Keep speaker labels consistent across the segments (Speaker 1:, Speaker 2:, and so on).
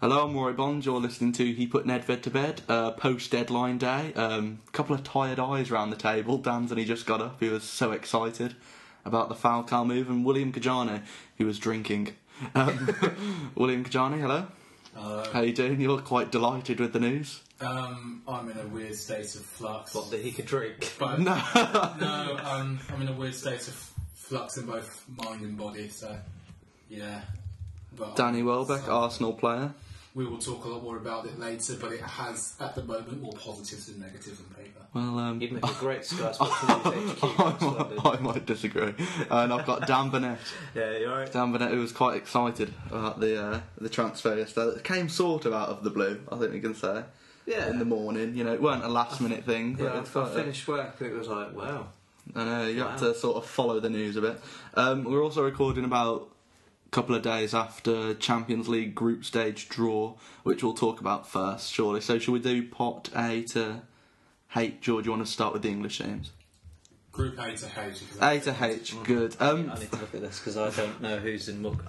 Speaker 1: Hello, I'm Roy Bond. You're listening to He Put Nedved to Bed, uh, post deadline day. A um, couple of tired eyes around the table. Dan's and he just got up. He was so excited about the Falcao move. And William Kajani, he was drinking. Um, William Kajani, hello.
Speaker 2: Hello.
Speaker 1: How you doing? You look quite delighted with the news.
Speaker 2: Um, I'm in a weird state of flux.
Speaker 3: What that he could drink.
Speaker 2: But
Speaker 1: No.
Speaker 2: no, um, I'm in a weird state of flux in both mind and body. So, yeah. But
Speaker 1: Danny Welbeck, oh.
Speaker 2: so
Speaker 1: Arsenal player.
Speaker 2: we will talk a lot more about it later, but it has at the moment more positives than negatives on paper.
Speaker 1: Well, um,
Speaker 3: He'd make a great Sky Sports News HQ.
Speaker 1: I,
Speaker 3: correspondent.
Speaker 1: might, I might disagree. Uh, And I've got Dan Burnett.
Speaker 3: Yeah, you're right.
Speaker 1: Dan Burnett, who was quite excited about the uh, the transfer yesterday. It came sort of out of the blue, I think we can say.
Speaker 3: Yeah.
Speaker 1: In the morning, you know, it weren't a last minute thing. but
Speaker 3: Yeah,
Speaker 1: it's
Speaker 3: I, I
Speaker 1: quite a-
Speaker 3: finished work and it was like, wow.
Speaker 1: I know you have
Speaker 3: Wow.
Speaker 1: to sort of follow the news a bit. Um, we're also recording about a couple of days after Champions League group stage draw, which we'll talk about first, surely. So, shall we do pot A to H? George, you want to start with the English teams?
Speaker 2: Group A to H. because
Speaker 1: A to H, good. Um,
Speaker 3: I need to look at this because I don't know who's in what.
Speaker 2: I'm-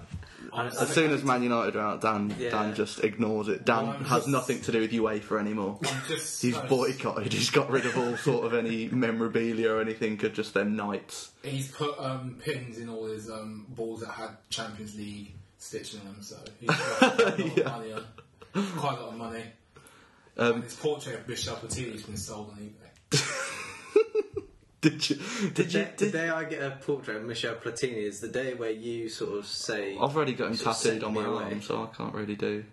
Speaker 1: As soon as Man United are out, Dan
Speaker 3: Yeah.
Speaker 1: Dan just ignores it. Dan
Speaker 2: Well, I'm
Speaker 1: has
Speaker 2: just-
Speaker 1: nothing to do with UEFA anymore.
Speaker 2: I'm just
Speaker 1: He's
Speaker 2: so-
Speaker 1: boycotted. He's got rid of all sort of any memorabilia or anything of just them nights.
Speaker 2: He's put um, pins in all his um, balls that had Champions League stitching on them, so he's got quite a lot of money on. Quite a lot of money. and his portrait of Bishop Latini's been sold on eBay.
Speaker 1: Did you? Did you?
Speaker 3: The, the day I get a portrait of Michel Platini is the day where you sort of say,
Speaker 1: I've already got him
Speaker 3: Sort of
Speaker 1: tattooed
Speaker 3: sent
Speaker 1: on my
Speaker 3: me away.
Speaker 1: arm, so I can't really do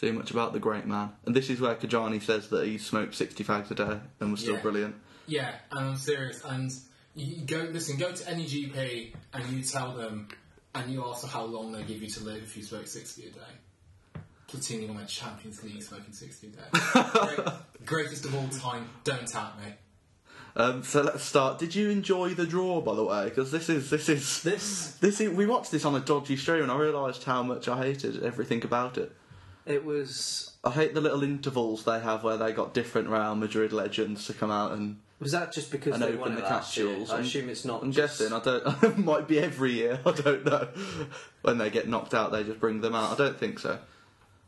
Speaker 1: do much about the great man. And this is where Kajani says that he smoked sixty fags a day and was still
Speaker 2: Yeah.
Speaker 1: brilliant.
Speaker 2: Yeah, and I'm serious. And you you go listen, go to any GP and you tell them, and you ask for how long they give you to live if you smoke sixty a day. Platini won a Champions League smoking sixty a day. Great, greatest of all time. Don't tap me.
Speaker 1: Um, so let's start. Did you enjoy the draw, by the way? Because this is this is
Speaker 3: "This."
Speaker 1: this is we watched this on a dodgy stream, and I realised how much I hated everything about it.
Speaker 3: It was
Speaker 1: I hate the little intervals they have where they got different Real Madrid legends to come out and.
Speaker 3: was that just because
Speaker 1: And
Speaker 3: they
Speaker 1: open
Speaker 3: won
Speaker 1: the
Speaker 3: it last
Speaker 1: capsules
Speaker 3: year? I
Speaker 1: and-
Speaker 3: assume it's not.
Speaker 1: I'm
Speaker 3: just-
Speaker 1: guessing. I don't. It might be every year. I don't know. When they get knocked out, they just bring them out. I don't think so.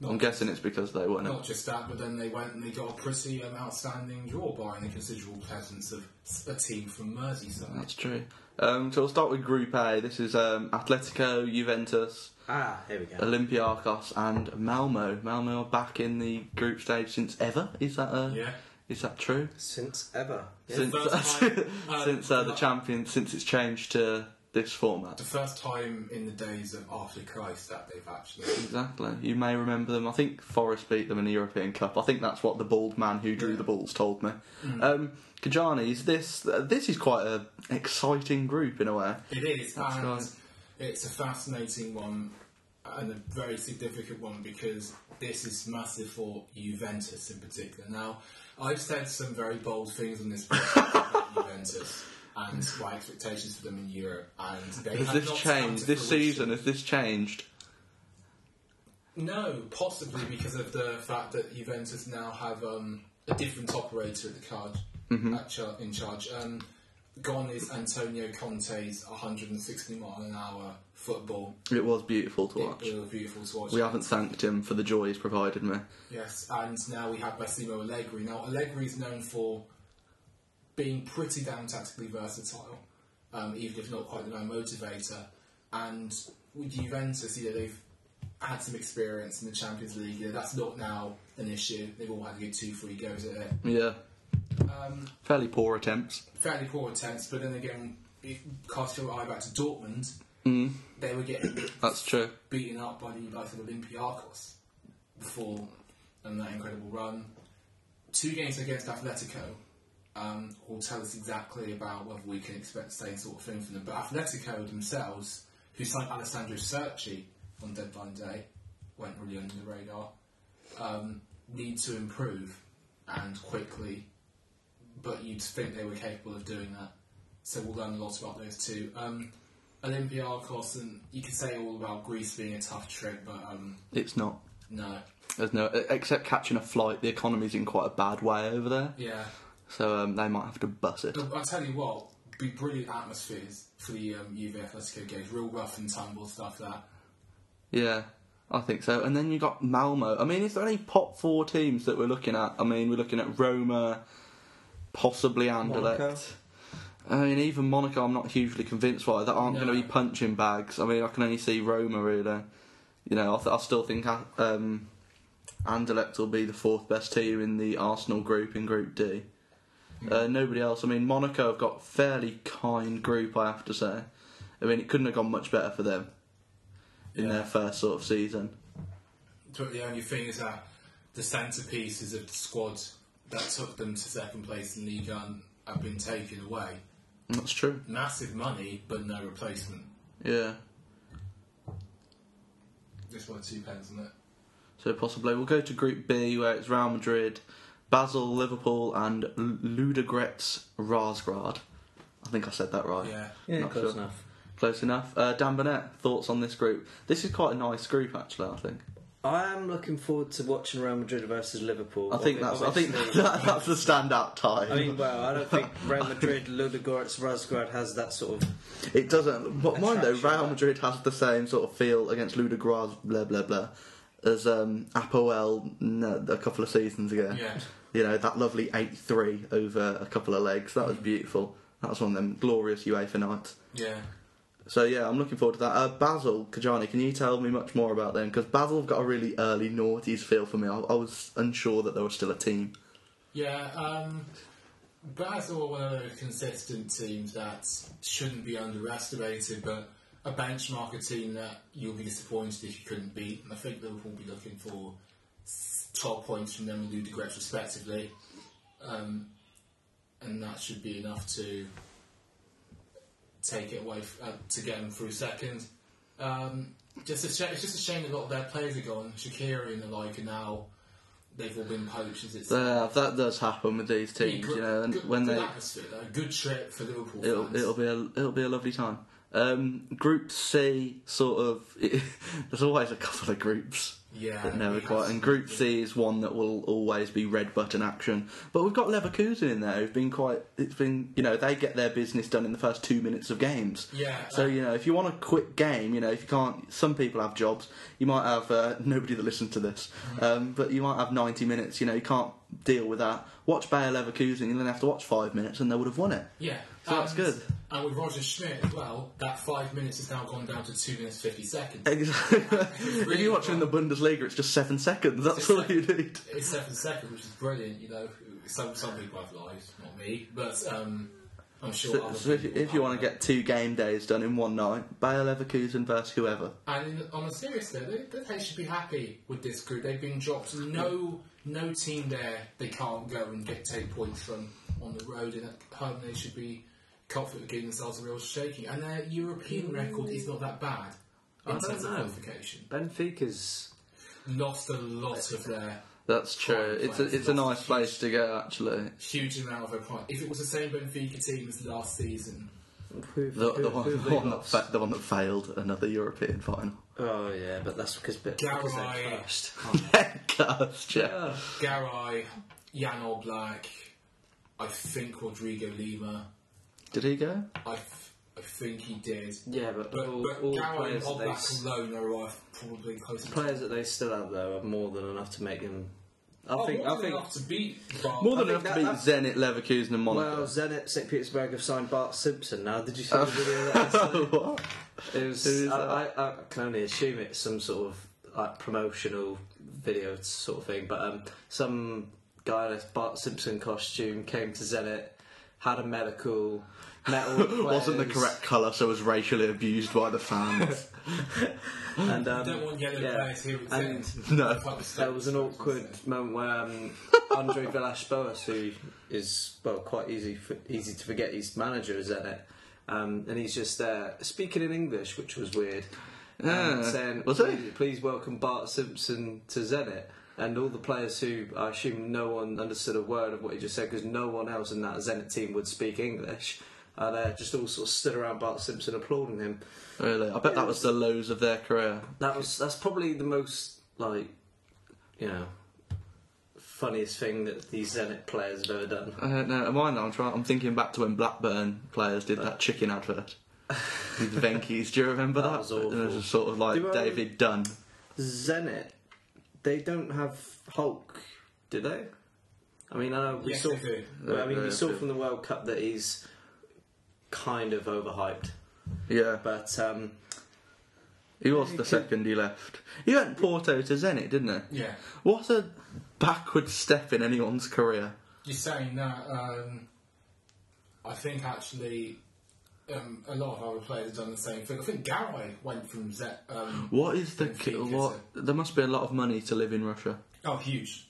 Speaker 1: I'm guessing it's because they won it.
Speaker 2: Not just that, but then they went and they got a pretty um, outstanding draw by in the considerable presence of s- a team from Merseyside.
Speaker 1: That's true. Um, so we'll start with Group A. This is um, Atletico, Juventus,
Speaker 3: Ah, here we go.
Speaker 1: Uh, Olympiacos, and Malmo. Malmo are back in the group stage since ever. Is that uh,
Speaker 2: Yeah.
Speaker 1: Is that true?
Speaker 3: Since ever. Yeah.
Speaker 1: Since uh,
Speaker 2: first time, um,
Speaker 1: since uh, the
Speaker 2: not-
Speaker 1: champion, since it's changed to this format.
Speaker 2: The first time in the days of after Christ that they've actually.
Speaker 1: Exactly. You may remember them. I think Forest beat them in the European Cup. I think that's what the bald man who drew
Speaker 2: Yeah. Mm.
Speaker 1: the balls told me. Um, Kajani, is this uh, this is quite a exciting group in a way.
Speaker 2: It is,
Speaker 1: That's
Speaker 2: and
Speaker 1: right.
Speaker 2: it's a fascinating one and a very significant one because this is massive for Juventus in particular. Now, I've said some very bold things on this podcast about Juventus and my expectations for them in Europe, and they
Speaker 1: Has
Speaker 2: have
Speaker 1: this
Speaker 2: not come to
Speaker 1: changed this
Speaker 2: fruition.
Speaker 1: season? Has this changed?
Speaker 2: No, possibly because of the fact that Juventus now have um, a different operator at the card at char- in charge. Um, gone is Antonio Conte's 160 mile an hour football.
Speaker 1: It was beautiful to watch.
Speaker 2: It was beautiful to watch.
Speaker 1: We haven't thanked him for the joy he's provided me.
Speaker 2: Yes, and now we have Massimo Allegri. Now Allegri is known for being pretty damn tactically versatile, um, even if not quite the main motivator. And with Juventus, you know they've had some experience in the Champions League. You know, that's not now an issue. They've all had a good two, three goes at it.
Speaker 1: Yeah,
Speaker 2: Um,
Speaker 1: fairly poor attempts.
Speaker 2: fairly poor attempts, but then again, if cast your eye back to Dortmund, they were getting
Speaker 1: That's true.
Speaker 2: beaten up by the United Olympiacos before and that incredible run. Two games against Atletico um, will tell us exactly about whether we can expect the same sort of thing from them. But Atletico themselves, who signed Alessandro Cerci on deadline day, went really under the radar, um, need to improve and quickly. But you'd think they were capable of doing that. So we'll learn a lot about those two. Um, Olympiacos, and you can say all about Greece being a tough trip, but um,
Speaker 1: It's not.
Speaker 2: no.
Speaker 1: There's no e, except catching a flight. The economy's in quite a bad way over there,
Speaker 2: Yeah.
Speaker 1: so um, they might have to bus it.
Speaker 2: But I'll tell you what, be brilliant atmospheres for the um, Juve Atletico games. Real rough and tumble stuff that.
Speaker 1: Yeah, I think so. And then you got Malmo. I mean, is there any pot four teams that we're looking at? I mean, we're looking at Roma, possibly
Speaker 3: Monaco.
Speaker 1: Anderlecht. I mean, even Monaco, I'm not hugely convinced by. That aren't
Speaker 2: No.
Speaker 1: going to be punching bags. I mean, I can only see Roma really. You know, I, th- I still think uh, um, Anderlecht will be the fourth best team in the Arsenal group in Group D. Uh, nobody else. I mean, Monaco have got fairly kind group, I have to say. I mean, it couldn't have gone much better for them in
Speaker 2: Yeah.
Speaker 1: their first sort of season.
Speaker 2: But the only thing is that the centrepieces of the squad that took them to second place in League One have been taken away.
Speaker 1: That's true.
Speaker 2: Massive money, but no replacement.
Speaker 1: Yeah.
Speaker 2: Just worth two pence, isn't it?
Speaker 1: So possibly we'll go to Group B, where it's Real Madrid, Basel, Liverpool, and L- Ludogorets Razgrad. I think I said that right.
Speaker 2: Yeah.
Speaker 3: Yeah,
Speaker 1: Not
Speaker 3: close
Speaker 1: sure.
Speaker 3: enough.
Speaker 1: Close enough. Uh, Dan Burnett, thoughts on this group? This is quite a nice group, actually. I think.
Speaker 3: I am looking forward to watching Real Madrid versus Liverpool.
Speaker 1: I think that's. I think
Speaker 3: Obviously-
Speaker 1: that, that's the standout tie.
Speaker 3: I mean, well, I don't think Real Madrid, Ludogorets, Razgrad has that sort of.
Speaker 1: It doesn't. But mind though,
Speaker 3: Attraction,
Speaker 1: Real
Speaker 3: yeah.
Speaker 1: Madrid has the same sort of feel against Ludogorets, blah blah blah, as um, Apoel no, a couple of seasons ago.
Speaker 2: Yeah.
Speaker 1: You know that lovely eight-three over a couple of legs. That was beautiful. That was one of them glorious E UEFA nights.
Speaker 2: Yeah.
Speaker 1: So yeah, I'm looking forward to that. Uh, Basil Kajani, can you tell me much more about them? Because Basil have got a really early noughties feel for me. I, I was unsure that they were still a team.
Speaker 2: Yeah, um, Basel are one of those consistent teams that shouldn't be underestimated, but a benchmark, a team that you'll be disappointed if you couldn't beat. And I think Liverpool will be looking for s- 12 points from them and Ludogorets respectively. Um, and that should be enough to take it away, f- uh, to get them through second. Um, just a sh- it's just a shame that a lot of their players are gone. Shakiri and the like are now, they've all been poached as it's
Speaker 1: Uh, that does happen with these teams,
Speaker 2: Good-
Speaker 1: you know. And
Speaker 2: good-
Speaker 1: when
Speaker 2: good
Speaker 1: they
Speaker 2: atmosphere, though. good trip for Liverpool
Speaker 1: it'll,
Speaker 2: fans.
Speaker 1: it'll be a it'll be a lovely time. Um, group C, sort of. there's always a couple of groups
Speaker 2: yeah,
Speaker 1: that never
Speaker 2: we have
Speaker 1: quite.
Speaker 2: some-
Speaker 1: And Group C is one that will always be red button action. But we've got Leverkusen in there. Who've been quite. It's been you know they get their business done in the first two minutes of games.
Speaker 2: Yeah,
Speaker 1: So
Speaker 2: uh,
Speaker 1: you know if you want a quick game, you know if you can't. Some people have jobs. You might have uh, nobody that listens to this,
Speaker 2: Mm-hmm.
Speaker 1: um, but you might have 90 minutes. You know you can't deal with that. Watch Bayer Leverkusen. You'll then have to watch five minutes, and they would have won it.
Speaker 2: yeah,
Speaker 1: So that's
Speaker 2: and-
Speaker 1: good.
Speaker 2: And with Roger Schmidt as well, that five minutes has now gone down to two minutes fifty seconds.
Speaker 1: Exactly. if you're watching the Bundesliga, it's just seven seconds. That's all you need.
Speaker 2: It's seven seconds, which is brilliant. You know, some some people have lives, not me, but um, I'm sure.
Speaker 1: So,
Speaker 2: other
Speaker 1: so if, you-
Speaker 2: people
Speaker 1: if you
Speaker 2: have.
Speaker 1: want to get two game days done in one night, Bayer Leverkusen versus whoever.
Speaker 2: and in, on a serious note, they, they should be happy with this group. They've been dropped. No, no team there they can't go and get take points from on the road, and at home they should be confident of giving themselves a real shaking. And their European record is not that bad in
Speaker 3: don't
Speaker 2: terms of
Speaker 3: know.
Speaker 2: qualification.
Speaker 3: Benfica's.
Speaker 2: Lost a lot of their
Speaker 1: That's true.
Speaker 2: Fine,
Speaker 1: It's a,
Speaker 2: fine.
Speaker 1: it's a nice place to go, actually.
Speaker 2: huge amount of their point. If it was the same Benfica team as last season,
Speaker 3: Who,
Speaker 1: The,
Speaker 3: who-
Speaker 1: the, one,
Speaker 3: who
Speaker 1: the,
Speaker 3: they
Speaker 1: one that
Speaker 3: lost?
Speaker 1: fa- the one that failed another European final.
Speaker 3: Oh yeah, but that's because because
Speaker 2: Garay.
Speaker 3: they're cursed.
Speaker 1: Cursed, Oh. yeah.
Speaker 2: Garay, Jan Oblak, I think Rodrigo Lima,
Speaker 1: Did he go?
Speaker 2: I, f- I think he did.
Speaker 3: Yeah, but,
Speaker 2: But,
Speaker 3: all,
Speaker 2: but
Speaker 3: all
Speaker 2: Gowan and
Speaker 3: players, that they,
Speaker 2: Oblak
Speaker 3: s-
Speaker 2: alone are worth probably close to
Speaker 3: players that they still have though are more than enough to make them. I
Speaker 2: Oh,
Speaker 3: think.
Speaker 2: more
Speaker 3: I
Speaker 2: than
Speaker 3: think.
Speaker 2: enough to beat Bar-
Speaker 1: More than
Speaker 3: I
Speaker 1: enough
Speaker 3: think
Speaker 1: to
Speaker 3: that-
Speaker 1: beat Zenit,
Speaker 3: that's-
Speaker 1: Leverkusen, and
Speaker 3: Well,
Speaker 1: Monaco.
Speaker 3: Zenit St. Petersburg have signed Bart Simpson now. Did you
Speaker 1: Oh.
Speaker 3: see the video of that?
Speaker 1: what?
Speaker 3: It was.
Speaker 1: Who is
Speaker 3: I, I, I can only assume it's some sort of like promotional video sort of thing, but um, some guy in a Bart Simpson costume came to Zenit, had a medical, met all the players,
Speaker 1: Wasn't the correct colour, so was racially abused by the fans.
Speaker 3: and um,
Speaker 2: Don't want yellow
Speaker 3: yeah,
Speaker 2: players here at
Speaker 3: and
Speaker 2: Zenit.
Speaker 1: No.
Speaker 2: That's what the state-
Speaker 3: There was an awkward moment where um, Andre Villas-Boas, who is well quite easy for, easy to forget, he's manager, is at it, um, and he's just there speaking in English, which was weird,
Speaker 1: Yeah.
Speaker 3: and saying,
Speaker 1: Was
Speaker 3: please,
Speaker 1: he?
Speaker 3: please welcome Bart Simpson to Zenit." And all the players who I assume no one understood a word of what he just said because no one else in that Zenit team would speak English. And uh, just all sort of stood around Bart Simpson applauding him.
Speaker 1: really? I bet that was the lows of their career.
Speaker 3: That was that's probably the most like you know funniest thing that these Zenit players have ever done.
Speaker 1: Uh, no, mine. I'm trying. I'm thinking back to when Blackburn players did that chicken advert. With Venkies, do you remember that?
Speaker 3: That was awful.
Speaker 1: It was sort of like
Speaker 3: Do you remember-
Speaker 1: David Dunn.
Speaker 3: Zenit, they don't have Hulk, do they? I mean, I know we
Speaker 2: Yes,
Speaker 3: saw.
Speaker 2: they do.
Speaker 3: I mean,
Speaker 1: They-
Speaker 3: we
Speaker 1: they
Speaker 3: saw
Speaker 1: do.
Speaker 3: from the World Cup that he's kind of overhyped,
Speaker 1: Yeah,
Speaker 3: but um,
Speaker 1: he was the second he left. He went Porto to Zenit, didn't he?
Speaker 2: Yeah.
Speaker 1: What a backward step in anyone's career.
Speaker 2: You're saying that, um, I think actually um, a lot of other players have done the same thing. I think Garraway went from Z. Um,
Speaker 1: What is the
Speaker 2: Benfica,
Speaker 1: ki- what?
Speaker 2: is
Speaker 1: There must be a lot of money to live in Russia.
Speaker 2: oh, huge.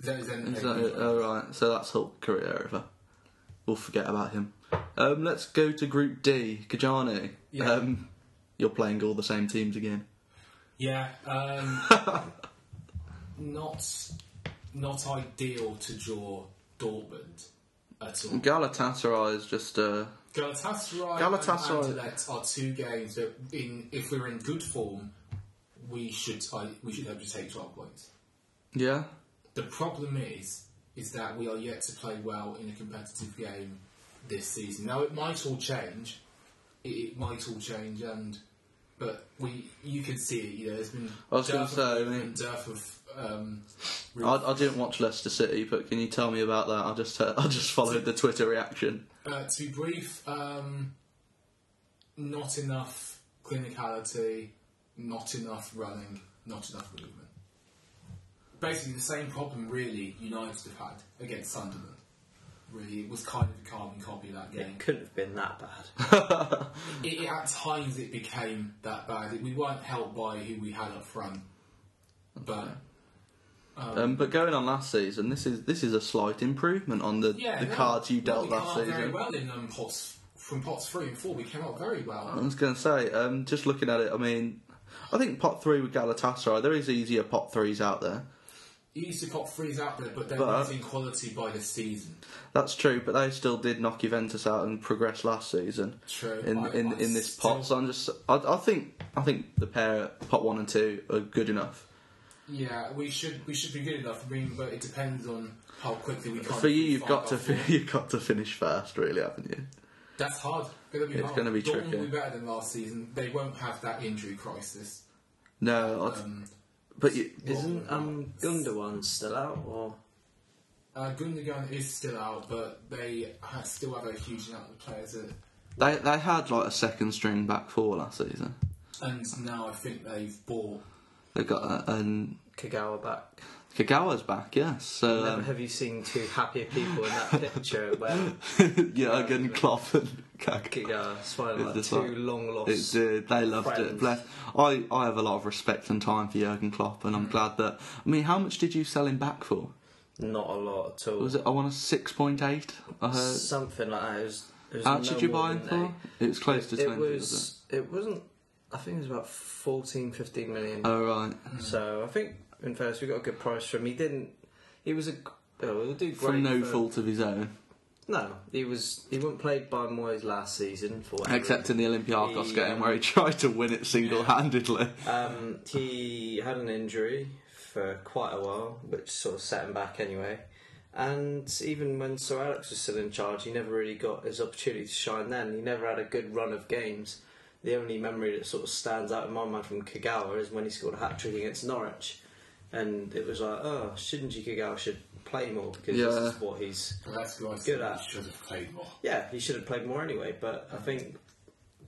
Speaker 2: That is anything.
Speaker 1: Is that
Speaker 3: uh,
Speaker 1: it? Oh, right. So that's Hulk career over. We'll forget about him. Um, let's go to Group D. Kajani.
Speaker 2: Yeah.
Speaker 1: Um, you're playing all the same teams again.
Speaker 2: Yeah, um, not not ideal to draw Dortmund at all.
Speaker 1: Galatasaray is just uh,
Speaker 2: Galatasaray,
Speaker 1: Galatasaray-
Speaker 2: and Anderlecht are two games that, in if we're in good form, we should I, we should hope to take twelve points.
Speaker 1: yeah.
Speaker 2: The problem is is that we are yet to play well in a competitive game this season. Now it might all change. It, it might all change, and but we you can see it. You know, there's been
Speaker 1: I was gonna
Speaker 2: dearth
Speaker 1: say, I
Speaker 2: of,
Speaker 1: mean-
Speaker 2: dearth of um,
Speaker 1: I, I didn't watch Leicester City, but can you tell me about that? I just uh, I just followed the Twitter reaction.
Speaker 2: Uh, to be brief, um, not enough clinicality, not enough running, not enough movement. Basically, the same problem really United have had against Sunderland. Really, it was kind of a carbon copy of that game.
Speaker 3: it couldn't have been that bad.
Speaker 2: It, it- at times, it became that bad. It- we weren't helped by who we had up front, but Oh.
Speaker 1: Um, but going on last season, this is this is a slight improvement on the
Speaker 2: yeah,
Speaker 1: the
Speaker 2: no,
Speaker 1: cards you
Speaker 2: well,
Speaker 1: dealt
Speaker 2: we
Speaker 1: last
Speaker 2: came out
Speaker 1: season.
Speaker 2: Very well in um, pots from pots three and four, we came out very well.
Speaker 1: I was going to say, um, just looking at it, I mean, I think pot three with Galatasaray, there is easier pot threes out there.
Speaker 2: used to pop threes out there, but they're
Speaker 1: But-
Speaker 2: losing quality by the season.
Speaker 1: That's true, but they still did knock Juventus out and progress last season.
Speaker 2: True.
Speaker 1: In
Speaker 2: I-
Speaker 1: in,
Speaker 2: I
Speaker 1: in this
Speaker 2: still-
Speaker 1: pot, so I'm just, I, I think I think the pair pot one and two are good enough.
Speaker 2: Yeah, we should we should be good enough. I mean, but it depends on how quickly we can.
Speaker 1: For you, you've got to fi- you've got to finish first, really, haven't you?
Speaker 2: That's hard. Gonna be
Speaker 1: It's
Speaker 2: hard.
Speaker 1: gonna be
Speaker 2: Dortmund
Speaker 1: tricky.
Speaker 2: Will be better than last season. They won't have that injury crisis.
Speaker 1: No, I-
Speaker 2: Um,
Speaker 1: but you,
Speaker 3: Isn't um, Gundogan still out? Or
Speaker 2: uh, Gundogan is still out, but they ha still have a huge amount of players. That,
Speaker 1: they they had like a second string back four last season.
Speaker 2: and now I think they've bought.
Speaker 1: They got uh, and
Speaker 3: Kagawa back?
Speaker 1: Kagawa's back, yes. So
Speaker 3: Never
Speaker 1: um,
Speaker 3: have you seen two happier people in that picture where
Speaker 1: Jurgen Klopp and Kagawa.
Speaker 3: Kagawa smiling like
Speaker 1: It's just
Speaker 3: two
Speaker 1: like-
Speaker 3: long lost.
Speaker 1: It did. They loved
Speaker 3: friends.
Speaker 1: it. Bless. I, I have a lot of respect and time for Jurgen Klopp,
Speaker 3: Mm.
Speaker 1: and I'm glad that. I mean, how much did you sell him back for?
Speaker 3: Not a lot at all.
Speaker 1: Was it? I want a six point eight. I heard.
Speaker 3: something like that. It was, it was
Speaker 1: How much
Speaker 3: no
Speaker 1: did you
Speaker 3: more
Speaker 1: buy him
Speaker 3: than
Speaker 1: for? It was close to
Speaker 3: eight.
Speaker 1: twenty.
Speaker 3: It
Speaker 1: Was...
Speaker 3: was. It wasn't. I think it was about 14, 15 million.
Speaker 1: it? Oh right.
Speaker 3: So I think in fairness, we got a good price from. him. He didn't. He was a. g- Oh, he'll do great
Speaker 1: From no
Speaker 3: for-
Speaker 1: fault of his own,
Speaker 3: No, he was. He wasn't played by Moyes last season for. whatever
Speaker 1: except in the Olympiacos
Speaker 3: He-
Speaker 1: game where he tried to win it single-handedly.
Speaker 3: Um, he had an injury for quite a while, which sort of set him back anyway. And even when Sir Alex was still in charge, he never really got his opportunity to shine then. He never had a good run of games. The only memory that sort of stands out in my mind from Kagawa is when he scored a hat trick against Norwich. And it was like, oh, Shinji Kagawa should play more because
Speaker 1: Yeah.
Speaker 3: this is what he's.
Speaker 2: Well, that's good.
Speaker 3: Good at-
Speaker 2: Should have played more.
Speaker 3: Yeah, he should have played more anyway, but I think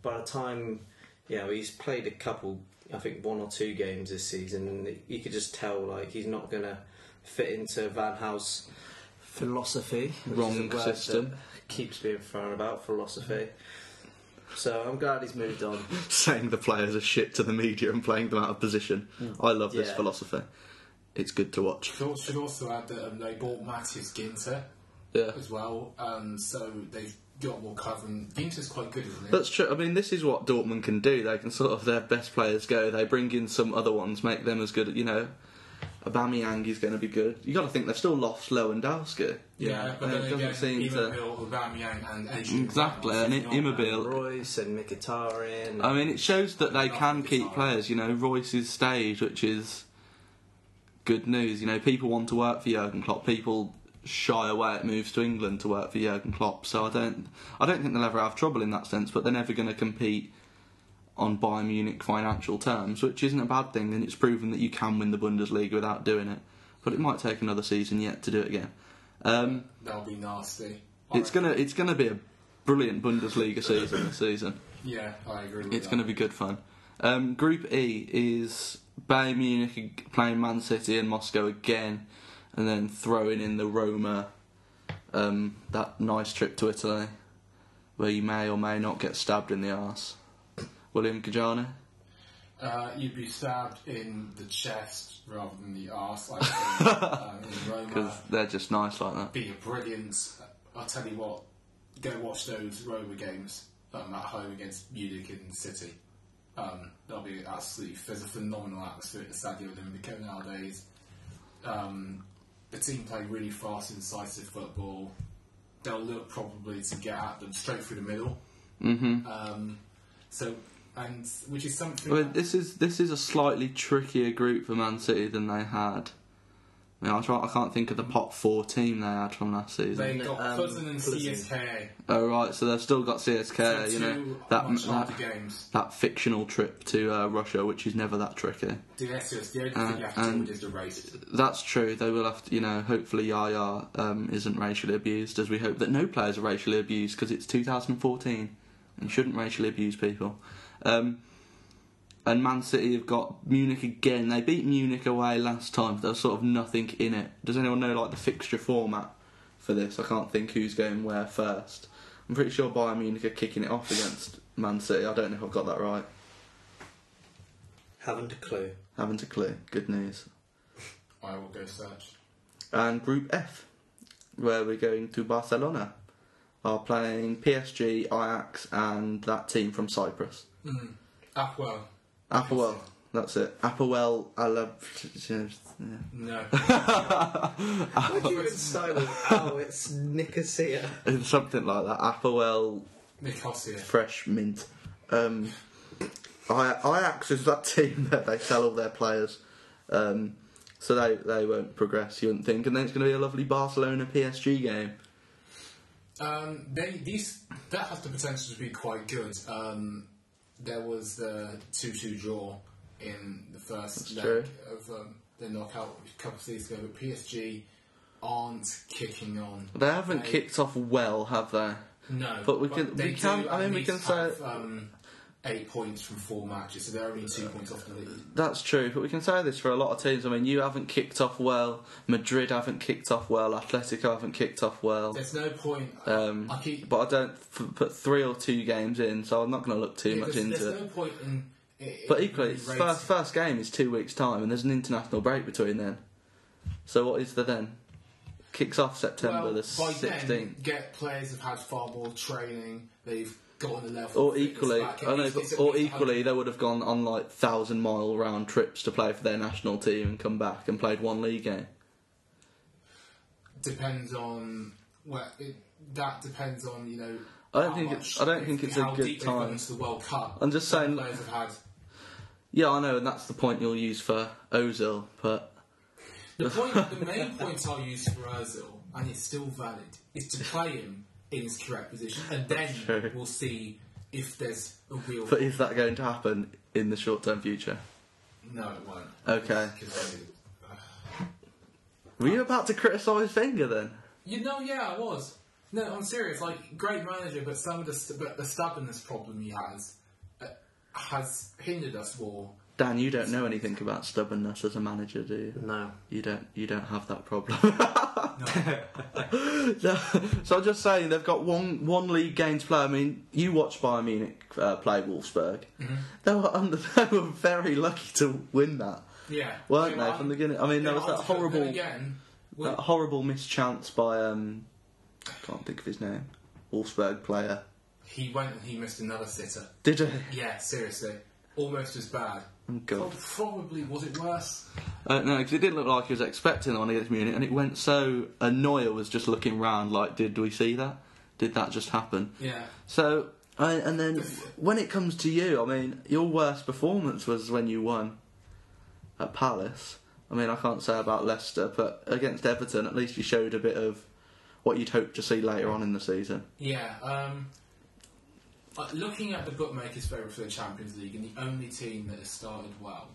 Speaker 3: by the time, you know, he's played a couple, I think one or two games this season, and you could just tell, like, he's not going to fit into Van House's philosophy. which is
Speaker 1: Wrong
Speaker 3: a word that
Speaker 1: system.
Speaker 3: Keeps being thrown about, philosophy. Mm. So I'm glad he's moved on.
Speaker 1: Saying the players are shit to the media and playing them out of position.
Speaker 2: Mm.
Speaker 1: I love this
Speaker 3: Yeah.
Speaker 1: philosophy. It's good to watch.
Speaker 2: Should- Should also add that um, they bought Matthias Ginter.
Speaker 1: Yeah.
Speaker 2: as well. Um, so they've got more cover, and Ginter's quite good, isn't he?
Speaker 1: That's true. I mean, this is what Dortmund can do. They can sort of their best players go. They bring in some other ones, make them as good. You know, Aubameyang is going to be good. You got to think they've still lost Lewandowski. you
Speaker 2: yeah,
Speaker 1: know,
Speaker 2: but
Speaker 1: and
Speaker 2: then
Speaker 1: it doesn't
Speaker 2: again,
Speaker 1: seem to.
Speaker 2: Immobile, Aubameyang, and Adrian
Speaker 1: Exactly, and
Speaker 2: Ramos,
Speaker 1: it,
Speaker 2: they've not-
Speaker 1: Immobile.
Speaker 3: Royce and Mkhitaryan.
Speaker 1: I mean, it shows that they can keep players. You know, Royce's stage, which is good news. You know, people want to work for Jurgen Klopp. People shy away at moves to England to work for Jurgen Klopp. So I don't, I don't think they'll ever have trouble in that sense. But they're never going to compete on Bayern Munich financial terms, which isn't a bad thing, and it's proven that you can win the Bundesliga without doing it. But it might take another season yet to do it again. Um,
Speaker 2: That'll be nasty. I
Speaker 1: it's gonna it's gonna be a brilliant Bundesliga season this season.
Speaker 2: Yeah, I agree with
Speaker 1: It's
Speaker 2: that.
Speaker 1: going to be good fun. Um, Group E is Bayern Munich ag- playing Man City and Moscow again, and then throwing in the Roma, um, that nice trip to Italy, where you may or may not get stabbed in the arse. William Cajana?
Speaker 2: Uh, you'd be stabbed in the chest rather than the arse, I think, um, in
Speaker 1: Because
Speaker 2: Roma.
Speaker 1: they're just nice like that.
Speaker 2: Be a brilliant. I'll tell you what, go watch those Roma games um, at home against Munich and City. Um, that'll be absolutely there's a phenomenal atmosphere at the Stadio Olimpico nowadays. Um, the team play really fast, incisive football. They'll look probably to get at them straight through the middle. Mm-hmm. Um, so, and which is something.
Speaker 1: Well, this is this is a slightly trickier group for Man City than they had. I mean, I, try, I can't think of the pot four team they had from last season.
Speaker 2: They got
Speaker 3: Um,
Speaker 2: Cousin and
Speaker 3: Cousin.
Speaker 2: CSK.
Speaker 1: oh right, so they've still got CSK.
Speaker 2: so
Speaker 1: you know
Speaker 2: two
Speaker 1: that
Speaker 2: much harder
Speaker 1: that,
Speaker 2: games.
Speaker 1: that fictional trip to uh, Russia, which is never that tricky.
Speaker 2: The SOS, the only thing you have to
Speaker 1: Uh, and-
Speaker 2: do with is the race.
Speaker 1: That's true. They will have to, you know, hopefully Yaya um, isn't racially abused, as we hope that no players are racially abused, because it's 2014 and you shouldn't racially abuse people. Um, and Man City have got Munich again. They beat Munich away last time. There was sort of nothing in it. Does anyone know like the fixture format for this? I can't think who's going where first. I'm pretty sure Bayern Munich are kicking it off against Man City. I don't know if I've got that right.
Speaker 3: Haven't a clue.
Speaker 1: Haven't a clue. Good news.
Speaker 2: I will go search.
Speaker 1: and Group F, where we're going to Barcelona, are playing PSG, Ajax, and that team from Cyprus.
Speaker 2: Mm. Ah, well,
Speaker 1: Applewell, that's it. Applewell, I love.
Speaker 2: no.
Speaker 3: Why do you inside with, oh, it's Nicosia?
Speaker 1: Something like that. Applewell,
Speaker 2: Nicosia.
Speaker 1: fresh mint. Um, Aj- Ajax is that team that they sell all their players, um, so they, they won't progress, you wouldn't think. And then it's going to be a lovely Barcelona PSG game.
Speaker 2: Um, they, these, that has the potential to be quite good. Um, there was the 2 2 draw in the first
Speaker 1: That's
Speaker 2: leg of um, the knockout a couple of seasons ago, but PSG aren't kicking on.
Speaker 1: They haven't
Speaker 2: They-
Speaker 1: kicked off well, have they?
Speaker 2: No,
Speaker 1: But we can-
Speaker 2: they
Speaker 1: we can-
Speaker 2: do
Speaker 1: I
Speaker 2: at
Speaker 1: mean, we
Speaker 2: least
Speaker 1: can say-
Speaker 2: have, um, eight points from four matches, so they're only two points off the lead.
Speaker 1: That's true, but we can say this for a lot of teams. I mean, you haven't kicked off well, Madrid haven't kicked off well, Atletico haven't kicked off well.
Speaker 2: There's no point.
Speaker 1: Um,
Speaker 2: I keep.
Speaker 1: But I don't f- put three or two games in, so I'm not going to look too
Speaker 2: yeah,
Speaker 1: much
Speaker 2: there's, there's
Speaker 1: into
Speaker 2: no
Speaker 1: it.
Speaker 2: point in. It,
Speaker 1: But
Speaker 2: it
Speaker 1: equally,
Speaker 2: really
Speaker 1: it's
Speaker 2: rates-
Speaker 1: first first game is two weeks time, and there's an international break between then. So what is the then? Kicks off September
Speaker 2: well,
Speaker 1: the
Speaker 2: by
Speaker 1: sixteenth.
Speaker 2: then, get players have had far more training. They've got on the level.
Speaker 1: Or
Speaker 2: of fitness
Speaker 1: equally,
Speaker 2: back,
Speaker 1: I
Speaker 2: and
Speaker 1: know,
Speaker 2: it's- it's
Speaker 1: but,
Speaker 2: at
Speaker 1: or
Speaker 2: least a hundred-
Speaker 1: equally, they would have gone on like thousand mile round trips to play for their national team and come back and played one league game.
Speaker 2: depends on well, it, that depends on you know.
Speaker 1: I don't
Speaker 2: how
Speaker 1: think
Speaker 2: much
Speaker 1: it's- I don't
Speaker 2: they-
Speaker 1: think it's a
Speaker 2: how
Speaker 1: good
Speaker 2: deep they've gone
Speaker 1: time.
Speaker 2: into the World Cup.
Speaker 1: I'm just
Speaker 2: Some
Speaker 1: saying-
Speaker 2: players have had.
Speaker 1: Yeah, I know, and that's the point you'll use for Ozil, but
Speaker 2: The point, the main point I'll use for Ozil, and it's still valid, is to play him in his correct position, and then
Speaker 1: True.
Speaker 2: we'll see if there's a real.
Speaker 1: but is that going to happen in the short term future?
Speaker 2: no, it won't.
Speaker 1: Okay.
Speaker 2: 'Cause they-
Speaker 1: Were you about to criticise Wenger then?
Speaker 2: You know, yeah, I was. No, I'm serious. Like, great manager, but some of the st- but the stubbornness problem he has uh, has hindered us more.
Speaker 1: Dan, you don't know anything about stubbornness as a manager, do you?
Speaker 3: No.
Speaker 1: You don't. You don't have that problem. No. so I'm just saying they've got one one league game to play. I mean, you watched Bayern Munich uh, play Wolfsburg. They were under. They were very lucky to win that,
Speaker 2: Yeah,
Speaker 1: weren't
Speaker 2: Yeah,
Speaker 1: they?
Speaker 2: I'm-
Speaker 1: From the beginning. I mean, there
Speaker 2: yeah,
Speaker 1: was that
Speaker 2: I'm- but
Speaker 1: horrible.
Speaker 2: again. we-
Speaker 1: That horrible mischance by um, I can't think of his name. Wolfsburg player.
Speaker 2: He went and he missed another sitter.
Speaker 1: Did he?
Speaker 2: Yeah, seriously, almost as bad.
Speaker 1: Oh, God.
Speaker 2: Pro- probably was it worse?
Speaker 1: Uh, no, because it didn't look like he was expecting the one against Munich, and it went so. And Neuer was just looking round, like, did we see that? Did that just happen?
Speaker 2: Yeah.
Speaker 1: So, I, and then when it comes to you, I mean, your worst performance was when you won at Palace. I mean, I can't say about Leicester, but against Everton, at least you showed a bit of what you'd hope to see later on in the season.
Speaker 2: Yeah, um, Uh, looking at the bookmakers' favourite for the Champions League and the only team that has started well,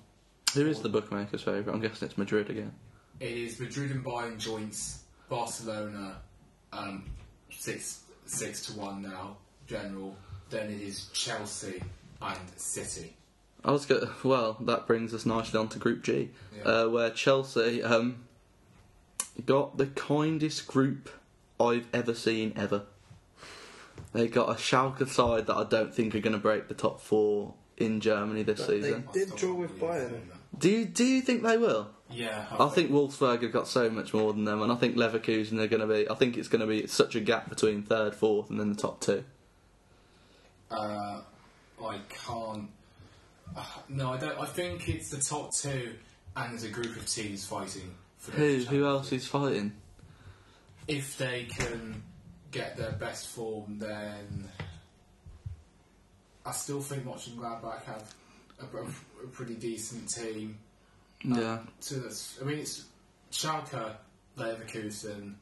Speaker 1: Who is the bookmaker's favourite? I'm guessing it's Madrid again.
Speaker 2: it is Madrid and Bayern joints, Barcelona, um, six six to one now general. Then it is Chelsea and City.
Speaker 1: I was go- well. That brings us nicely on to Group G,
Speaker 2: Yeah.
Speaker 1: uh, where Chelsea um, got the kindest group I've ever seen ever. They got a Schalke side that I don't think are going to break the top four in Germany this
Speaker 3: But they-
Speaker 1: season.
Speaker 2: I
Speaker 3: Did
Speaker 2: still
Speaker 3: draw
Speaker 2: can't
Speaker 3: with
Speaker 2: believe
Speaker 3: Bayern.
Speaker 2: that.
Speaker 1: Do you do you think they will?
Speaker 2: Yeah,
Speaker 1: I think Wolfsburg have got so much more than them, and I think Leverkusen are going to be. I think it's going to be such a gap between third, fourth, and then the top two.
Speaker 2: uh, I can't. Uh, no, I don't. I think it's the top two, and there's a group of teams fighting for the
Speaker 1: Who
Speaker 2: Champions
Speaker 1: who else
Speaker 2: League.
Speaker 1: is fighting?
Speaker 2: If they can get their best form, then I still think watching Gladbach have a, a- a pretty decent team.
Speaker 1: Yeah,
Speaker 2: So that's, I mean, it's Schalke, Leverkusen,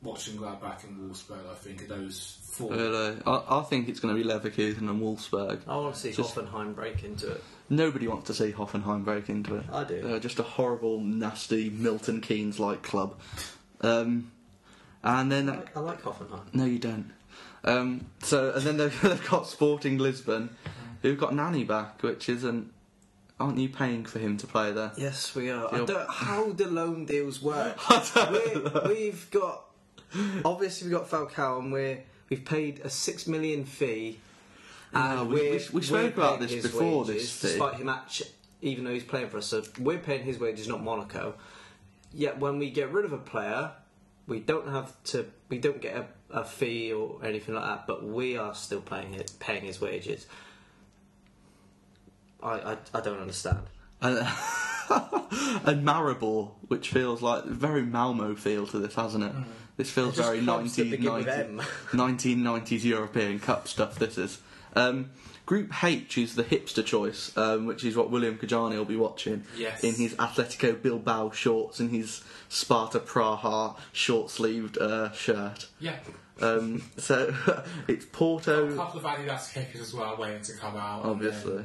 Speaker 2: watching Gladbach and Wolfsburg. I think are those four.
Speaker 1: really. I, I think it's going to be Leverkusen and Wolfsburg.
Speaker 3: I want to see
Speaker 1: Just-
Speaker 3: Hoffenheim break into it.
Speaker 1: Nobody wants to see Hoffenheim break into it.
Speaker 3: I do.
Speaker 1: They're just a horrible, nasty Milton Keynes like club. Um, and then
Speaker 3: I like, I like Hoffenheim.
Speaker 1: no, you don't. Um, so and then they've, they've got Sporting Lisbon, who've got Nani back, which isn't. Aren't you paying for him to play there?
Speaker 3: Yes, we are. I
Speaker 1: Yep.
Speaker 3: don't, how the loan deals work. we we've got obviously we've got Falcao, and we're we've paid a six million fee.
Speaker 1: Yeah, Ah, we- we-
Speaker 3: we're-
Speaker 1: we spoke
Speaker 3: we're
Speaker 1: about
Speaker 3: paying
Speaker 1: this
Speaker 3: his
Speaker 1: before,
Speaker 3: wages,
Speaker 1: this fee.
Speaker 3: despite him actually, even though he's playing for us. So we're paying his wages, not Monaco. Yet when we get rid of a player, we don't have to. We don't get a, a fee or anything like that. But we are still paying his, paying his wages. I, I I don't understand.
Speaker 1: And, and Maribor, which feels like very Malmo feel to this, hasn't
Speaker 2: Mm.
Speaker 1: it? This feels
Speaker 3: Just
Speaker 1: very
Speaker 3: clubs that
Speaker 1: 1990,
Speaker 3: begin with M.
Speaker 1: 1990s European Cup stuff. This is um, Group H is the hipster choice, um, which is what William Kajani will be watching
Speaker 2: Yes.
Speaker 1: in his Atletico Bilbao shorts and his Sparta Praha short-sleeved uh, shirt.
Speaker 2: Yeah,
Speaker 1: Um, so it's Porto.
Speaker 2: a couple of Adidas kickers as well waiting to come out. and then-
Speaker 1: Obviously,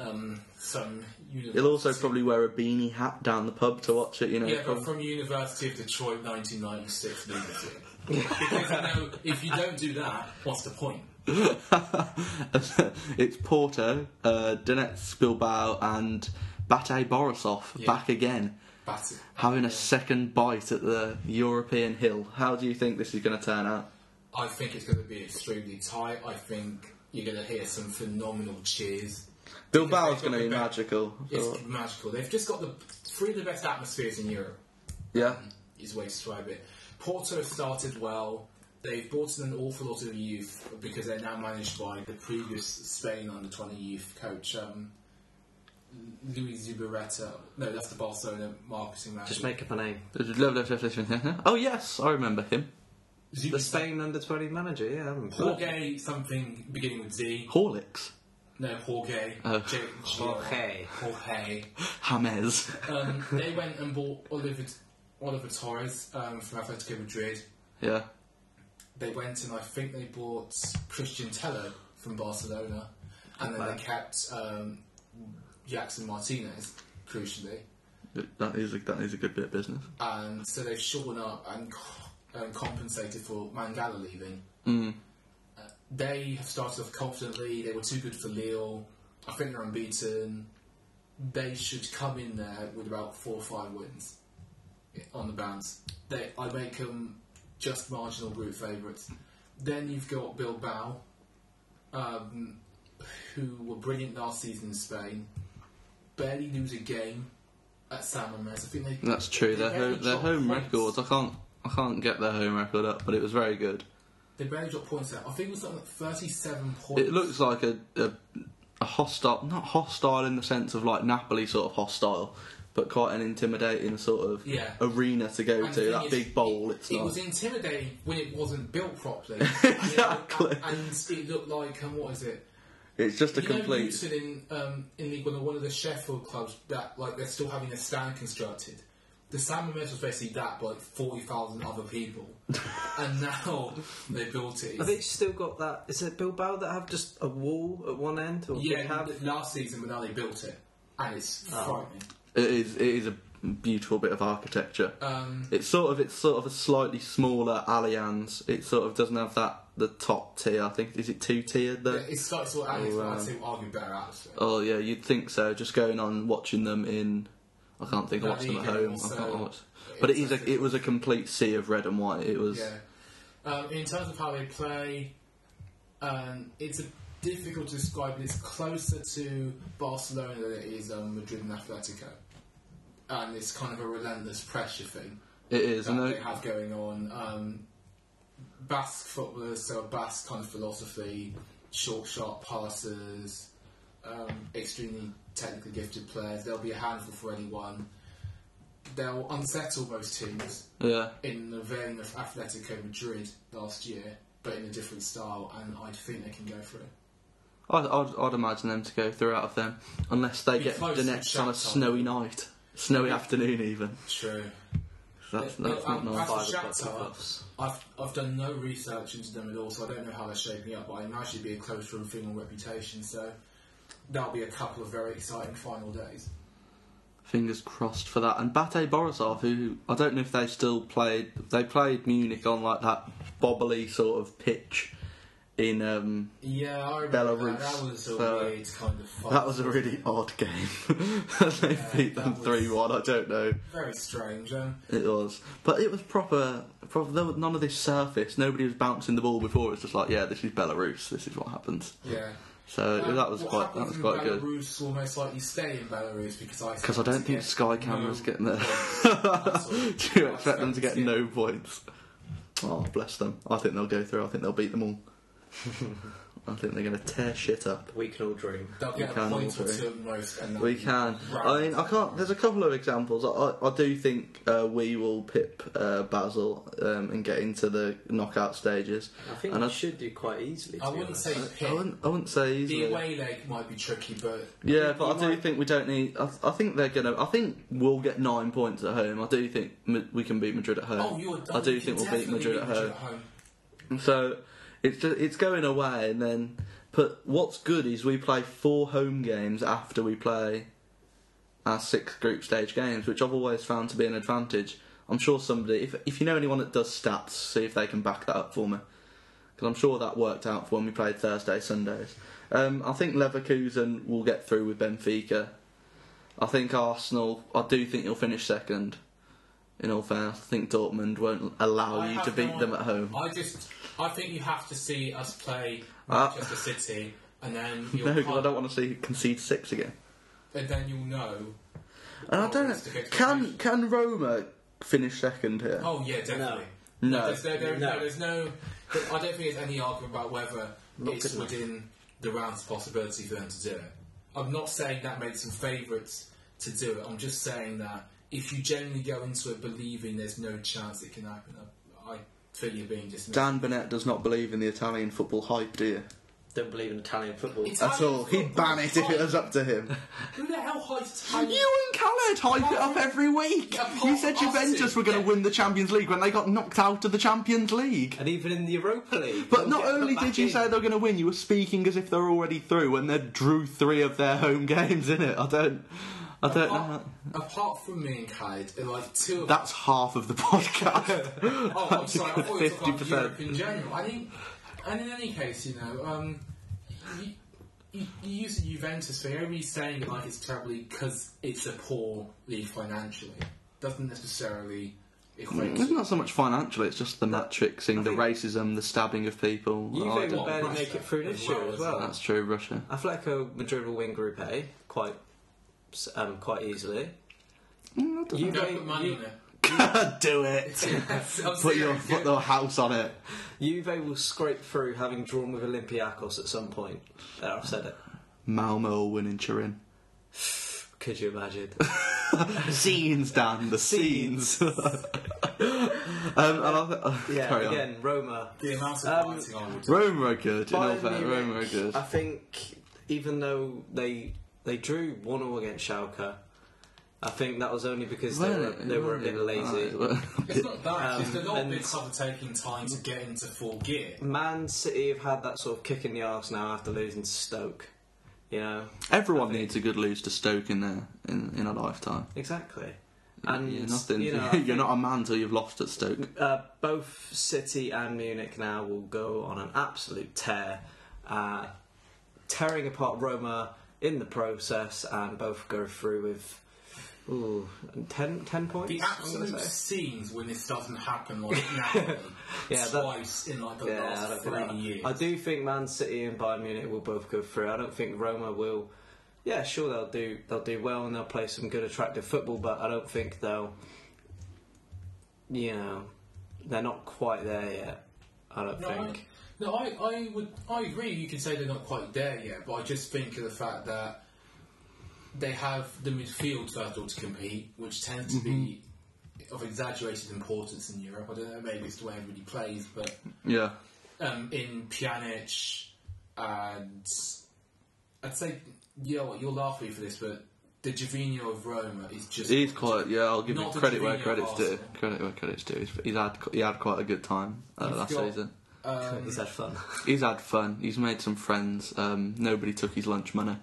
Speaker 2: um, some university.
Speaker 1: he'll also probably wear a beanie hat down the pub to watch it. You know,
Speaker 2: yeah,
Speaker 1: probably.
Speaker 2: but from University of Detroit, 1996 music. because you know, if you don't do that, what's the point?
Speaker 1: it's Porto, uh, Donetsk, Bilbao, and Bate Borisov
Speaker 2: Yeah.
Speaker 1: back again,
Speaker 2: That's it.
Speaker 1: having a second bite at the European hill. How do you think this is going to turn out?
Speaker 2: I think it's going to be extremely tight. I think you're going to hear some phenomenal cheers.
Speaker 1: Bilbao's
Speaker 2: they've got
Speaker 1: going to be
Speaker 2: the be-
Speaker 1: magical.
Speaker 2: It's
Speaker 3: Oh.
Speaker 1: So-
Speaker 2: magical. They've just got the three of the best atmospheres in Europe.
Speaker 1: yeah,
Speaker 2: is way to describe it. Porto have started well. They've brought in an awful lot of youth because they're now managed by the previous Spain under 20 youth coach, um, Luis Zubireta. No, that's the Barcelona marketing manager.
Speaker 3: Just make up a name.
Speaker 1: oh yes, I remember him.
Speaker 2: Zub-
Speaker 3: The Spain under twenty manager, yeah. I haven't-
Speaker 2: Jorge something beginning with Z.
Speaker 1: Horlicks,
Speaker 2: No, Jorge.
Speaker 1: Oh.
Speaker 2: J-
Speaker 3: Jorge.
Speaker 2: Jorge.
Speaker 1: James.
Speaker 2: Um, they went and bought Oliver, Oliver Torres um, from Atletico Madrid.
Speaker 1: Yeah,
Speaker 2: they went and I think they bought Christian Tello from Barcelona, and then they kept um, Jackson Martinez, crucially,
Speaker 1: that is a, that is a good bit of business.
Speaker 2: and so they've shorn up and, co- and compensated for Mangala leaving. Uh, they have started off confidently. They were too good for Lille. I think they're unbeaten. They should come in there with about four or five wins on the bounce. They, I make them just marginal group favourites. Then you've got Bilbao, um, who were brilliant last season in Spain, barely lose a game at San Mamés. I think they.
Speaker 1: That's true. Their
Speaker 2: barely
Speaker 1: home, their
Speaker 2: dropped
Speaker 1: home
Speaker 2: points.
Speaker 1: records. I can't I can't get their home record up, but it was very good.
Speaker 2: They barely dropped points out. I think it was something like 37 points.
Speaker 1: It looks like a, a a hostile, not hostile in the sense of like Napoli sort of hostile, but quite an intimidating sort of
Speaker 2: Yeah.
Speaker 1: arena to go
Speaker 2: And the
Speaker 1: to.
Speaker 2: thing
Speaker 1: That
Speaker 2: is,
Speaker 1: big bowl,
Speaker 2: it-
Speaker 1: it's
Speaker 2: it
Speaker 1: not.
Speaker 2: was intimidating when it wasn't built properly. And it-
Speaker 1: Exactly.
Speaker 2: And, it looked like, um, what is it?
Speaker 1: it's just a
Speaker 2: you know,
Speaker 1: complete.
Speaker 2: Luton in um, in League One, are one of the Sheffield clubs that like they're still having a stand constructed, the San Memento was basically that, but like forty thousand other people, and now they built it.
Speaker 3: Have they still got that? Is it Bilbao that have just a wall at one end? Or
Speaker 2: yeah,
Speaker 3: they have?
Speaker 2: last season, but now they built it, and it's
Speaker 1: Oh.
Speaker 2: frightening.
Speaker 1: It is, it is a beautiful bit of architecture.
Speaker 2: Um,
Speaker 1: It's sort of it's sort of a slightly smaller Allianz. It sort of doesn't have that the top tier. I think is it two tiered though.
Speaker 2: it's such sort of Alex,
Speaker 1: Oh,
Speaker 2: but I'd
Speaker 1: um,
Speaker 2: say argue better actually.
Speaker 1: Oh yeah, you'd think so. Just going on watching them in, I can't think. I
Speaker 2: La
Speaker 1: watched them at
Speaker 2: Liga
Speaker 1: home.
Speaker 2: also.
Speaker 1: I can't watch. But it is. A, it was a complete sea of red and white. It was.
Speaker 2: Yeah. Um, in terms of how they play, um, it's a, difficult to describe, but it's closer to Barcelona than it is um, Madrid and Atletico. And it's kind of a relentless pressure thing
Speaker 1: It is.
Speaker 2: that
Speaker 1: And
Speaker 2: they
Speaker 1: tho-
Speaker 2: have going on. Um, Basque footballers, so a Basque kind of philosophy, short, sharp passes, um, extremely technically gifted players. There'll be a handful for anyone. They'll unsettle most teams
Speaker 1: yeah.
Speaker 2: in the vein of Atletico Madrid last year, but in a different style, and I think they can go for it.
Speaker 1: I'd, I'd, I'd imagine them to go through out of them, unless they
Speaker 2: Be
Speaker 1: get
Speaker 2: close
Speaker 1: the
Speaker 2: and
Speaker 1: next on a
Speaker 2: Shakhtar.
Speaker 1: snowy night, snowy afternoon even.
Speaker 2: True.
Speaker 1: That's,
Speaker 2: Yeah,
Speaker 1: that's
Speaker 2: um,
Speaker 1: not nice.
Speaker 2: That's
Speaker 3: Five
Speaker 2: the
Speaker 3: o'clock
Speaker 2: Shakhtar.
Speaker 3: kickoffs.
Speaker 2: I've, I've done no research into them at all, so I don't know how they're shaping up, but I imagine it'd be a close run thing on reputation, so that'll be a couple of very exciting final days.
Speaker 1: Fingers crossed for that. And Bate Borisov, who I don't know if they still played. They played Munich on like that bobbly sort of pitch. In um,
Speaker 2: Yeah, I remember
Speaker 1: Belarus,
Speaker 2: that. That was a
Speaker 1: uh,
Speaker 2: weird kind of fight.
Speaker 1: that was a really odd game. they
Speaker 2: Yeah,
Speaker 1: beat
Speaker 2: that
Speaker 1: them
Speaker 2: was-
Speaker 1: three one. I don't know.
Speaker 2: Very strange. Um,
Speaker 1: It was, but it was proper. proper there was none of this surface. Nobody was bouncing the ball before. It's just like, yeah, this is Belarus. This is what happens.
Speaker 2: yeah.
Speaker 1: So
Speaker 2: Um,
Speaker 1: that was
Speaker 2: what
Speaker 1: quite.
Speaker 2: happens
Speaker 1: That was
Speaker 2: in
Speaker 1: quite
Speaker 2: Belarus
Speaker 1: good.
Speaker 2: will most likely stay in Belarus because I
Speaker 1: Because I don't think Sky cameras get in there. Do you expect them to get no points? Oh, bless them. I think they'll go through. I think they'll beat them all. I think they're going to tear shit up.
Speaker 3: We can all dream.
Speaker 2: They'll get
Speaker 1: We
Speaker 2: a
Speaker 1: can
Speaker 2: point or
Speaker 1: also.
Speaker 2: two at most. And
Speaker 1: We can. I mean, I can't. There's a couple of examples. I, I, I do think uh, we will pip uh, Basel um, and get into the knockout stages.
Speaker 3: I think
Speaker 1: And
Speaker 3: and
Speaker 1: I-
Speaker 3: I should do quite easily. to
Speaker 2: I
Speaker 3: be
Speaker 2: wouldn't
Speaker 3: honest.
Speaker 2: say
Speaker 1: I
Speaker 2: pit.
Speaker 1: wouldn't. I wouldn't say
Speaker 2: The
Speaker 1: easily.
Speaker 2: away leg might be tricky, but
Speaker 1: Yeah, but I do
Speaker 2: might-
Speaker 1: think we don't need. I, I think they're gonna. I think we'll get nine points at home. I do think Ma- we can beat Madrid at home.
Speaker 2: oh, you're done.
Speaker 1: I do
Speaker 2: You
Speaker 1: think
Speaker 2: can
Speaker 1: we'll beat
Speaker 2: definitely
Speaker 1: Madrid at home. So it's just, it's going away, and then. But what's good is we play four home games after we play our six group stage games, which I've always found to be an advantage. I'm sure somebody, if if you know anyone that does stats, see if they can back that up for me, because I'm sure that worked out for when we played Thursday Sundays. Um, I think Leverkusen will get through with Benfica. I think Arsenal. I do think you'll finish second. In all fairness, I think Dortmund won't allow
Speaker 2: I
Speaker 1: you to
Speaker 2: have
Speaker 1: beat
Speaker 2: no
Speaker 1: them
Speaker 2: idea.
Speaker 1: at home.
Speaker 2: I just, I think you have to see us play
Speaker 1: Ah.
Speaker 2: Manchester City, and then you'll
Speaker 1: No, because I
Speaker 2: kind-
Speaker 1: don't want to see concede six again.
Speaker 2: and then you'll know.
Speaker 1: And I
Speaker 2: Oh,
Speaker 1: don't.
Speaker 2: it's the fifth
Speaker 1: Can
Speaker 2: position.
Speaker 1: can Roma finish second here?
Speaker 2: Oh yeah, definitely.
Speaker 1: No.
Speaker 2: There's no, there,
Speaker 3: No.
Speaker 2: no. there's no. I don't think there's any argument about whether it's within the round's possibility for them to do it. I'm not saying that makes them favourites to do it. I'm just saying that if you generally go into it believing there's no chance it can happen, I, I feel you're being dismissed.
Speaker 1: Dan Burnett does not believe in the Italian football hype, do you?
Speaker 3: Don't believe in Italian football.
Speaker 2: It's-
Speaker 1: At all. He'd ban it if it was up to him.
Speaker 2: Who the hell hides
Speaker 1: you
Speaker 2: Italian?
Speaker 1: and Khaled hype it up every week.
Speaker 2: Yeah, Paul
Speaker 1: you said Juventus
Speaker 2: Austin.
Speaker 1: were going to
Speaker 2: Yeah.
Speaker 1: win the Champions League when they got knocked out of the Champions League.
Speaker 3: and even in the Europa League.
Speaker 1: But
Speaker 3: they'll
Speaker 1: not
Speaker 3: get
Speaker 1: only
Speaker 3: back
Speaker 1: did you
Speaker 3: in.
Speaker 1: say they were going to win, you were speaking as if they're already through when they drew three of their home games in it. I don't, I don't know. how-
Speaker 2: Apart, apart from me and Khaled, they're like two of
Speaker 1: That's half of the podcast.
Speaker 2: Oh, I'm sorry, I thought you were talking about
Speaker 1: 50%.
Speaker 2: Europe in general. I think, and in any case, you know, um, you, you, you use the Juventus thing. Everybody's saying it like it's terribly because it's a poor league financially. Doesn't necessarily equate
Speaker 1: It's
Speaker 2: to
Speaker 1: not so much financially, it's just the match fixing, the
Speaker 3: think-
Speaker 1: racism, the stabbing of people.
Speaker 3: Juve
Speaker 1: Oh, I
Speaker 3: will
Speaker 1: don't-
Speaker 3: barely
Speaker 2: Russia
Speaker 3: make it through
Speaker 2: as
Speaker 3: this year
Speaker 2: well,
Speaker 3: as
Speaker 2: isn't
Speaker 3: well.
Speaker 1: That's true, Russia.
Speaker 3: Atletico Madrid will win Group A quite, um, quite easily.
Speaker 1: Mm, I don't
Speaker 3: You
Speaker 1: know.
Speaker 2: Don't put money
Speaker 3: you,
Speaker 2: in it.
Speaker 1: Do it!
Speaker 2: I'm
Speaker 1: Put
Speaker 2: serious,
Speaker 1: your
Speaker 2: yeah.
Speaker 1: put the house on it.
Speaker 3: Juve will scrape through having drawn with Olympiacos at some point. There, I've said it.
Speaker 1: Malmo will win in Turin.
Speaker 3: Could you imagine?
Speaker 1: Scenes, Dan, the scenes. um, and I th-
Speaker 3: Yeah,
Speaker 1: carry on.
Speaker 3: again, Roma.
Speaker 2: The amount of
Speaker 3: Um,
Speaker 2: fighting I would do.
Speaker 1: Rome were good, in all
Speaker 3: Bayern
Speaker 1: fair, Rome were
Speaker 3: Munich,
Speaker 1: good.
Speaker 3: I think even though they they drew one all against Schalke, I think that was only because they were, they were a bit lazy.
Speaker 2: It's not that. it's just a lot
Speaker 3: um, and-
Speaker 2: of bits are taking time to get into full gear.
Speaker 3: Man City have had that sort of kick in the arse now after losing to Stoke. You know,
Speaker 1: Everyone needs a good lose to Stoke in their in, in a lifetime.
Speaker 3: exactly. And
Speaker 1: you're nothing.
Speaker 3: you
Speaker 1: You are
Speaker 3: know, I
Speaker 1: not a man till you've lost at Stoke.
Speaker 3: Uh, both City and Munich now will go on an absolute tear, uh, tearing apart Roma in the process, and both go through with ooh, 10, 10 points.
Speaker 2: The
Speaker 3: I'm gonna
Speaker 2: absolute
Speaker 3: say.
Speaker 2: scenes when this doesn't happen like now,
Speaker 3: Yeah, that-
Speaker 2: twice in like the
Speaker 3: Yeah, I,
Speaker 2: last
Speaker 3: don't think that-
Speaker 2: three years.
Speaker 3: I do think Man City and Bayern Munich will both go through. I don't think Roma will. Yeah, sure they'll do they'll do well and they'll play some good attractive football, but I don't think they'll. You know, they're not quite there yet. I don't
Speaker 2: No, I,
Speaker 3: think.
Speaker 2: no, I, I would, I agree. You can say they're not quite there yet, but I just think of the fact that they have the midfield turtle to compete, which tends to be of exaggerated importance in Europe. I don't know, maybe it's the way everybody plays, but
Speaker 1: Yeah,
Speaker 2: um, in Pjanic and I'd say, you know what, you'll laugh at me for this, but the Jovino of Roma is just
Speaker 1: he's quite. Yeah, I'll give him
Speaker 2: Not the
Speaker 1: credit where
Speaker 2: Jorginho
Speaker 1: credit's due.
Speaker 2: Arsenal.
Speaker 1: Credit where credit's due. He's, he's had he had quite a good time uh,
Speaker 2: He's
Speaker 1: last
Speaker 2: got-
Speaker 1: season.
Speaker 2: um,
Speaker 3: He's had fun.
Speaker 1: He's had fun. He's made some friends. Um, nobody took his lunch money.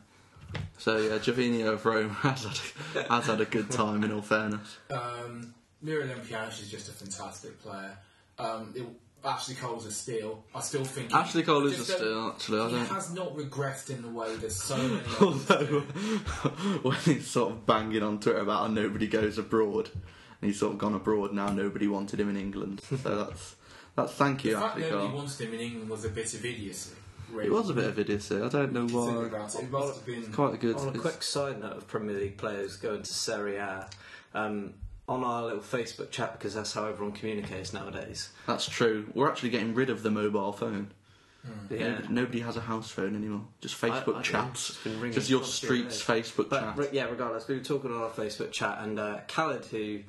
Speaker 1: So yeah, Jovino of Rome has had, a, has had a good time. In all fairness,
Speaker 2: Um, Miralem Pjanic is just a fantastic player. Um, it, Ashley Cole's a steal. I still think he-
Speaker 1: Ashley Cole is a
Speaker 2: just don't-
Speaker 1: steal. Actually, I
Speaker 2: He
Speaker 1: don't.
Speaker 2: has not regressed in the way there's so many.
Speaker 1: Although, when he's sort of banging on Twitter about how nobody goes abroad, and he's sort of gone abroad now, nobody wanted him in England. So that's that's thank you,
Speaker 2: the fact
Speaker 1: Ashley
Speaker 2: nobody
Speaker 1: Cole.
Speaker 2: wanted him in England was a bit of idiocy. Really.
Speaker 1: It was a bit of idiocy. I don't know
Speaker 2: Think
Speaker 1: why.
Speaker 2: about it. It must have been.
Speaker 1: Quite a good.
Speaker 3: On a
Speaker 1: it's-
Speaker 3: quick side note of Premier League players going to Serie A, um, on our little Facebook chat because that's how everyone communicates nowadays.
Speaker 1: That's true. We're actually getting rid of the mobile phone.
Speaker 3: Yeah.
Speaker 1: Nobody, nobody has a house phone anymore. Just
Speaker 3: I-
Speaker 1: Facebook
Speaker 3: I-
Speaker 1: chats.
Speaker 3: it's been ringing
Speaker 1: Just your
Speaker 3: constantly.
Speaker 1: streets Facebook
Speaker 3: But
Speaker 1: chat.
Speaker 3: re- yeah, regardless, we were talking on our Facebook chat, and uh, Khaled, who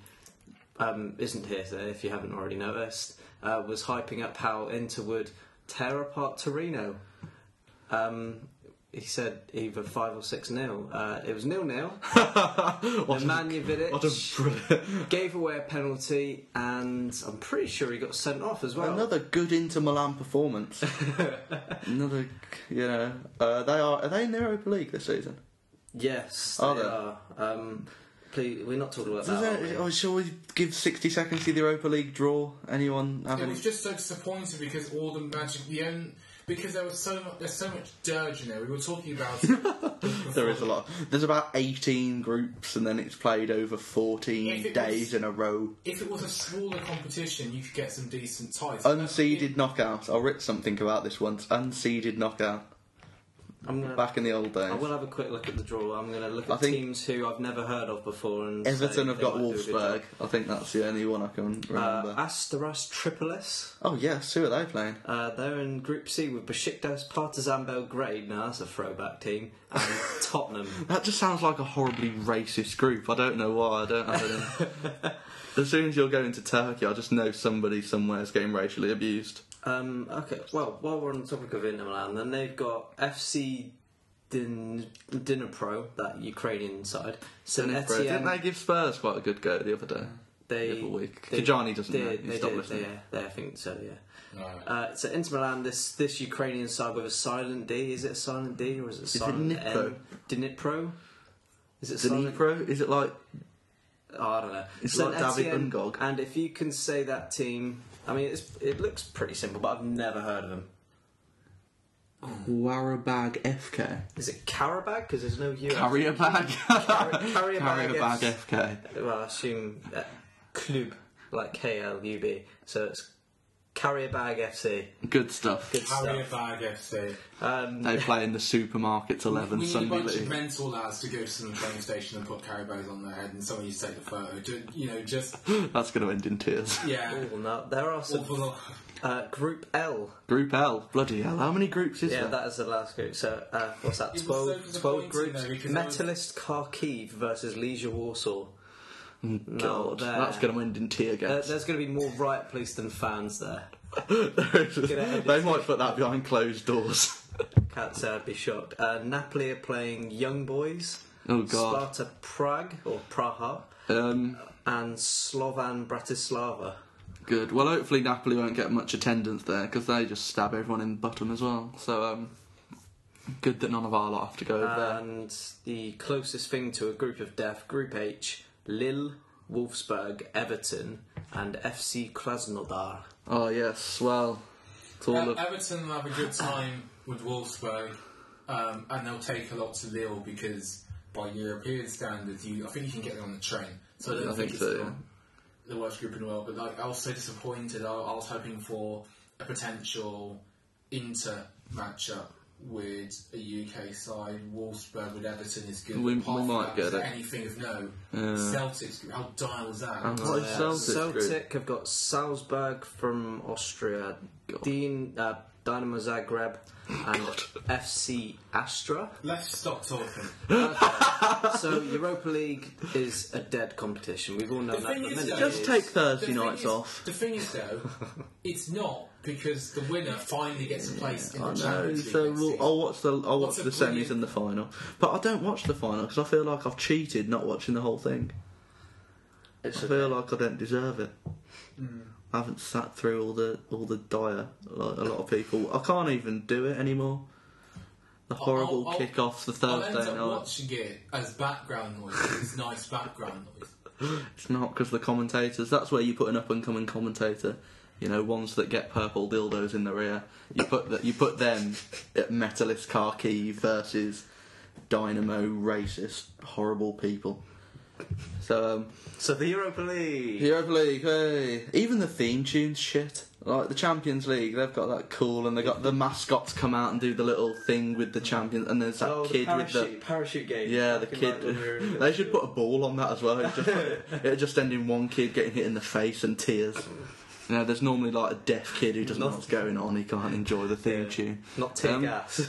Speaker 3: um, isn't here today, if you haven't already noticed, uh, was hyping up how Inter would tear apart Torino. Um, he said either five or six nil. Uh, it was nil nil. Nemanja Vidic
Speaker 1: What a brilliant.
Speaker 3: gave away a penalty, and I'm pretty sure he got sent off as well.
Speaker 1: Another good Inter Milan performance. Another, you know, uh, they are. Are they in the Europa League this season?
Speaker 3: Yes,
Speaker 1: Are
Speaker 3: they
Speaker 1: they?
Speaker 3: are. Um, please, we're not talking about
Speaker 1: Does
Speaker 3: that.
Speaker 1: it-
Speaker 3: are we?
Speaker 1: oh, shall we give sixty seconds to the Europa League draw? Anyone have
Speaker 2: It
Speaker 1: any?
Speaker 2: was just so disappointing because all the magic, the end, because there was so much, there's so much dirge in there. We were talking about.
Speaker 1: There is a lot. There's about eighteen groups, and then it's played over
Speaker 2: If
Speaker 1: fourteen
Speaker 2: it
Speaker 1: days
Speaker 2: was-
Speaker 1: in a row.
Speaker 2: If it was a smaller competition, you could get some decent ties.
Speaker 1: Unseeded knockout. I writ something about this once. Unseeded knockout.
Speaker 3: I'm gonna,
Speaker 1: Back in the old days.
Speaker 3: I will have a quick look at the draw. I'm going to look
Speaker 1: I
Speaker 3: at
Speaker 1: think-
Speaker 3: teams who I've never heard of before. And say
Speaker 1: Everton have
Speaker 3: they
Speaker 1: got
Speaker 3: might do a good
Speaker 1: Wolfsburg.
Speaker 3: job.
Speaker 1: I think that's the only one I can remember.
Speaker 3: Uh, Asteras Tripolis.
Speaker 1: oh yes, who are they playing?
Speaker 3: Uh, they're in Group C with Besiktas, Partizan Belgrade. Now that's a throwback team. And Tottenham.
Speaker 1: That just sounds like a horribly racist group. I don't know why. I don't. I don't know. as soon as you'll go into Turkey, I just know somebody somewhere is getting racially abused.
Speaker 3: Um, okay. Well, while we're on the topic of Inter Milan, then they've got FC Din- Dinapro, that Ukrainian side. St
Speaker 1: Bro,
Speaker 3: Etienne.
Speaker 1: didn't they give Spurs quite a good go the other day?
Speaker 3: they,
Speaker 1: the other week?
Speaker 3: they-
Speaker 1: Kijani doesn't
Speaker 3: they,
Speaker 1: know.
Speaker 3: They,
Speaker 1: He's stopped
Speaker 3: did,
Speaker 1: listening.
Speaker 3: Yeah, they, I think so. Yeah.
Speaker 2: No.
Speaker 3: Uh, so Inter Milan, this this Ukrainian side with a silent D. Is it a silent D or is it a
Speaker 1: it
Speaker 3: silent
Speaker 1: Dnipro?
Speaker 3: N? Dnipro. Is it silent?
Speaker 1: Dnipro? Is it like
Speaker 3: Oh, I don't know.
Speaker 1: It's
Speaker 3: Saint
Speaker 1: like David
Speaker 3: Etienne,
Speaker 1: Ungog.
Speaker 3: And if you can say that team, I mean, it's, it looks pretty simple, but I've never heard of them.
Speaker 1: Warabag FK?
Speaker 3: Is it Karabag? Because there's no U.
Speaker 1: Carrier bag.
Speaker 3: Carri- Carrier bag.
Speaker 1: Carrier bag
Speaker 3: is-
Speaker 1: FK.
Speaker 3: Well, I assume uh, club like K L U B. So it's Carrier Bag FC.
Speaker 1: Good stuff.
Speaker 3: Good
Speaker 2: Harry
Speaker 3: stuff.
Speaker 2: Bag FC.
Speaker 3: Um,
Speaker 1: They play in the supermarkets
Speaker 2: We
Speaker 1: eleven
Speaker 2: need a
Speaker 1: Sunday
Speaker 2: bunch of
Speaker 1: league.
Speaker 2: mental lads to go to the train station and put carry bags on their head, and someone used to take the photo. Do, you know, just
Speaker 1: That's going to end in tears.
Speaker 2: yeah.
Speaker 3: oh, no, there are some
Speaker 2: Awful lot.
Speaker 3: uh, Group L.
Speaker 1: Group L. Bloody hell! How many groups is
Speaker 3: Yeah,
Speaker 1: there?
Speaker 3: that is the last group. So uh, what's that?
Speaker 2: was so
Speaker 3: 12, 12
Speaker 2: disappointing,
Speaker 3: groups.
Speaker 2: though, because I was-
Speaker 3: Metalist Kharkiv versus Leisure Warsaw. No,
Speaker 1: Mm, God,
Speaker 3: there.
Speaker 1: that's going to end in tear
Speaker 3: Uh,
Speaker 1: gas.
Speaker 3: there's going to be more riot police than fans there. edit
Speaker 1: they might put that behind closed doors.
Speaker 3: Can't say I'd be shocked. Uh, Napoli are playing Young Boys.
Speaker 1: Oh, God.
Speaker 3: Sparta Prague or Praha,
Speaker 1: Um,
Speaker 3: and Slovan Bratislava.
Speaker 1: good. Well, hopefully Napoli won't get much attendance there because they just stab everyone in the bottom as well. So, um, good that none of our lot have to go over there.
Speaker 3: And the closest thing to a group of death, Group H, Lille, Wolfsburg, Everton, and FC Krasnodar.
Speaker 1: Oh, yes. Well, it's all
Speaker 2: Um,
Speaker 1: of.
Speaker 2: Everton will have a good time with Wolfsburg, um, and they'll take a lot to Lille because, by European standards, you I think you can get there on the train. So I don't
Speaker 1: I
Speaker 2: think,
Speaker 1: think
Speaker 2: it's
Speaker 1: so,
Speaker 2: the-
Speaker 1: yeah.
Speaker 2: the worst group in the world. But like, I was so disappointed. I, I was hoping for a potential Inter matchup with a UK side. Wolfsburg with Everton is good.
Speaker 1: We-
Speaker 2: Apart
Speaker 1: we
Speaker 2: from
Speaker 1: might
Speaker 2: that,
Speaker 1: get
Speaker 2: was there
Speaker 1: it.
Speaker 2: Anything of no.
Speaker 1: Yeah.
Speaker 2: Celtics. How dire was that?
Speaker 1: Oh,
Speaker 3: Uh,
Speaker 1: Celtic group.
Speaker 3: have got Salzburg from Austria,
Speaker 1: God.
Speaker 3: Dean, uh, Dynamo Zagreb, and FC Astra.
Speaker 2: Let's stop talking.
Speaker 3: So Europa League is a dead competition. We've all known
Speaker 2: The
Speaker 3: that
Speaker 2: thing
Speaker 3: for
Speaker 2: is,
Speaker 3: many
Speaker 2: though,
Speaker 1: Just
Speaker 3: years.
Speaker 1: take
Speaker 2: The
Speaker 1: Thursday
Speaker 2: thing
Speaker 1: nights
Speaker 2: is-
Speaker 1: off.
Speaker 2: The thing is, though, it's not because the winner finally gets a place in
Speaker 1: I
Speaker 2: the
Speaker 1: know.
Speaker 2: Champions League.
Speaker 1: So
Speaker 2: next
Speaker 1: we'll,
Speaker 2: season.
Speaker 1: I'll watch the I'll watch
Speaker 2: What's
Speaker 1: the
Speaker 2: a
Speaker 1: semis
Speaker 2: brilliant-
Speaker 1: and the final, but I don't watch the final because I feel like I've cheated not watching the whole thing. I feel like I don't deserve it. I haven't sat through all the all the dire like a lot of people. I can't even do it anymore. The
Speaker 2: I'll-
Speaker 1: horrible
Speaker 2: I'll-
Speaker 1: kick-offs the
Speaker 2: I'll end
Speaker 1: Thursday
Speaker 2: up
Speaker 1: night.
Speaker 2: watching it as background noise. It's nice background noise.
Speaker 1: It's not because the commentators. That's where you put an up-and-coming commentator. You know, ones that get purple dildos in the rear. You put that. You put them at Metalist Kharkiv versus Dynamo racist horrible people. So um,
Speaker 3: So the Europa League.
Speaker 1: Europa League, hey. even the theme tunes shit. Like the Champions League, they've got that cool, and they got the mascots come out and do the little thing with the champions, and there's that
Speaker 3: Oh,
Speaker 1: kid
Speaker 3: the
Speaker 1: with
Speaker 3: parachute,
Speaker 1: the
Speaker 3: parachute game.
Speaker 1: yeah, the
Speaker 3: Fucking like when we were in
Speaker 1: kid.
Speaker 3: the-
Speaker 1: they should put a ball on that as well. It'd just, it'd just end in one kid getting hit in the face and tears. You know, there's normally like a deaf kid who doesn't know what's going on. He can't enjoy the theme
Speaker 3: Yeah.
Speaker 1: tune.
Speaker 3: not tear
Speaker 1: Um,
Speaker 3: gas.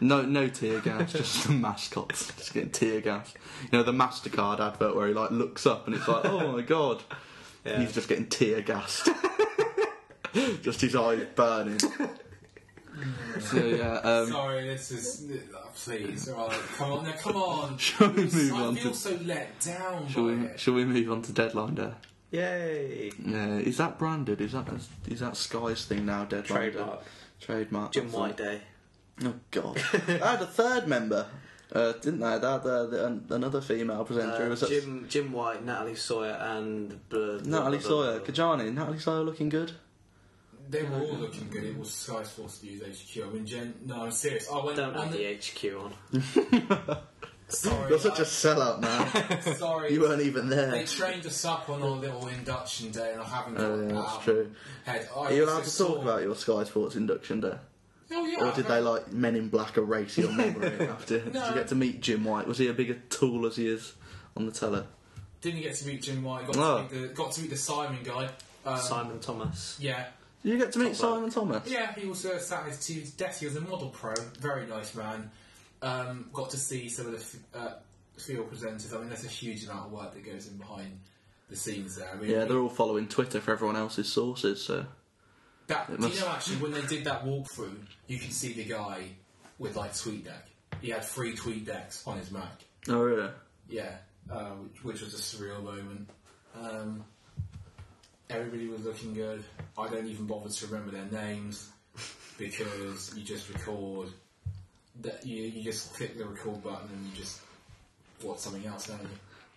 Speaker 1: No, no tear gas. just the mascots. Just getting tear gas. You know the Mastercard advert where he like looks up and it's like, oh my god,
Speaker 3: Yeah.
Speaker 1: he's just getting tear gassed. just his eyes burning. so yeah, um,
Speaker 2: Sorry, this is. uh, Please, all right, come on, now, come on.
Speaker 1: shall we move
Speaker 2: I
Speaker 1: on
Speaker 2: feel
Speaker 1: to?
Speaker 2: so let down
Speaker 1: Shall
Speaker 2: by
Speaker 1: we,
Speaker 2: it.
Speaker 1: shall we move on to deadline day?
Speaker 3: Yay!
Speaker 1: Yeah, is that branded? Is that is that Sky's thing now? Deadline Day?
Speaker 3: Trademark.
Speaker 1: Trademark.
Speaker 3: Jim
Speaker 1: that's it.
Speaker 3: White Day.
Speaker 1: Oh God, they had a third member, uh, didn't they? They had uh, the, an, another female presenter. who
Speaker 3: Uh,
Speaker 1: was at-
Speaker 3: Jim Jim White, Natalie Sawyer, and blah, blah,
Speaker 1: Natalie
Speaker 3: blah,
Speaker 1: Sawyer,
Speaker 3: blah, blah.
Speaker 1: Kajani. Natalie Sawyer looking good.
Speaker 2: They were all looking good. It was Sky Sports News HQ. I mean, Jen, no, I'm serious. I went
Speaker 3: Don't
Speaker 2: on
Speaker 3: have
Speaker 2: the,
Speaker 3: the HQ on.
Speaker 2: sorry,
Speaker 1: You're such a
Speaker 2: I-
Speaker 1: sellout, man.
Speaker 2: sorry.
Speaker 1: you weren't even
Speaker 2: They
Speaker 1: there.
Speaker 2: trained us up on our little induction day, and I haven't got
Speaker 1: Oh, yeah,
Speaker 2: that
Speaker 1: that's
Speaker 2: out of
Speaker 1: true.
Speaker 2: my Head. I
Speaker 1: Are you
Speaker 2: was
Speaker 1: allowed to
Speaker 2: just
Speaker 1: talk
Speaker 2: sore.
Speaker 1: about your Sky Sports induction day?
Speaker 2: Oh yeah.
Speaker 1: Or did they, like, Men in Black erase your memory after? Did
Speaker 2: No.
Speaker 1: you get to meet Jim White? Was he a bigger tool as he is on the telly?
Speaker 2: Didn't get to meet Jim White. Got,
Speaker 1: Oh.
Speaker 2: to, meet the, got to meet the Simon guy. Um,
Speaker 3: Simon Thomas.
Speaker 2: Yeah.
Speaker 1: Did you get to meet
Speaker 3: Top
Speaker 1: Simon Thomas?
Speaker 2: Yeah, he was uh, sat his two desk. He was a model pro, very nice man. Um, got to see some of the f- uh, field presenters. I mean, there's a huge amount of work that goes in behind the scenes there. I mean,
Speaker 1: Yeah, they're all following Twitter for everyone else's sources, so.
Speaker 2: that, do
Speaker 1: must-
Speaker 2: you know actually when they did that walkthrough, you can see the guy with like tweet deck. He had three tweet decks on his Mac.
Speaker 1: Oh, really?
Speaker 2: Yeah, uh, which, which was a surreal moment. Um, everybody was looking good. I don't even bother to remember their names because you just record. That you, you just click the record button and you just watch something else, don't you?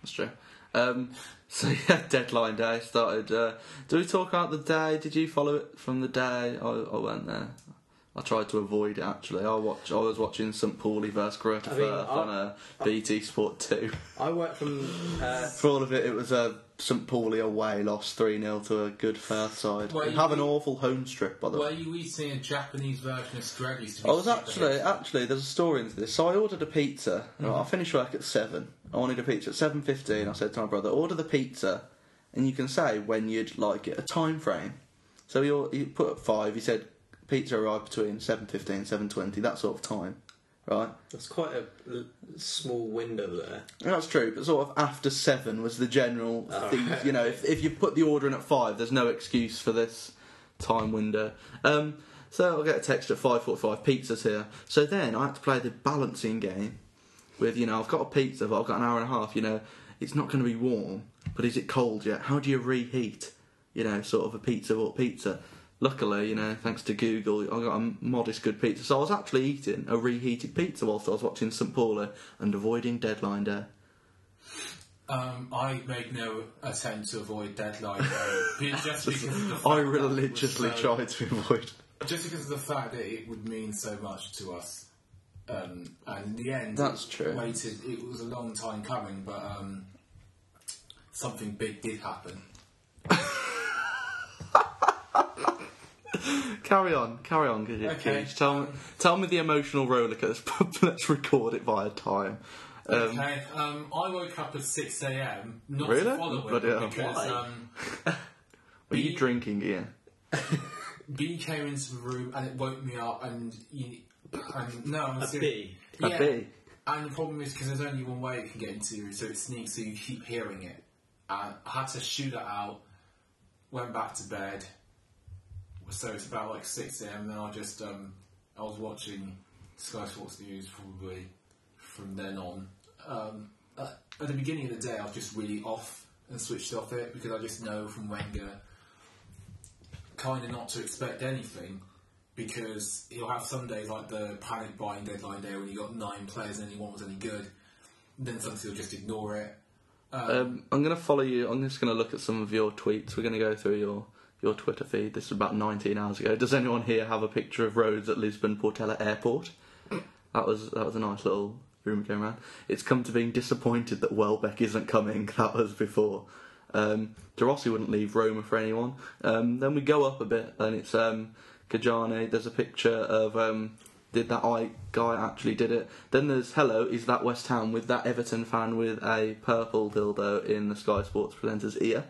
Speaker 1: That's true. Um, so, yeah, deadline day started. Uh, do we talk about the day? Did you follow it from the day? I, I went there. I tried to avoid it actually. I watch. I was watching St Pauli versus Greta
Speaker 3: I mean,
Speaker 1: Firth
Speaker 3: I-
Speaker 1: on uh, BT Sport Two.
Speaker 3: I work from uh,
Speaker 1: For all of it, it was a St Pauli away loss, three 0 to a good Firth side.
Speaker 2: Well,
Speaker 1: They
Speaker 2: you-
Speaker 1: have an awful home strip by the
Speaker 2: Were
Speaker 1: way.
Speaker 2: you eating a Japanese version of Scraggy's?
Speaker 1: I was Oh, actually actually there's a story into this. So I ordered a pizza. Right, I finished work at seven. I wanted a pizza at seven fifteen. I said to my brother, order the pizza, and you can say when you'd like it, a time frame. So he, or- he put up five. He said pizza arrived between 7.15 7.20 that sort of time right
Speaker 3: That's quite a l- small window there.
Speaker 1: That's true, but sort of after seven was the general thing. You know, if, if you put the order in at five, there's no excuse for this time window. Um, so I'll get a text at five forty-five. Pizza's here. So then I had to play the balancing game with, you know, I've got a pizza, but I've got an hour and a half, you know, it's not going to be warm, but is it cold yet? How do you reheat, you know, sort of a pizza or pizza? Luckily, you know, thanks to Google, I got a modest good pizza. So I was actually eating a reheated pizza whilst I was watching St. Pauli and avoiding deadline day.
Speaker 2: Um, I made no attempt to avoid deadline day, be- just because of the fact
Speaker 1: I
Speaker 2: that it was
Speaker 1: religiously
Speaker 2: so-
Speaker 1: tried to avoid.
Speaker 2: Just because of the fact that it would mean so much to us, um, and in the end,
Speaker 1: That's
Speaker 2: it
Speaker 1: true.
Speaker 2: Waited. It was a long time coming, but um, something big did happen.
Speaker 1: Carry on, carry on, could you
Speaker 2: Okay.
Speaker 1: please? Tell me, tell me the emotional roller coaster. Let's record it via time. Um,
Speaker 2: okay, um, I woke up at six a.m. Not
Speaker 1: Really?
Speaker 2: to follow it
Speaker 1: Bloody hell.
Speaker 2: because
Speaker 1: Why?
Speaker 2: um,
Speaker 1: were you
Speaker 2: the-
Speaker 1: drinking, Ian?
Speaker 2: B came into the room and it woke me up, and, you, and no, I'm
Speaker 3: A
Speaker 2: serious.
Speaker 3: bee.
Speaker 1: A
Speaker 2: Yeah.
Speaker 1: bee?
Speaker 2: And the problem is because there's only one way it can get into, so it sneaks, so you keep hearing it. And I had to shoot it out. Went back to bed. So it's about like six a.m. Then I just um, I was watching Sky Sports News probably from then on. Um, uh, at the beginning of the day, I was just really off and switched off it because I just know from Wenger kind of not to expect anything because he'll have some days like the panic buying deadline day when you got nine players and only one was any good. Then sometimes he'll just ignore it.
Speaker 1: Um, I'm going to follow you. I'm just going to look at some of your tweets. We're going to go through your, your Twitter feed. This is about 19 hours ago. Does anyone here have a picture of Rhodes at Lisbon Portela Airport? That was that was a nice little rumour going around. It's come to being disappointed that Welbeck isn't coming. That was before. Um, De Rossi wouldn't leave Roma for anyone. Um, then we go up a bit, and it's um, Kajane. There's a picture of um, did that I guy actually did it? Then there's hello, is that West Ham with that Everton fan with a purple dildo in the Sky Sports presenter's ear?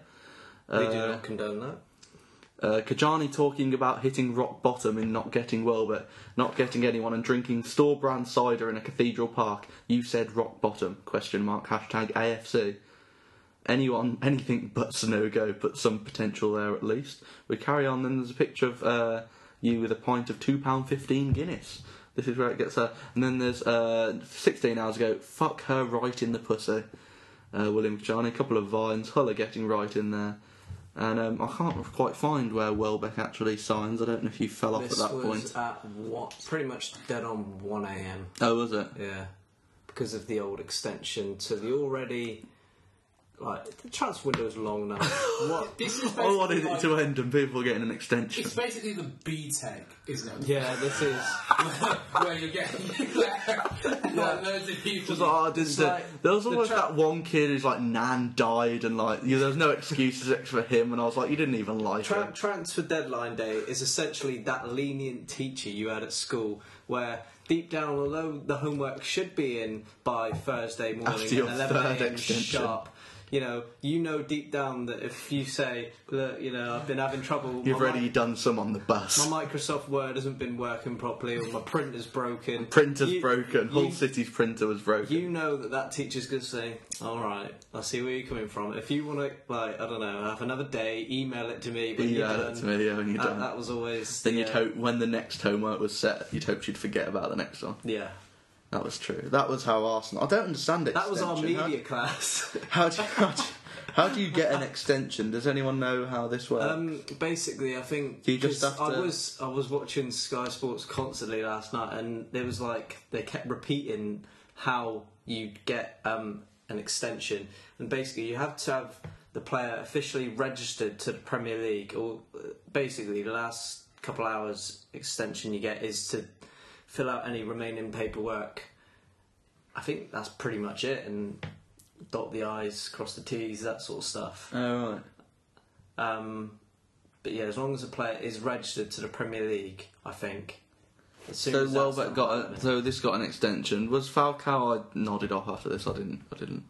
Speaker 3: We do
Speaker 1: Uh,
Speaker 3: not condone that.
Speaker 1: uh, Kajani talking about hitting rock bottom in not getting Welbeck, not getting anyone, and drinking store brand cider in a cathedral park. You said rock bottom? Question mark. Hashtag AFC. Anyone, anything but Sonogo, but some potential there at least. We carry on. Then there's a picture of uh, you with a pint of two pound fifteen Guinness. This is where it gets. Uh, and then there's uh, 16 hours ago. Fuck her right in the pussy. Uh, William Kajani, a couple of vines. Huller getting right in there. And um, I can't quite find where Welbeck actually signs. I don't know if you fell off
Speaker 3: This
Speaker 1: at that
Speaker 3: was
Speaker 1: point.
Speaker 3: at what? Pretty much dead on 1 a.m.
Speaker 1: Oh, was it?
Speaker 3: Yeah, because of the old extension to the already. Like the transfer window's long now. what?
Speaker 2: This is
Speaker 1: Oh, I wanted
Speaker 2: basically
Speaker 1: it
Speaker 2: like-
Speaker 1: to end and people getting an extension.
Speaker 2: It's basically the B Tech, isn't it?
Speaker 3: Yeah, this is.
Speaker 2: Where you're getting like loads of people.
Speaker 1: It's like, oh, I didn't do it.
Speaker 3: like
Speaker 1: there was
Speaker 3: the
Speaker 1: always
Speaker 3: tra-
Speaker 1: that one kid who's like, Nan died, and like, you know, there was no excuses except for him, and I was like, you didn't even like
Speaker 3: Tra-
Speaker 1: him.
Speaker 3: transfer deadline day is essentially that lenient teacher you had at school where deep down, although the homework should be in by Thursday morning
Speaker 1: After your
Speaker 3: at 11
Speaker 1: third
Speaker 3: a.m.
Speaker 1: extension.
Speaker 3: sharp, you know, you know deep down that if you say, look, you know, I've been having trouble.
Speaker 1: You've
Speaker 3: my mic-
Speaker 1: already done some on the bus.
Speaker 3: My Microsoft Word hasn't been working properly, or my printer's broken.
Speaker 1: Printer's
Speaker 3: You-
Speaker 1: broken. Hull
Speaker 3: you-
Speaker 1: City's printer was broken.
Speaker 3: you know that that teacher's going to say, "All right, I see where you're coming from. If you want to, like, I don't know, have another day, email it to me when you're
Speaker 1: yeah,
Speaker 3: done."
Speaker 1: that's me, yeah, when you're
Speaker 3: That-
Speaker 1: done.
Speaker 3: that was always uh,
Speaker 1: then you'd
Speaker 3: yeah.
Speaker 1: hope when the next homework was set, you'd hope she'd forget about the next one.
Speaker 3: Yeah,
Speaker 1: That was true. That was how Arsenal. I don't understand it.
Speaker 3: that was our media class.
Speaker 1: How do, how, do, how do you get an extension? Does anyone know how this works?
Speaker 3: um, basically, I think
Speaker 1: You just
Speaker 3: 'cause
Speaker 1: have
Speaker 3: I
Speaker 1: to-
Speaker 3: was I was watching Sky Sports constantly last night, and there was like they kept repeating how you get um, an extension, and basically you have to have the player officially registered to the Premier League, or uh, basically the last couple hours extension you get is to fill out any remaining paperwork. I think that's pretty much it, and dot the i's, cross the t's, that sort of stuff.
Speaker 1: oh, right.
Speaker 3: Um, but yeah, as long as a player is registered to the Premier League, I think. As soon
Speaker 1: So
Speaker 3: as that's
Speaker 1: Welbeck
Speaker 3: done,
Speaker 1: got a, so this got an extension. Was Falcao? I nodded off after this. I didn't. I didn't.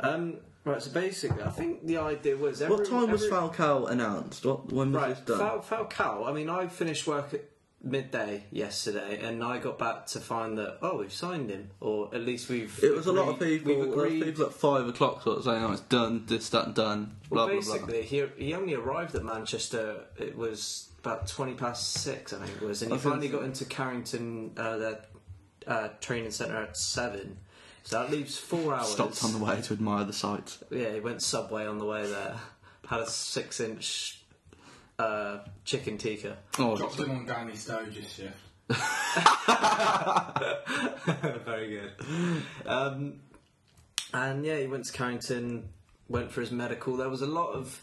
Speaker 3: Um, right, so basically, I think the idea was. Every,
Speaker 1: what time was
Speaker 3: every-
Speaker 1: Falcao announced? What when was
Speaker 3: Right,
Speaker 1: this done?
Speaker 3: Fal- Falcao. I mean, I finished work at midday yesterday, and I got back to find that oh, we've signed him, or at least we've.
Speaker 1: it was a lot of
Speaker 3: agreed-
Speaker 1: people.
Speaker 3: we've
Speaker 1: There was
Speaker 3: agreed-
Speaker 1: people at five o'clock sort of saying, "Oh, it's done. This, that, and done." Blah
Speaker 3: Well,
Speaker 1: blah blah.
Speaker 3: basically, he he only arrived at Manchester. It was about twenty past six, I think it was, and
Speaker 1: I
Speaker 3: he
Speaker 1: think
Speaker 3: finally
Speaker 1: so.
Speaker 3: got into Carrington, uh, their uh, training centre at seven. So that leaves four hours.
Speaker 1: Stopped on the way to admire the sights.
Speaker 3: Yeah, he went subway on the way there. Had a six inch uh, chicken tikka.
Speaker 1: Oh,
Speaker 2: Dropped in on Danny Sturgis shift.
Speaker 3: Very good. Um, and yeah, he went to Carrington, went for his medical. There was a lot of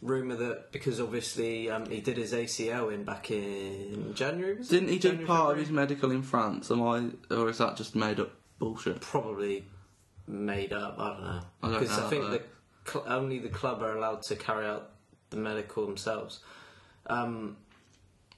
Speaker 3: rumour that because obviously um, he did his ACL in back in January. Was it?
Speaker 1: didn't he do
Speaker 3: January,
Speaker 1: part of
Speaker 3: February?
Speaker 1: his medical in France? Am I, or is that just made up bullshit?
Speaker 3: probably made up. I don't know
Speaker 1: I don't
Speaker 3: because I,
Speaker 1: know,
Speaker 3: think the
Speaker 1: but-
Speaker 3: cl- only the club are allowed to carry out the medical themselves. Um,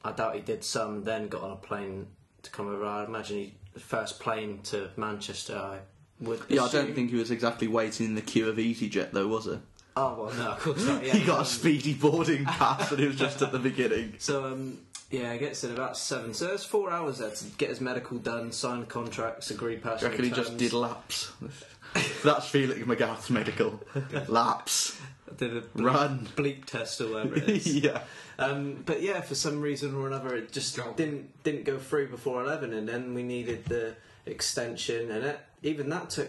Speaker 3: I doubt he did some. Then got on a plane to come over. I imagine he the first plane to Manchester. I would.
Speaker 1: Yeah, I
Speaker 3: assume.
Speaker 1: don't think he was exactly waiting in the queue of EasyJet though, was he?
Speaker 3: Oh well, no, of course not. Yeah.
Speaker 1: He got a speedy boarding pass, and it was just at the beginning.
Speaker 3: So um, yeah, I gets in about seven. So there's four hours there to get his medical done, sign the contracts, agree
Speaker 1: Do you
Speaker 3: personal
Speaker 1: reckon he just
Speaker 3: terms.
Speaker 1: did laps? That's Felix McGath's medical laps.
Speaker 3: did a bleep,
Speaker 1: Run.
Speaker 3: bleep test or whatever it is.
Speaker 1: yeah.
Speaker 3: Um, but yeah, for some reason or another, it just
Speaker 2: Go.
Speaker 3: didn't didn't go through before eleven, and then we needed the extension, and it, even that took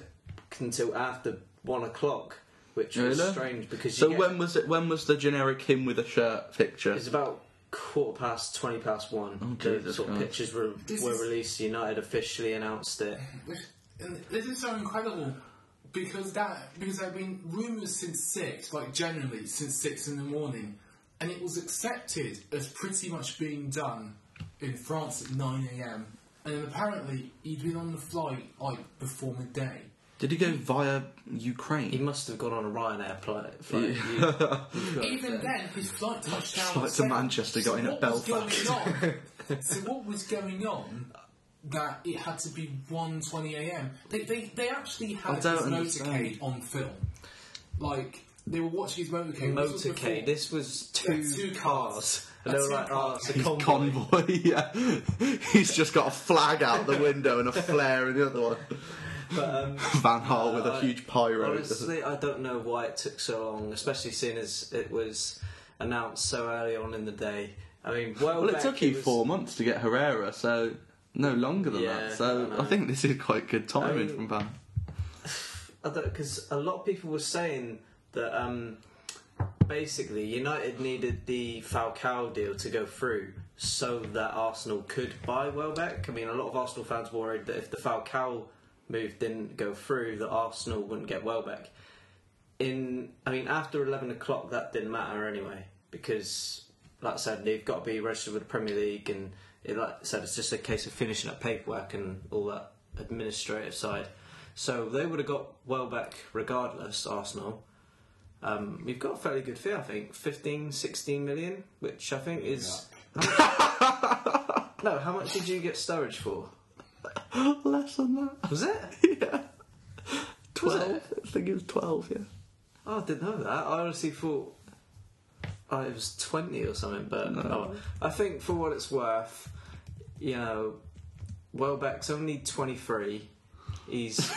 Speaker 3: until after one o'clock, which was
Speaker 1: Really?
Speaker 3: strange because
Speaker 1: So
Speaker 3: you get,
Speaker 1: when was it? When was the generic him with a shirt picture?
Speaker 3: it's about quarter past twenty past one.
Speaker 1: Oh,
Speaker 3: the
Speaker 1: Jesus
Speaker 3: sort of
Speaker 1: Christ.
Speaker 3: pictures were
Speaker 2: This
Speaker 3: were
Speaker 2: is-
Speaker 3: released. United officially announced it.
Speaker 2: Which- and This is so incredible because that because there have been rumours since six, like generally since six in the morning, and it was accepted as pretty much being done in France at nine a.m. And apparently he'd been on the flight like before midday.
Speaker 1: Did he go via
Speaker 3: He
Speaker 1: Ukraine?
Speaker 3: must have gone on a Ryanair pli- flight. You- you've got
Speaker 2: Even
Speaker 3: to say.
Speaker 2: then, his flight touched down.
Speaker 1: Flight
Speaker 2: at
Speaker 1: to
Speaker 2: seven.
Speaker 1: Manchester, got in at
Speaker 2: what was
Speaker 1: Belfast.
Speaker 2: going on- so what was going on? That it had to be 1.20 a.m. They, they, they actually
Speaker 1: I
Speaker 2: had his
Speaker 1: don't
Speaker 2: motorcade
Speaker 1: understand.
Speaker 2: on film. Like they were watching his motorcade. This was before-
Speaker 3: motorcade. This was two,
Speaker 2: Yeah, two
Speaker 3: cars,
Speaker 2: cars.
Speaker 3: and they
Speaker 2: A
Speaker 3: were like, "Oh,
Speaker 2: two-car
Speaker 3: it's
Speaker 2: case.
Speaker 3: a
Speaker 1: His
Speaker 3: convoy."
Speaker 1: convoy, yeah. He's just got a flag out the window and a flare in the other one.
Speaker 3: But, um,
Speaker 1: Van Hal with a
Speaker 3: I-
Speaker 1: huge pyro.
Speaker 3: Honestly, I don't know why it took so long, especially seeing as it was announced so early on in the day. I mean, well,
Speaker 1: well, it
Speaker 3: back
Speaker 1: took you
Speaker 3: was-
Speaker 1: four months to get Herrera, so no longer than
Speaker 3: Yeah,
Speaker 1: that. So
Speaker 3: I know.
Speaker 1: I, think this is quite good timing
Speaker 3: Um,
Speaker 1: from Van.
Speaker 3: I don't because a lot of people were saying that um, basically United needed the Falcao deal to go through so that Arsenal could buy Welbeck. I mean, a lot of Arsenal fans were worried that if the Falcao move didn't go through, that Arsenal wouldn't get Welbeck. In I mean, after eleven o'clock, that didn't matter anyway because, like I said, they've got to be registered with the Premier League, and it, like I said, it's just a case of finishing up paperwork and all that administrative side. So they would have got Welbeck regardless, Arsenal. Um, we've got a fairly good fee, I think. 15, 16 million, which I think is. no, how much did you get Sturridge for?
Speaker 1: Less than that.
Speaker 3: Was it?
Speaker 1: yeah.
Speaker 3: Was it?
Speaker 1: 12. I think it was 12, yeah.
Speaker 3: Oh, I didn't know that. I honestly thought oh, it was 20 or something, but oh, I think for what it's worth, you know, Welbeck's only 23. He's.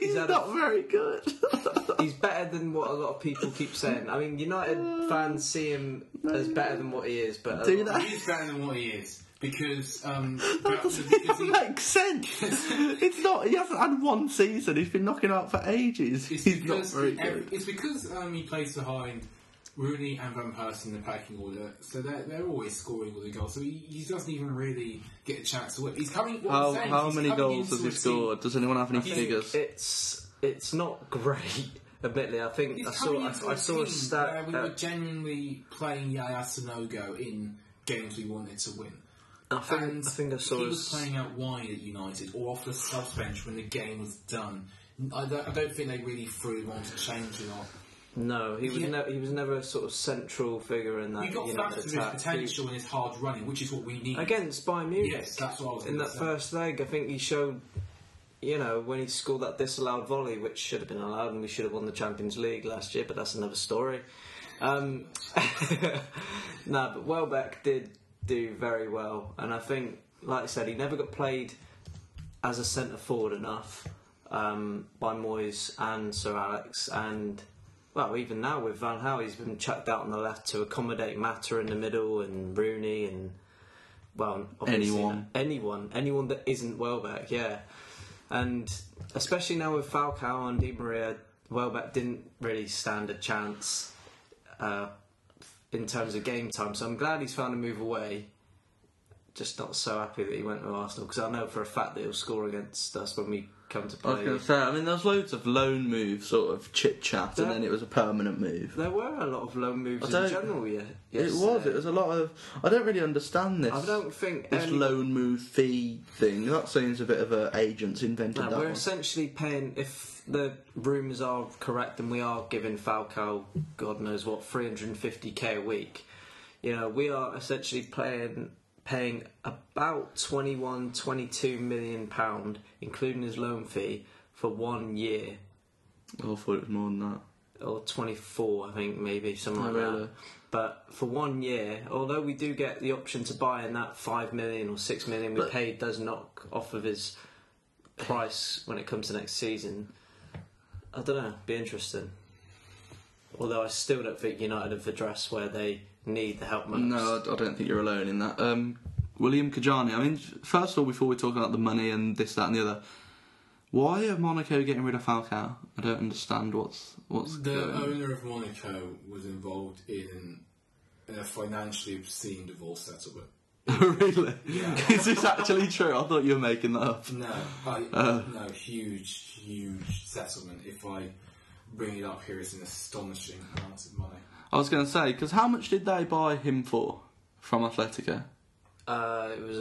Speaker 1: He's
Speaker 3: had a-
Speaker 1: not very good.
Speaker 3: he's better than what a lot of people keep saying. I mean, United fans see him as better than what he is, but a
Speaker 1: Do
Speaker 3: lot-
Speaker 1: they?
Speaker 2: He's better than what he is because um,
Speaker 1: That
Speaker 2: because
Speaker 1: doesn't
Speaker 2: he,
Speaker 1: even make sense. It's not. He hasn't had one season. He's been knocking out for ages.
Speaker 2: it's
Speaker 1: He's not
Speaker 2: because
Speaker 1: very
Speaker 2: ev-
Speaker 1: good.
Speaker 2: it's because um, he plays behind Rooney and Van Persie in the packing order, so they're, they're always scoring all the goals. So he, he doesn't even really get a chance to win. He's coming. What
Speaker 1: How,
Speaker 2: I'm saying,
Speaker 1: how
Speaker 2: he's
Speaker 1: many
Speaker 2: coming
Speaker 1: goals has
Speaker 2: into
Speaker 1: he
Speaker 2: a team-
Speaker 1: scored? Does anyone have any
Speaker 2: think
Speaker 1: figures?
Speaker 3: It's it's not great. Admittedly, I think
Speaker 2: He's
Speaker 3: I
Speaker 2: coming
Speaker 3: saw
Speaker 2: into
Speaker 3: I, I saw a
Speaker 2: team
Speaker 3: stat.
Speaker 2: Where we
Speaker 3: uh,
Speaker 2: were genuinely playing Yaya Sanogo in games we wanted to win.
Speaker 3: I
Speaker 2: And
Speaker 3: think I think I saw
Speaker 2: he
Speaker 3: a
Speaker 2: was
Speaker 3: s-
Speaker 2: playing out wide at United or off the subs bench when the game was done. I don't, I don't think they really threw him on to change or not.
Speaker 3: no. He was
Speaker 2: Yeah.
Speaker 3: never he was never a sort of central figure in that.
Speaker 2: He got
Speaker 3: United
Speaker 2: factors of his
Speaker 3: attack.
Speaker 2: potential and his hard running, which is what we need.
Speaker 3: He- against Bayern Munich.
Speaker 2: Yes, that's what I was
Speaker 3: in
Speaker 2: gonna
Speaker 3: that
Speaker 2: say.
Speaker 3: first leg. I think he showed. You know when he scored that disallowed volley, which should have been allowed, and we should have won the Champions League last year. But that's another story. Um, nah, but Welbeck did do very well, and I think, like I said, he never got played as a centre forward enough um, by Moyes and Sir Alex, and well, even now with Van Gaal, he's been chucked out on the left to accommodate Matter in the middle and Rooney and well, obviously
Speaker 1: Anyone.
Speaker 3: anyone, anyone that isn't Welbeck, yeah. And especially now with Falcao and Di Maria, Welbeck didn't really stand a chance uh, in terms of game time. So I'm glad he's found a move away. Just not so happy that he went to Arsenal because I know for a fact that he'll score against us when we come to
Speaker 1: I was
Speaker 3: play.
Speaker 1: going to say, I mean, there's loads of loan move sort of chit chat, and
Speaker 3: Yeah.
Speaker 1: then it was a permanent move.
Speaker 3: There were a lot of loan moves
Speaker 1: I
Speaker 3: in
Speaker 1: don't-
Speaker 3: general. Yeah,
Speaker 1: It was. It was a lot of. I don't really understand this.
Speaker 3: I don't think
Speaker 1: this
Speaker 3: any-
Speaker 1: loan move fee thing. That seems a bit of an agent's invented
Speaker 3: No,
Speaker 1: that
Speaker 3: we're
Speaker 1: one.
Speaker 3: essentially paying, if the rumours are correct, and we are giving Falcao, God knows what, 350k a week, you know, we are essentially paying, paying about 21, 22 million pound, including his loan fee, for one year,
Speaker 1: I thought it was more than that.
Speaker 3: or 24, I think, maybe, something
Speaker 1: Oh,
Speaker 3: like
Speaker 1: really?
Speaker 3: that. But for one year, although we do get the option to buy in that 5 million or 6 million we
Speaker 1: But-
Speaker 3: paid does knock off of his price when it comes to next season. I don't know, be interesting. Although I still don't think United have addressed where they need the help most.
Speaker 1: No, I, I don't think you're alone in that. Um, William Kajani. I mean, first of all, before we talk about the money and this, that, and the other, why are Monaco getting rid of Falcao? I don't understand what's what's
Speaker 2: The
Speaker 1: going on.
Speaker 2: owner of Monaco was involved in a financially obscene divorce settlement.
Speaker 1: really? Is this actually true? I thought you were making that up.
Speaker 2: No, I, Uh. no, huge, huge settlement. If I bring it up here, it's an astonishing amount of money.
Speaker 1: I was going to say because how much did they buy him for from Atletico?
Speaker 3: Uh, it was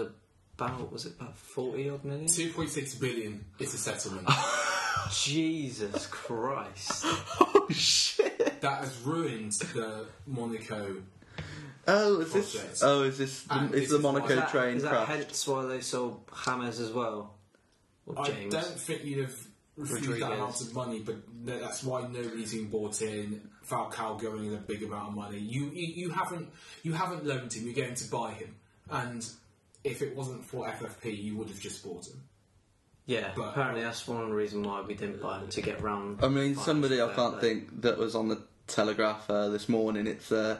Speaker 3: about, was it about 40 odd million?
Speaker 2: 2.6 billion is a settlement.
Speaker 3: Jesus Christ.
Speaker 1: Oh shit!
Speaker 2: that has ruined the Monaco.
Speaker 1: Oh, is this?
Speaker 2: Project.
Speaker 1: Oh, is this? The,
Speaker 2: And
Speaker 1: is
Speaker 2: this
Speaker 1: the
Speaker 2: is why-
Speaker 1: Monaco
Speaker 3: Is that-
Speaker 1: train
Speaker 3: is that
Speaker 1: crash?
Speaker 3: hence why they sold Hammers as well? Or
Speaker 2: I
Speaker 3: James?
Speaker 2: don't think you'd have refused that
Speaker 3: Rodriguez.
Speaker 2: amount of money, but th- that's why nobody's been bought in. Falcao going in a big amount of money. You, you you haven't you haven't loaned him. You're going to buy him, and if it wasn't for FFP, you would have just bought him.
Speaker 3: Yeah,
Speaker 2: But-
Speaker 3: apparently that's one reason why we didn't buy him to get round.
Speaker 1: I mean,
Speaker 3: finals
Speaker 1: somebody I
Speaker 3: fair
Speaker 1: can't
Speaker 3: play.
Speaker 1: think that was on the Telegraph uh, this morning. It's uh,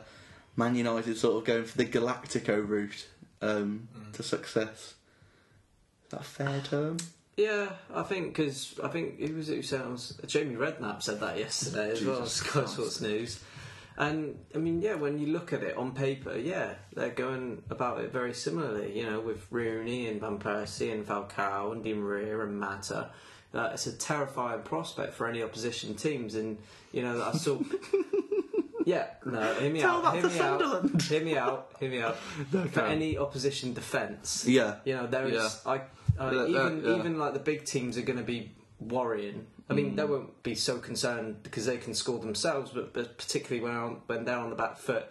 Speaker 1: Man United sort of going for the Galactico route um,
Speaker 3: Mm.
Speaker 1: to success. Is that a fair term?
Speaker 3: Yeah, I think because I think who was it who said it was- Jamie Redknapp said that yesterday as well. on
Speaker 1: Jesus
Speaker 3: Sky
Speaker 1: Christ.
Speaker 3: Sports News. And I mean, yeah, when you look at it on paper, yeah, they're going about it very similarly. You know, with Rooney and Van Persie and Falcao and Di Maria and Mata. Uh, it's a terrifying prospect for any opposition teams, and you know I saw. yeah, no, hear me
Speaker 1: Tell
Speaker 3: out.
Speaker 1: that
Speaker 3: hear
Speaker 1: to
Speaker 3: me out.
Speaker 1: Sunderland.
Speaker 3: Hear me out. Hear me out. for
Speaker 1: on.
Speaker 3: any opposition defence,
Speaker 1: Yeah.
Speaker 3: you know, there is.
Speaker 1: Yeah.
Speaker 3: I, I
Speaker 1: That- that-
Speaker 3: even
Speaker 1: yeah.
Speaker 3: even like the big teams are going to be worrying. I mean,
Speaker 1: Mm.
Speaker 3: they won't be so concerned because they can score themselves, but, but particularly when on, when they're on the back foot,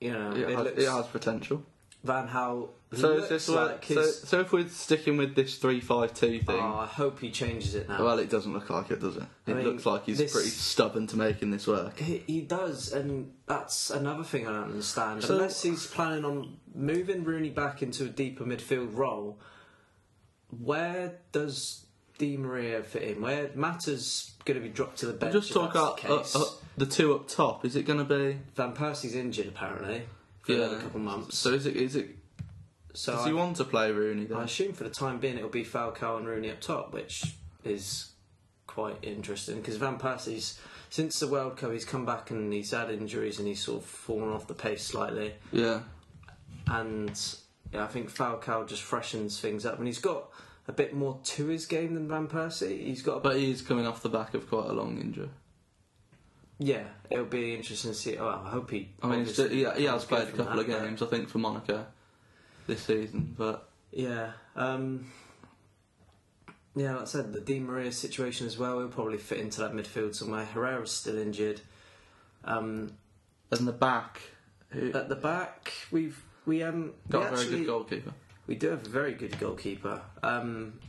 Speaker 3: you know,
Speaker 1: It
Speaker 3: it,
Speaker 1: has,
Speaker 3: looks
Speaker 1: it has potential.
Speaker 3: Van Hal.
Speaker 1: So, is
Speaker 3: looks
Speaker 1: this where-
Speaker 3: like
Speaker 1: so,
Speaker 3: his,
Speaker 1: so if we're sticking with this three-five-two thing,
Speaker 3: Oh, I hope he changes it now.
Speaker 1: well, it doesn't look like it, does it?
Speaker 3: I
Speaker 1: It
Speaker 3: mean,
Speaker 1: looks like he's
Speaker 3: this-
Speaker 1: pretty stubborn to making this work.
Speaker 3: he, he does, and that's another thing I don't understand.
Speaker 1: So-
Speaker 3: Unless he's planning on moving Rooney back into a deeper midfield role, where does Di Maria fit in? Where Matter's going to be dropped to the bench?
Speaker 1: Just
Speaker 3: if
Speaker 1: talk up,
Speaker 3: that's
Speaker 1: uh,
Speaker 3: the
Speaker 1: up,
Speaker 3: case.
Speaker 1: up the two up top. Is it going to be?
Speaker 3: Van Persie's injured apparently for another couple months,
Speaker 1: So is it? Is it?
Speaker 3: so
Speaker 1: Does
Speaker 3: I,
Speaker 1: he want to play Rooney then?
Speaker 3: I assume for the time being it'll be Falcao and Rooney up top, which is quite interesting because Van Persie's since the World Cup he's come back and he's had injuries and he's sort of fallen off the pace slightly.
Speaker 1: yeah.
Speaker 3: and yeah, I think Falcao just freshens things up, and he's got a bit more to his game than Van Persie. He's got, a,
Speaker 1: But he's coming off the back of quite a long injury.
Speaker 3: yeah, it'll be interesting to see. Well, I hope he.
Speaker 1: I mean, he's, he, he has
Speaker 3: obviously
Speaker 1: played a
Speaker 3: can
Speaker 1: couple of
Speaker 3: have that.
Speaker 1: games, I think, for Monaco this season. But
Speaker 3: Yeah, um, yeah. Like I said, the Di Maria situation as well. He'll probably fit into that midfield somewhere. Herrera's still injured. Um,
Speaker 1: in the back, who
Speaker 3: at the back, we've we haven't
Speaker 1: got
Speaker 3: we
Speaker 1: a very
Speaker 3: actually-
Speaker 1: good goalkeeper.
Speaker 3: We do have a very good goalkeeper. Um,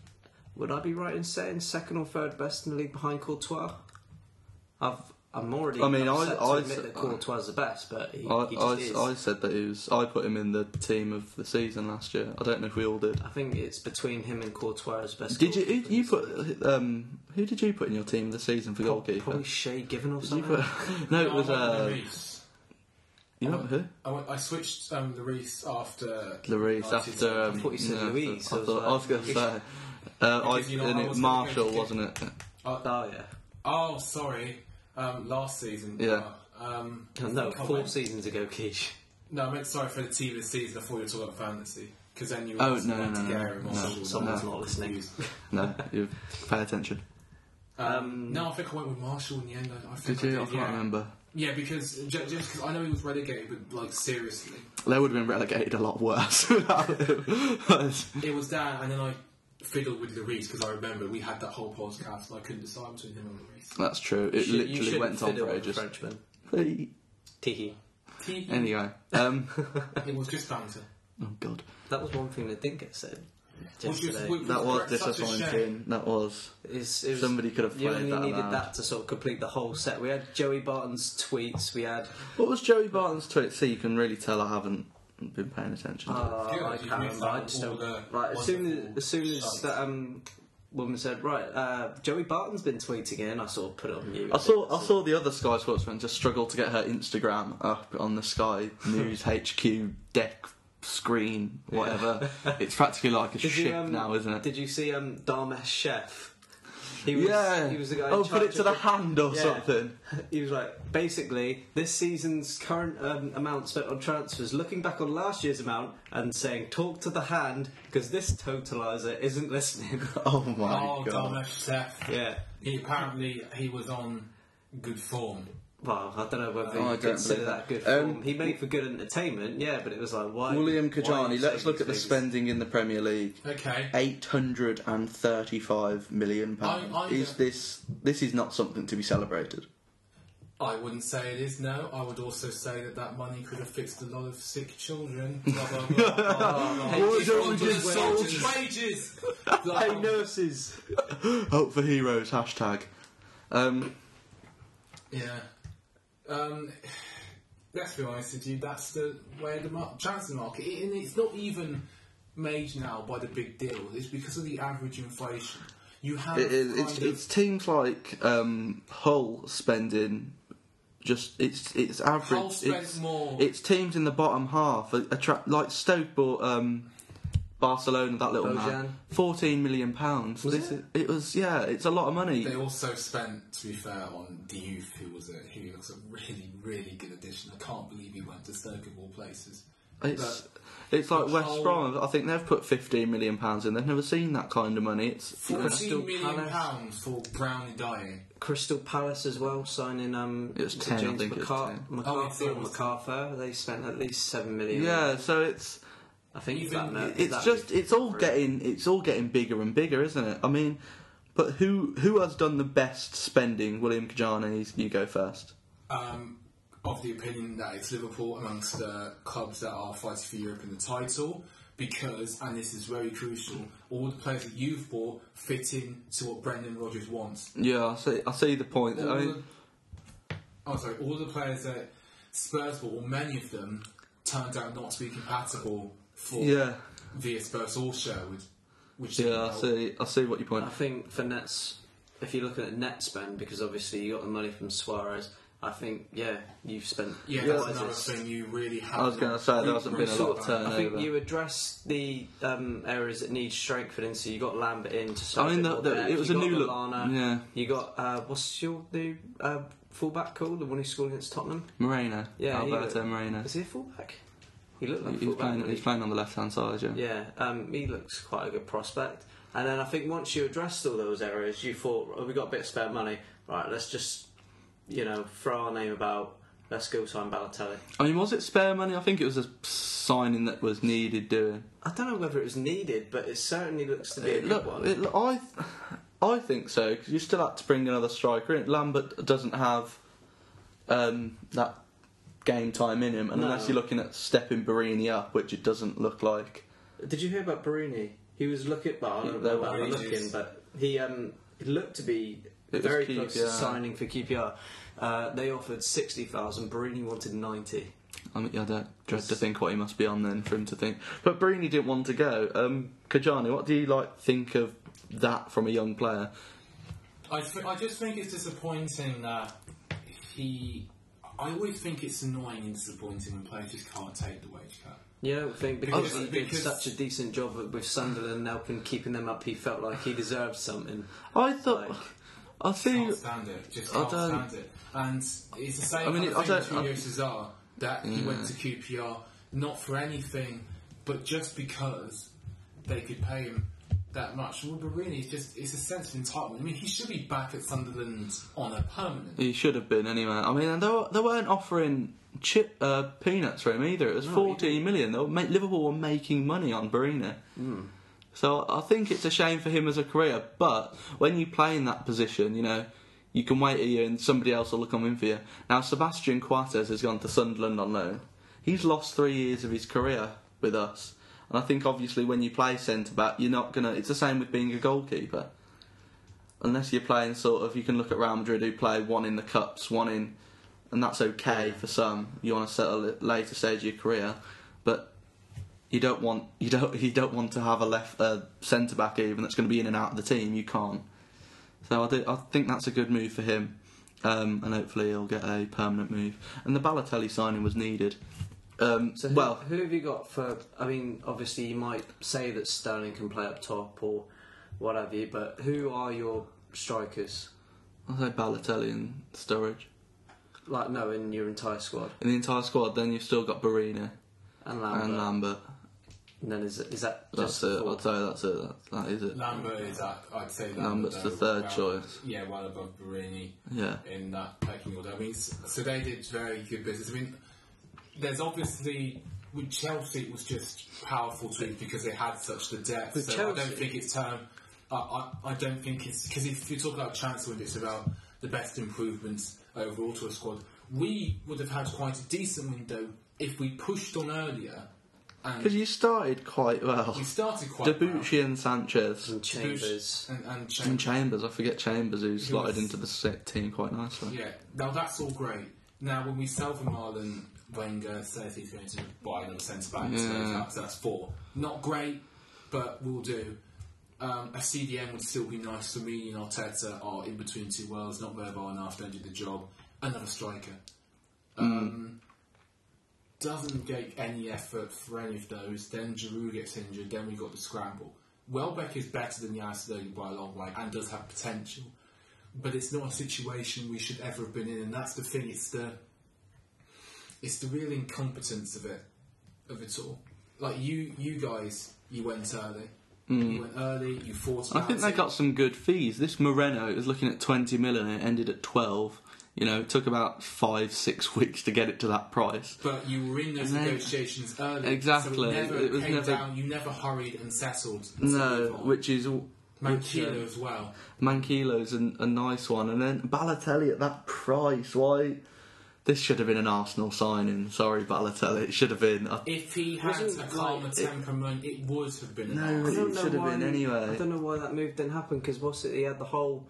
Speaker 3: would I be right in saying second or third best in the league behind Courtois? I've, I'm already.
Speaker 1: I mean, I-
Speaker 3: upset to
Speaker 1: I-
Speaker 3: admit that Courtois the best, but he,
Speaker 1: I,
Speaker 3: he just
Speaker 1: I,
Speaker 3: is.
Speaker 1: I said that he was. I put him in the team of the season last year. I don't know if we all did.
Speaker 3: I think it's between him and Courtois as best.
Speaker 1: Did you?
Speaker 3: goalkeeper.
Speaker 1: Who, you put um, who did you put in your team of the season for
Speaker 3: Pro-
Speaker 1: goalkeeper?
Speaker 3: Probably Shea Given or
Speaker 1: Did you
Speaker 3: something.
Speaker 1: put- no, it was. Uh,
Speaker 2: Lloris.
Speaker 1: You know who?
Speaker 2: I, went, I switched um, Lloris after
Speaker 1: Lloris
Speaker 2: United.
Speaker 1: after. Um,
Speaker 3: I thought you said
Speaker 1: no,
Speaker 3: Louise,
Speaker 1: I,
Speaker 3: I was
Speaker 1: thought, I was
Speaker 3: like-
Speaker 1: going to say. Uh, I,
Speaker 2: Because, you know,
Speaker 1: and
Speaker 2: I
Speaker 1: it,
Speaker 2: was gonna go
Speaker 1: Marshall,
Speaker 2: to-
Speaker 1: wasn't it?
Speaker 3: Oh yeah.
Speaker 2: Oh, sorry. Um, last season.
Speaker 1: Yeah.
Speaker 2: Um,
Speaker 3: No,
Speaker 2: I
Speaker 3: four
Speaker 2: went-
Speaker 3: seasons ago, Keish.
Speaker 2: No, I meant sorry for the team this season. I thought you were talking about fantasy. Because then you
Speaker 1: Oh,
Speaker 2: were
Speaker 1: no, no, no, no, no.
Speaker 3: Someone's not listening.
Speaker 1: No, you pay attention.
Speaker 2: Um, no, I think I went with Marshall in the end. I, I think
Speaker 1: Did you?
Speaker 2: I
Speaker 1: I
Speaker 2: did,
Speaker 1: can't
Speaker 2: yeah.
Speaker 1: remember.
Speaker 2: Yeah, because ju- just because I know he was relegated, but like seriously,
Speaker 1: They would have been relegated a lot worse. without him.
Speaker 2: it was that. And then I fiddled with Lloris because I remember we had that whole podcast, and I couldn't decide between him and Lloris.
Speaker 1: That's true. It
Speaker 3: You- you
Speaker 1: literally
Speaker 3: shouldn't
Speaker 1: went on
Speaker 3: fiddle
Speaker 1: for
Speaker 3: with
Speaker 1: ages.
Speaker 3: Frenchman.
Speaker 1: Hey.
Speaker 3: Teehee.
Speaker 2: He-
Speaker 1: Anyway, um,
Speaker 2: It was just banter.
Speaker 1: oh god,
Speaker 3: That was one thing that didn't get said.
Speaker 2: Which was-
Speaker 3: yesterday.
Speaker 2: which-
Speaker 1: that was
Speaker 2: Correct, such a
Speaker 1: disappointing. That was
Speaker 3: It's- it was-
Speaker 1: somebody could have
Speaker 3: You
Speaker 1: played
Speaker 3: only
Speaker 1: that.
Speaker 3: needed
Speaker 1: out.
Speaker 3: that to sort of complete the whole set. We had Joey Barton's tweets. We had
Speaker 1: What was Joey Barton's tweet? So you can really tell I haven't been paying attention. To it.
Speaker 3: Uh,
Speaker 2: Yeah,
Speaker 3: I
Speaker 2: you
Speaker 3: can't
Speaker 2: missed
Speaker 3: remember. I
Speaker 2: out
Speaker 3: just
Speaker 2: all
Speaker 3: don't.
Speaker 2: the
Speaker 3: Right, as soon as,
Speaker 2: wonderful
Speaker 3: as soon as
Speaker 2: sights.
Speaker 3: that um, woman said, right, uh, Joey Barton's been tweeting in, I sort of put it on mute.
Speaker 1: I saw I saw the other Sky Sportsman just struggle to get her Instagram up on the Sky News HQ deck screen, whatever. it's practically like a
Speaker 3: Did you,
Speaker 1: ship
Speaker 3: um,
Speaker 1: now, isn't it?
Speaker 3: Did you see um, Darmesh Chef? He was,
Speaker 1: yeah,
Speaker 3: he was the guy. in
Speaker 1: Oh, put
Speaker 3: charge
Speaker 1: it to
Speaker 3: of
Speaker 1: the hand or
Speaker 3: Yeah.
Speaker 1: something.
Speaker 3: He was like, basically, this season's current um, amount spent on transfers, looking back on last year's amount and saying, talk to the hand, because this totaliser isn't listening.
Speaker 1: Oh my
Speaker 2: Oh,
Speaker 1: god.
Speaker 2: Darmesh Seth.
Speaker 3: yeah.
Speaker 2: He apparently he was on good form.
Speaker 3: Well, I don't know whether
Speaker 1: Oh, I
Speaker 3: you
Speaker 1: don't
Speaker 3: consider
Speaker 1: believe
Speaker 3: that good
Speaker 1: that.
Speaker 3: form.
Speaker 1: Um,
Speaker 3: he made for good entertainment, yeah, but it was like, why?
Speaker 1: William
Speaker 3: why are you
Speaker 1: Kajani, let's
Speaker 3: saying
Speaker 1: look at the
Speaker 3: these
Speaker 1: spending in the Premier League.
Speaker 2: Okay.
Speaker 1: Eight hundred and thirty-five million
Speaker 2: I- I-
Speaker 1: pounds. Is this this is not something to be celebrated?
Speaker 2: I wouldn't say it is no. I would also say that that money could have fixed a lot of sick children. Blah blah blah. blah, blah, blah.
Speaker 1: Or don't we
Speaker 2: Onto
Speaker 1: just
Speaker 2: the soldiers' wages? Blah,
Speaker 3: things? Hey, nurses!
Speaker 1: Hope for heroes. Hashtag. Um,
Speaker 2: Yeah. Um, let's be honest with you, that's the way the mar- transfer market, it, and it's not even made now by the big deal, it's because of the average inflation. You have
Speaker 1: it, it, it's,
Speaker 2: kind of-
Speaker 1: it's teams like um, Hull spending. Just it's it's average.
Speaker 2: Hull spent
Speaker 1: it's,
Speaker 2: more.
Speaker 1: it's teams in the bottom half. A, a tra- like Stoke bought um, Barcelona that little
Speaker 3: Bojan.
Speaker 1: man fourteen million pounds. This is- it was yeah. It's a lot of money.
Speaker 2: They also spent, to be fair, on the youth, who was a who was a really really good addition. I can't believe he went to Stoke of all places.
Speaker 1: It's it's like
Speaker 2: the
Speaker 1: West
Speaker 2: whole-
Speaker 1: Brom. I think they've put fifteen million pounds in. They've never seen that kind of money. It's
Speaker 2: But
Speaker 3: Crystal
Speaker 2: fourteen million
Speaker 3: Palace.
Speaker 2: pounds for Brownie dying.
Speaker 3: Crystal Palace as well, signing um,
Speaker 1: It was
Speaker 3: was it
Speaker 1: 10, I
Speaker 3: James
Speaker 1: think it was
Speaker 3: McCar-
Speaker 1: 10.
Speaker 2: Oh, I
Speaker 3: MacArthur.
Speaker 2: thought it was-
Speaker 3: MacArthur. They spent at least seven million.
Speaker 1: yeah. So it's
Speaker 3: I think
Speaker 2: Even-
Speaker 3: that amount-
Speaker 1: it's
Speaker 3: that-
Speaker 1: just it's all getting it's all getting bigger and bigger, isn't it? I mean, but who who has done the best spending? William Kajani, you go first.
Speaker 2: um, of the opinion that it's Liverpool amongst the clubs that are fighting for Europe in the title because, and this is very crucial, all the players that you've bought fit in to what Brendan Rodgers wants.
Speaker 1: Yeah, I see. I see the point.
Speaker 2: All
Speaker 1: I mean,
Speaker 2: the- oh, sorry, all the players that Spurs bought, or many of them, turned out not to be compatible for
Speaker 1: yeah,
Speaker 2: via Spurs or Sherwood. Which didn't
Speaker 1: yeah. I
Speaker 2: help.
Speaker 1: see. I see what you point.
Speaker 3: I think for Nets, if you're looking at net spend, because obviously you got the money from Suarez, I think yeah, you've spent.
Speaker 2: yeah,
Speaker 3: quite
Speaker 2: that's another
Speaker 3: as-
Speaker 2: thing you really have.
Speaker 1: I was going to say there hasn't been a lot of
Speaker 3: I think
Speaker 1: turnover.
Speaker 3: you address the um, areas that need strengthening. So you got Lambert in to start.
Speaker 1: I mean,
Speaker 3: a bit
Speaker 1: the,
Speaker 3: more
Speaker 1: the,
Speaker 3: depth,
Speaker 1: it was a
Speaker 3: you
Speaker 1: new
Speaker 3: got
Speaker 1: look.
Speaker 3: Lallana,
Speaker 1: Yeah,
Speaker 3: You got uh, what's your new uh, fullback called? The one who scored against Tottenham.
Speaker 1: Moreno.
Speaker 3: Yeah, he
Speaker 1: Alberto
Speaker 3: looked-
Speaker 1: Moreno.
Speaker 3: Is he a fullback? He looked like a
Speaker 1: He's
Speaker 3: fullback.
Speaker 1: playing.
Speaker 3: didn't
Speaker 1: He's
Speaker 3: he?
Speaker 1: playing on the left hand side. Yeah.
Speaker 3: Yeah, um, he looks quite a good prospect. And then I think once you addressed all those areas, you thought, oh, we got a bit of spare money. Right, let's just, you know, throw our name about. Let's go sign Balotelli.
Speaker 1: I mean, was it spare money? I think it was a signing that was needed doing.
Speaker 3: I don't know whether it was needed, but it certainly looks to be a good
Speaker 1: Uh, Look,
Speaker 3: one.
Speaker 1: it, look, I, I think so because you still had to bring another striker in. Lambert doesn't have um, that game time in him, and
Speaker 3: No.
Speaker 1: unless you're looking at stepping Barini up, which it doesn't look like.
Speaker 3: Did you hear about Barini? He was looking, well, I don't know about
Speaker 2: Barini.
Speaker 3: looking, but he um, he looked to be
Speaker 1: It was
Speaker 3: very close to
Speaker 1: QPR.
Speaker 3: signing for QPR. Uh, they offered sixty thousand. Barini wanted ninety.
Speaker 1: I mean, I don't dread to think what he must be on then for him to think. But Barini didn't want to go. Um, Kajani, what do you like think of that from a young player?
Speaker 2: I, th- I just think it's disappointing that he. I always think it's annoying and disappointing when players just can't take the wage cut.
Speaker 3: Yeah, I don't think because,
Speaker 2: Because-
Speaker 3: he did
Speaker 2: because-
Speaker 3: such a decent job with- with Sunderland and Nelkin keeping them up, he felt like he deserved something.
Speaker 1: I thought.
Speaker 3: Like-
Speaker 1: I see.
Speaker 2: Can't stand it. Just
Speaker 1: I
Speaker 2: can't
Speaker 1: don't-
Speaker 2: stand it. And it's the same
Speaker 1: I mean,
Speaker 2: kind
Speaker 1: I
Speaker 2: of thing
Speaker 1: don't-
Speaker 2: with Julio Cesar that he went to QPR not for anything, but just because they could pay him that much. Well, but really, it's just it's a sense of entitlement. I mean, he should be back at Sunderland on a permanent.
Speaker 1: He should have been anyway. I mean, and they, were, they weren't offering chip uh, peanuts for him either. It was fourteen million. They were ma- Liverpool were making money on Barina. So I think it's a shame for him as a career. But when you play in that position, you know you can wait a year and somebody else will come in for you. Now Sebastian Coates has gone to Sunderland on loan. He's lost three years of his career with us. And I think obviously when you play centre back, you're not gonna. It's the same with being a goalkeeper unless you're playing sort of you can look at Real Madrid who play one in the cups, one in, and that's okay for some. You want to settle at a later stage of your career, but you don't want you don't you don't want to have a left uh, centre back even that's going to be in and out of the team. You can't. So I do, I think that's a good move for him, um, and hopefully he'll get a permanent move. And the Balotelli signing was needed. Um,
Speaker 3: So who,
Speaker 1: well,
Speaker 3: who have you got for? I mean, obviously you might say that Sterling can play up top or what have you, but who are your strikers?
Speaker 1: I'll say Balotelli and Sturridge.
Speaker 3: Like, no, in your entire squad
Speaker 1: In the entire squad, then you've still got Barina
Speaker 3: and Lambert.
Speaker 1: and
Speaker 3: And,
Speaker 1: Lambert.
Speaker 3: then is it- is that
Speaker 1: That's
Speaker 3: just
Speaker 1: it.
Speaker 3: four?
Speaker 1: I'll tell you that's it. That, that is it.
Speaker 2: Lambert is that I'd say Lambert,
Speaker 1: Lambert's the
Speaker 2: though,
Speaker 1: third
Speaker 2: well-
Speaker 1: choice.
Speaker 2: Yeah, well above Barini.
Speaker 1: Yeah.
Speaker 2: in that pecking order. I mean, s- so they did very good business. I mean, there's obviously with Chelsea it was just powerful too because they had such the depth.
Speaker 3: With
Speaker 2: so I
Speaker 3: Chelsea?
Speaker 2: don't think it's time. I, I, I don't think it's because if you talk about chance wins, it's about the best improvements overall to a squad. We would have had quite a decent window if we pushed on earlier.
Speaker 1: Because you started quite well.
Speaker 2: We started quite well.
Speaker 1: Debucci and Sanchez.
Speaker 3: and Chambers.
Speaker 2: and, and
Speaker 1: And
Speaker 2: Chambers.
Speaker 1: Chambers, I forget Chambers, who slotted
Speaker 2: was-
Speaker 1: into the set team quite nicely.
Speaker 2: Yeah, now that's all great. Now, when we sell for Marlon, Wenger says he's going to buy another centre back, so
Speaker 1: Yeah.
Speaker 2: that's, that's four. Not great, but we'll do. Um, a CDM would still be nice for me and Arteta are in between two worlds, not mobile enough, don't do the job. Another striker. Um, Doesn't make any effort for any of those. Then Giroud gets injured, then we got the scramble. Welbeck is better than Yas by a long way and does have potential but it's not a situation we should ever have been in, and that's the thing. It's the it's the real incompetence of it, of it all. Like you, you guys, you went early. You went early. You forced.
Speaker 1: Hmm. I think they
Speaker 2: Mountain.
Speaker 1: got some good fees. This Moreno is looking at 20 million and it ended at 12. You know, it took about five, six weeks to get it to that price.
Speaker 2: But you were in those
Speaker 1: And they-
Speaker 2: negotiations early. So
Speaker 1: Exactly,
Speaker 2: it never
Speaker 1: it was
Speaker 2: came
Speaker 1: never-
Speaker 2: down. You never hurried and settled. to
Speaker 1: No,
Speaker 2: move on.
Speaker 1: which is. which,
Speaker 2: Mancino
Speaker 1: uh,
Speaker 2: as well.
Speaker 1: Mankilo's an, a nice one, and then Balotelli at that price. Why? This should have been an Arsenal signing. Sorry, Balotelli. It should have been. I
Speaker 2: If he had
Speaker 3: Wasn't
Speaker 2: a
Speaker 3: like-
Speaker 2: calmer temperament, it would have been. an
Speaker 1: No,
Speaker 2: arse.
Speaker 1: it should have
Speaker 3: why,
Speaker 1: been anyway.
Speaker 3: I don't know why that move didn't happen because what's it? He had the whole.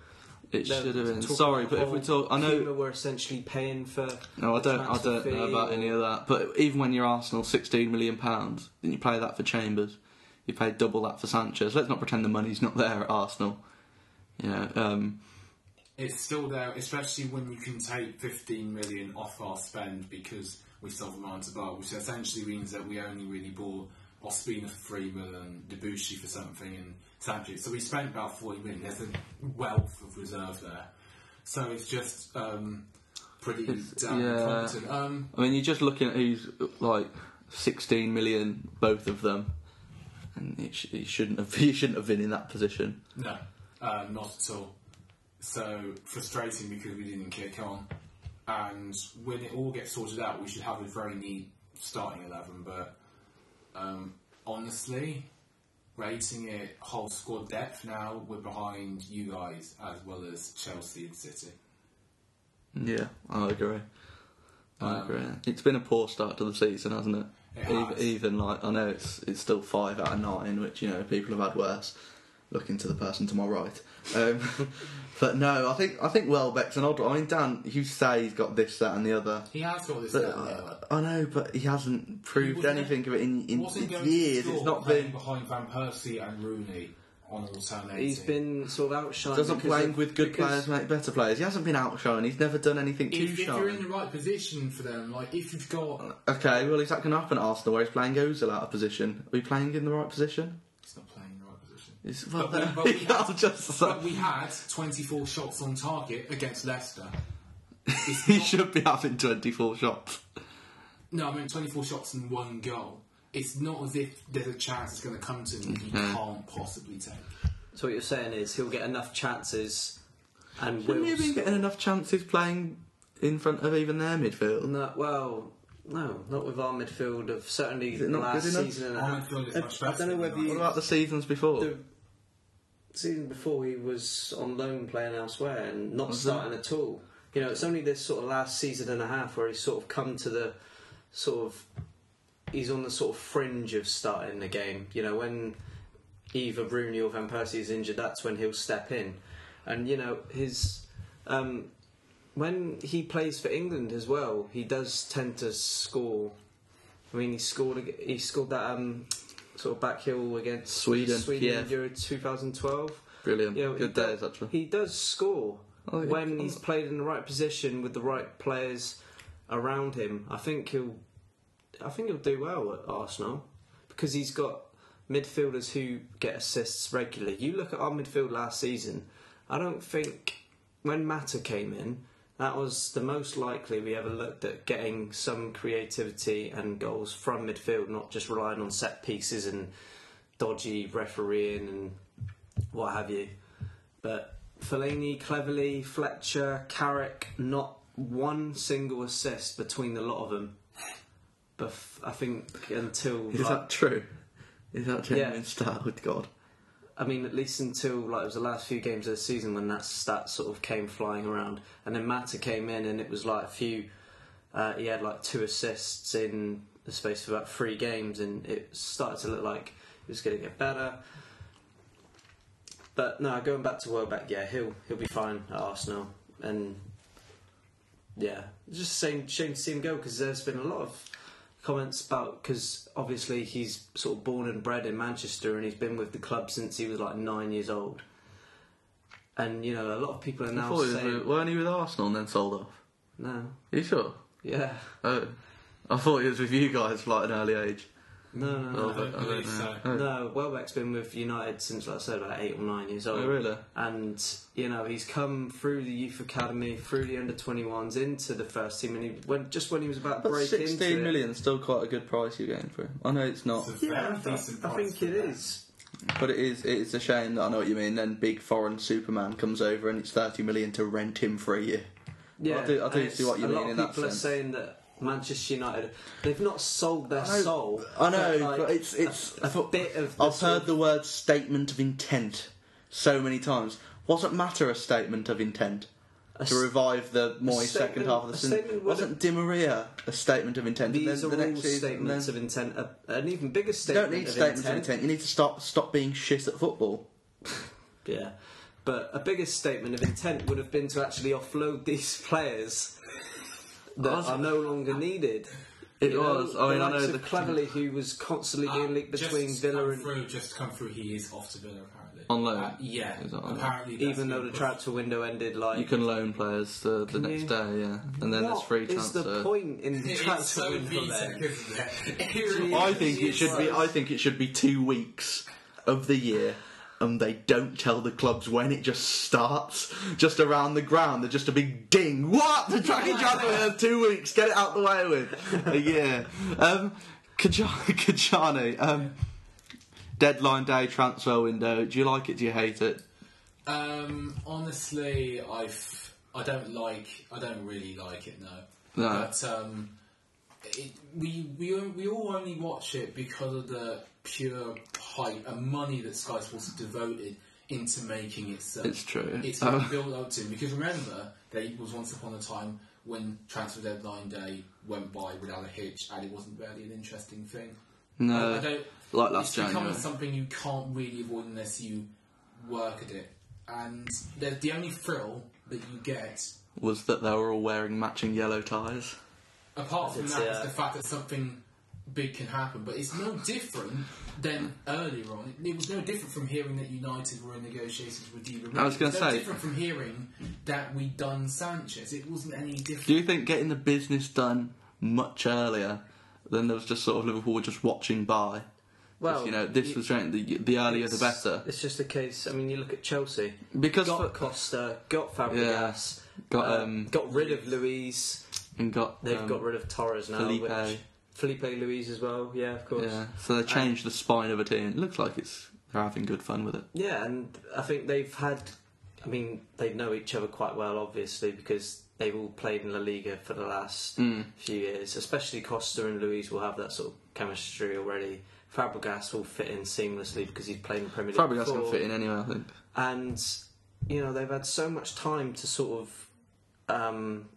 Speaker 1: It
Speaker 3: the-
Speaker 1: should have been.
Speaker 3: talk
Speaker 1: Sorry,
Speaker 3: about the
Speaker 1: but if we
Speaker 3: whole
Speaker 1: talk, I know.
Speaker 3: Puma were essentially paying for.
Speaker 1: No, I
Speaker 3: the
Speaker 1: don't. I
Speaker 3: transfer
Speaker 1: don't know
Speaker 3: fee
Speaker 1: about
Speaker 3: or-
Speaker 1: any of that. But even when you're Arsenal, sixteen million pounds, then you pay that for Chambers. You pay double that for Sanchez. Let's not pretend the money's not there at Arsenal. You know, um,
Speaker 2: it's still there, especially when you can take 15 million off our spend because we sold Ramon to Bar, which essentially means that we only really bought Ospina for 3 million, Debussy for something, and Sanchez. So we spent about 40 million. There's a wealth of reserve there. So it's just um, pretty damn
Speaker 1: yeah.
Speaker 2: competent. Um,
Speaker 1: I mean, you're just looking at who's like sixteen million, both of them, and it, sh- it shouldn't have. You shouldn't have been in that position.
Speaker 2: No, uh, not at all. So frustrating because we didn't kick on. And when it all gets sorted out, we should have a very neat starting eleven. But um, honestly, rating it whole squad depth now, we're behind you guys as well as Chelsea and City.
Speaker 1: Yeah, I agree. I
Speaker 2: Mm. Um,
Speaker 1: agree. It's been a poor start to the season, hasn't it?
Speaker 2: It
Speaker 1: even,
Speaker 2: has.
Speaker 1: even like I know it's it's still five out of nine, which you know people have had worse. Looking to the person to my right, um, but no, I think I think Welbeck's an odd one. I mean, Dan, you say he's got this, that, and the other.
Speaker 2: He has got this.
Speaker 1: But,
Speaker 2: down there.
Speaker 1: uh, I know, but he hasn't proved
Speaker 2: wasn't-
Speaker 1: anything of it in, in
Speaker 2: Wasn't going to
Speaker 1: years.
Speaker 2: score
Speaker 1: It's not
Speaker 2: playing
Speaker 1: been.
Speaker 2: behind Van Persie and Rooney on alternating.
Speaker 3: He's been sort of outshined.
Speaker 1: Doesn't
Speaker 3: because
Speaker 1: playing
Speaker 3: of-
Speaker 1: with good
Speaker 3: because-
Speaker 1: players make better players. He hasn't been outshone. He's never done anything too
Speaker 2: If, if you're in
Speaker 1: shine.
Speaker 2: the right position for them, like if you've got,
Speaker 1: Okay, well, is that going to happen at Arsenal where he's playing Ozil out of position? Are we playing in the right position?
Speaker 2: he's not playing in the right position.
Speaker 1: It's, well,
Speaker 2: But we- but we
Speaker 1: I'll just say,
Speaker 2: But we had 24 shots on target against Leicester. It's
Speaker 1: he
Speaker 2: not,
Speaker 1: should be having 24 shots.
Speaker 2: no, I mean 24 shots and one goal. It's not as if there's a chance it's going to come to him that he can't possibly take.
Speaker 3: So what you're saying is he'll get enough chances, and
Speaker 1: Shouldn't
Speaker 3: will.
Speaker 1: he have been getting enough chances playing in front of even their midfield?
Speaker 3: No, well, no, not with our midfield of certainly
Speaker 1: it not
Speaker 3: last
Speaker 1: good enough?
Speaker 3: season and a
Speaker 2: Our
Speaker 3: half.
Speaker 2: midfield is
Speaker 3: Uh, I-
Speaker 2: much
Speaker 3: I
Speaker 2: better
Speaker 3: don't know
Speaker 2: than
Speaker 3: whether
Speaker 2: ours.
Speaker 1: What
Speaker 3: you,
Speaker 1: about the seasons before?
Speaker 3: the season before he was on loan playing elsewhere and not starting at all. You know, it's only this sort of last season and a half where he's sort of come to the sort of he's on the sort of fringe of starting the game. You know, when either Rooney or Van Persie is injured, that's when he'll step in. And you know, his um, when he plays for England as well, he does tend to score. I mean, he scored ag- he scored that um, sort of back heel against
Speaker 1: Sweden,
Speaker 3: Sweden
Speaker 1: yeah.
Speaker 3: Euro 2012.
Speaker 1: Brilliant.
Speaker 3: You know,
Speaker 1: Good
Speaker 3: he do-
Speaker 1: days, actually.
Speaker 3: He does score
Speaker 1: Oh, he-
Speaker 3: when he's played in the right position with the right players around him. I think he'll, I think he'll do well at Arsenal because he's got midfielders who get assists regularly. You look at our midfield last season. I don't think when Mata came in, that was the most likely we ever looked at getting some creativity and goals from midfield, not just relying on set pieces and dodgy refereeing and what have you. But Fellaini, Cleverly, Fletcher, Carrick, not one single assist between the lot of them. But f- I think until
Speaker 1: Is
Speaker 3: like-
Speaker 1: that true? Is that genuine
Speaker 3: Yeah.
Speaker 1: start with God?
Speaker 3: I mean, at least until like it was the last few games of the season when that stat sort of came flying around, and then Mata came in and it was like a few. Uh, he had like two assists in the space of about three games, and it started to look like it was going to get better. But no, going back to Welbeck, yeah, he'll he'll be fine at Arsenal, and yeah, it's just shame shame to see him go because there's been a lot of comments about because obviously he's sort of born and bred in Manchester and he's been with the club since he was like nine years old, and you know a lot of people are
Speaker 1: I
Speaker 3: now
Speaker 1: thought he was
Speaker 3: saying
Speaker 1: with- weren't he with Arsenal and then sold off?
Speaker 3: no,
Speaker 1: Are you sure?
Speaker 3: yeah,
Speaker 1: Oh. I thought he was with you guys for like an early age.
Speaker 3: no, no, no.
Speaker 1: Oh,
Speaker 2: I don't believe so.
Speaker 1: Oh.
Speaker 3: No, Welbeck's been with United since, like I said, about eight or nine years old.
Speaker 1: Oh, really?
Speaker 3: And, you know, he's come through the youth academy, through the under 21s, into the first team. And he went just when he was about
Speaker 1: But
Speaker 3: to break into
Speaker 1: 16
Speaker 3: it-
Speaker 1: million is still quite a good price you're getting for him. I know it's not,
Speaker 2: It's a
Speaker 3: Yeah,
Speaker 2: very
Speaker 3: I think,
Speaker 2: decent
Speaker 3: I
Speaker 2: price
Speaker 3: think
Speaker 2: for
Speaker 3: it
Speaker 2: that.
Speaker 3: is.
Speaker 1: but it is it is a shame that I know what you mean. Then big foreign Superman comes over and it's 30 million to rent him for a year.
Speaker 3: Yeah,
Speaker 1: I do- I do
Speaker 3: and
Speaker 1: see what you
Speaker 3: a
Speaker 1: mean
Speaker 3: lot
Speaker 1: in
Speaker 3: of
Speaker 1: that
Speaker 3: people
Speaker 1: sense.
Speaker 3: are saying that Manchester United, they've not sold their
Speaker 1: I know-
Speaker 3: soul.
Speaker 1: I know,
Speaker 3: like,
Speaker 1: but it's it's.
Speaker 3: a bit of the
Speaker 1: I've
Speaker 3: sort
Speaker 1: heard the word statement of intent so many times. Wasn't matter a statement of intent to
Speaker 3: s-
Speaker 1: revive the Moy second
Speaker 3: statement-
Speaker 1: half of
Speaker 3: a
Speaker 1: the season?
Speaker 3: statement would-
Speaker 1: Wasn't Di Maria a statement of intent? And
Speaker 3: These
Speaker 1: then
Speaker 3: are
Speaker 1: the
Speaker 3: all
Speaker 1: next season- and
Speaker 3: statements
Speaker 1: then-
Speaker 3: of intent. A, an even bigger
Speaker 1: You
Speaker 3: statement
Speaker 1: don't need
Speaker 3: of
Speaker 1: statements
Speaker 3: intent.
Speaker 1: of intent. You need to stop stop being shit at football.
Speaker 3: Yeah. But a bigger statement of intent would have been to actually offload these players that
Speaker 1: I was-
Speaker 3: are no longer needed.
Speaker 1: It was. I mean,
Speaker 3: the
Speaker 1: I know
Speaker 3: likes of
Speaker 1: the-
Speaker 3: Cleverly, who was constantly
Speaker 2: Uh,
Speaker 3: being linked between
Speaker 2: just
Speaker 3: Villa
Speaker 2: come
Speaker 3: and.
Speaker 2: through, just come through. He is off to Villa apparently.
Speaker 1: On loan?
Speaker 2: Uh, yeah,
Speaker 1: He's not on loan.
Speaker 2: apparently. that's
Speaker 3: Even though
Speaker 2: been
Speaker 3: the
Speaker 2: pushed.
Speaker 3: transfer window ended, like
Speaker 1: You can loan players the, the
Speaker 3: Can
Speaker 1: next
Speaker 3: you-
Speaker 1: day, yeah, and then there's
Speaker 3: What
Speaker 1: free
Speaker 3: is
Speaker 1: transfer.
Speaker 3: the point in the
Speaker 2: It's
Speaker 3: transfer
Speaker 2: so
Speaker 3: window?
Speaker 2: basic,
Speaker 3: Then?
Speaker 2: isn't it? It really
Speaker 1: I think it should be.
Speaker 2: is.
Speaker 1: I think it should be two weeks of the year, and they don't tell the clubs when. It just starts just around the ground. There's just a big ding. What the Dragon Transfer window is two weeks? Get it out the way with a year. Um, Kajani, Kajani um, deadline day transfer window. Do you like it? Do you hate it?
Speaker 2: Um, honestly, I've I don't like I don't really like it. No,
Speaker 1: No.
Speaker 2: But um, it, we we we all only watch it because of the pure hype and money that Sky Sports have devoted into making it. So
Speaker 1: It's true.
Speaker 2: It's
Speaker 1: Oh.
Speaker 2: been built up to because remember there was once upon a time when transfer deadline day went by without a hitch and it wasn't really an interesting thing.
Speaker 1: No.
Speaker 2: I don't
Speaker 1: Uh, Like last
Speaker 2: it's becoming
Speaker 1: January.
Speaker 2: something you can't really avoid unless you work at it. And the, the only thrill that you get,
Speaker 1: Was that they were all wearing matching yellow ties?
Speaker 2: apart from
Speaker 3: It's,
Speaker 2: that,
Speaker 3: uh,
Speaker 2: is the fact that something big can happen. But it's no different than earlier on. It, it was no different from hearing that United were in negotiations with Di Maria.
Speaker 1: I was gonna
Speaker 2: It's no
Speaker 1: say-
Speaker 2: different from hearing that we done Sanchez. It wasn't any different.
Speaker 1: Do you think getting the business done much earlier than there was just sort of Liverpool were just watching by? 'Cause,
Speaker 3: Well,
Speaker 1: you know, this
Speaker 3: you-
Speaker 1: was right, the, the earlier the
Speaker 3: It's-
Speaker 1: better.
Speaker 3: It's just a case. I mean, you look at Chelsea.
Speaker 1: Because
Speaker 3: got
Speaker 1: for-
Speaker 3: Costa, got Fabregas,
Speaker 1: Got,
Speaker 3: uh,
Speaker 1: um,
Speaker 3: got rid of Luis.
Speaker 1: and got
Speaker 3: They've
Speaker 1: um,
Speaker 3: got rid of Torres now.
Speaker 1: Felipe.
Speaker 3: Which, Felipe Luis as well. Yeah, of course.
Speaker 1: Yeah, so they changed the spine of a team. It looks like it's they're having good fun with it.
Speaker 3: Yeah, and I think they've had. I mean, they know each other quite well, obviously, because they've all played in La Liga for the last few years. Especially Costa and Luis will have that sort of chemistry already. Fabregas will fit in seamlessly because he's played in the Premier League.
Speaker 1: Fabregas
Speaker 3: before.
Speaker 1: can fit in anyway, I think.
Speaker 3: and you know they've had so much time to sort of um,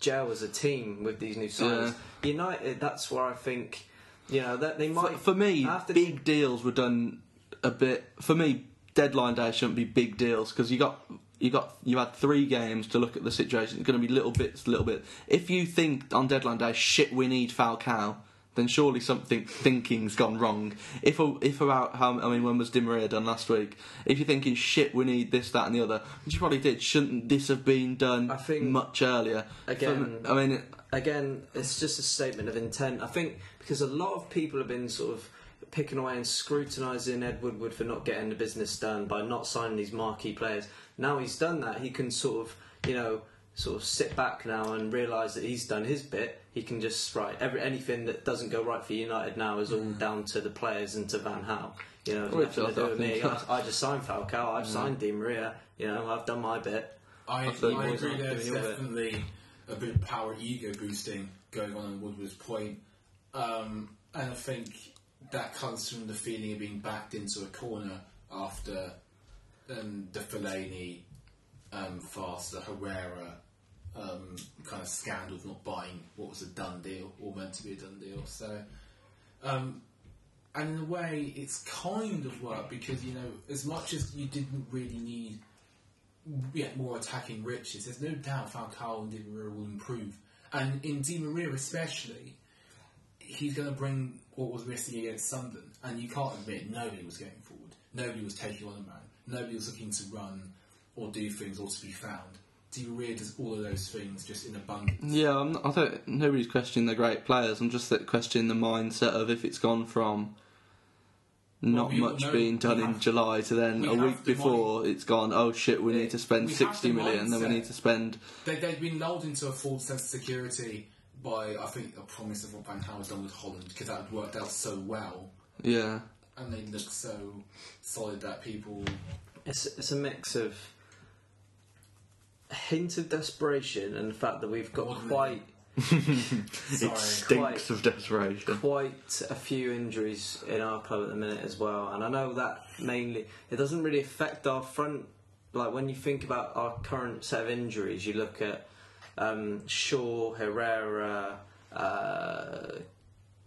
Speaker 3: gel as a team with these new signings. United, that's where I think you know that they
Speaker 1: For,
Speaker 3: might.
Speaker 1: for me,
Speaker 3: after
Speaker 1: big deals were done a bit. For me, deadline day shouldn't be big deals because you got you got you had three games to look at the situation. It's going to be little bits, little bit. If you think on deadline day, shit, we need Falcao. Then surely something thinking's gone wrong. If a- if about how I mean when was Di Maria done last week? If you're thinking shit, we need this, that, and the other, which you probably did, shouldn't this have been done
Speaker 3: I think-
Speaker 1: much earlier? For
Speaker 3: Again- um,
Speaker 1: me- I mean, it-
Speaker 3: again, it's just a statement of intent. I think because a lot of people have been sort of picking away and scrutinising Ed Woodward for not getting the business done by not signing these marquee players. Now he's done that, he can sort of, you know, sort of sit back now and realise that he's done his bit. He can just right every anything that doesn't go right for United now is all down to the players and to Van Hal. You know,
Speaker 1: Well, it
Speaker 3: nothing to
Speaker 1: does,
Speaker 3: do
Speaker 1: I
Speaker 3: with me.
Speaker 1: think.
Speaker 3: I, I just signed Falcao. I've signed Di Maria. You know, I've done my bit.
Speaker 2: I, I
Speaker 1: thought you
Speaker 3: boys
Speaker 2: agree
Speaker 3: aren't
Speaker 2: there's
Speaker 3: doing all that.
Speaker 2: definitely a bit of power ego boosting going on in Woodward's point. Um, and I think that comes from the feeling of being backed into a corner after um, the Fellaini, um, Faster, Herrera um, kind of scandal of not buying what was a done deal or meant to be a done deal. So, um, and in a way, it's kind of worked because, you know, as much as you didn't really need yeah, more attacking riches. There's no doubt Falcao and Di Maria will improve, and in Di Maria especially, he's going to bring what was missing against Sunderland. And you can't admit nobody was going forward, nobody was taking on a man, nobody was looking to run or do things or to be found. Di Maria does all of those things just in abundance.
Speaker 1: Yeah, I'm not, I don't. Nobody's questioning the great players. I'm just questioning the mindset of if it's gone from not
Speaker 2: Well, we all
Speaker 1: much
Speaker 2: know
Speaker 1: being done
Speaker 2: we
Speaker 1: in
Speaker 2: have-
Speaker 1: July to then
Speaker 2: we
Speaker 1: a
Speaker 2: have
Speaker 1: week
Speaker 2: the
Speaker 1: before it's gone. Oh shit, we need to spend
Speaker 2: we have
Speaker 1: sixty
Speaker 2: the
Speaker 1: million, then we
Speaker 2: mindset.
Speaker 1: need to spend.
Speaker 2: They, they've been lulled into a false sense of security by, I think, a promise of what Van Gaal had done with Holland because that had worked out so well.
Speaker 1: Yeah,
Speaker 2: And they look so solid that people
Speaker 3: It's it's a mix of a hint of desperation and the fact that we've got
Speaker 2: Ordinary.
Speaker 3: quite
Speaker 2: Sorry.
Speaker 1: stinks of desperation.
Speaker 3: quite a few injuries in our club at the minute as well. And I know that mainly it doesn't really affect our front. Like when you think about our current set of injuries, you look at um, Shaw, Herrera, uh,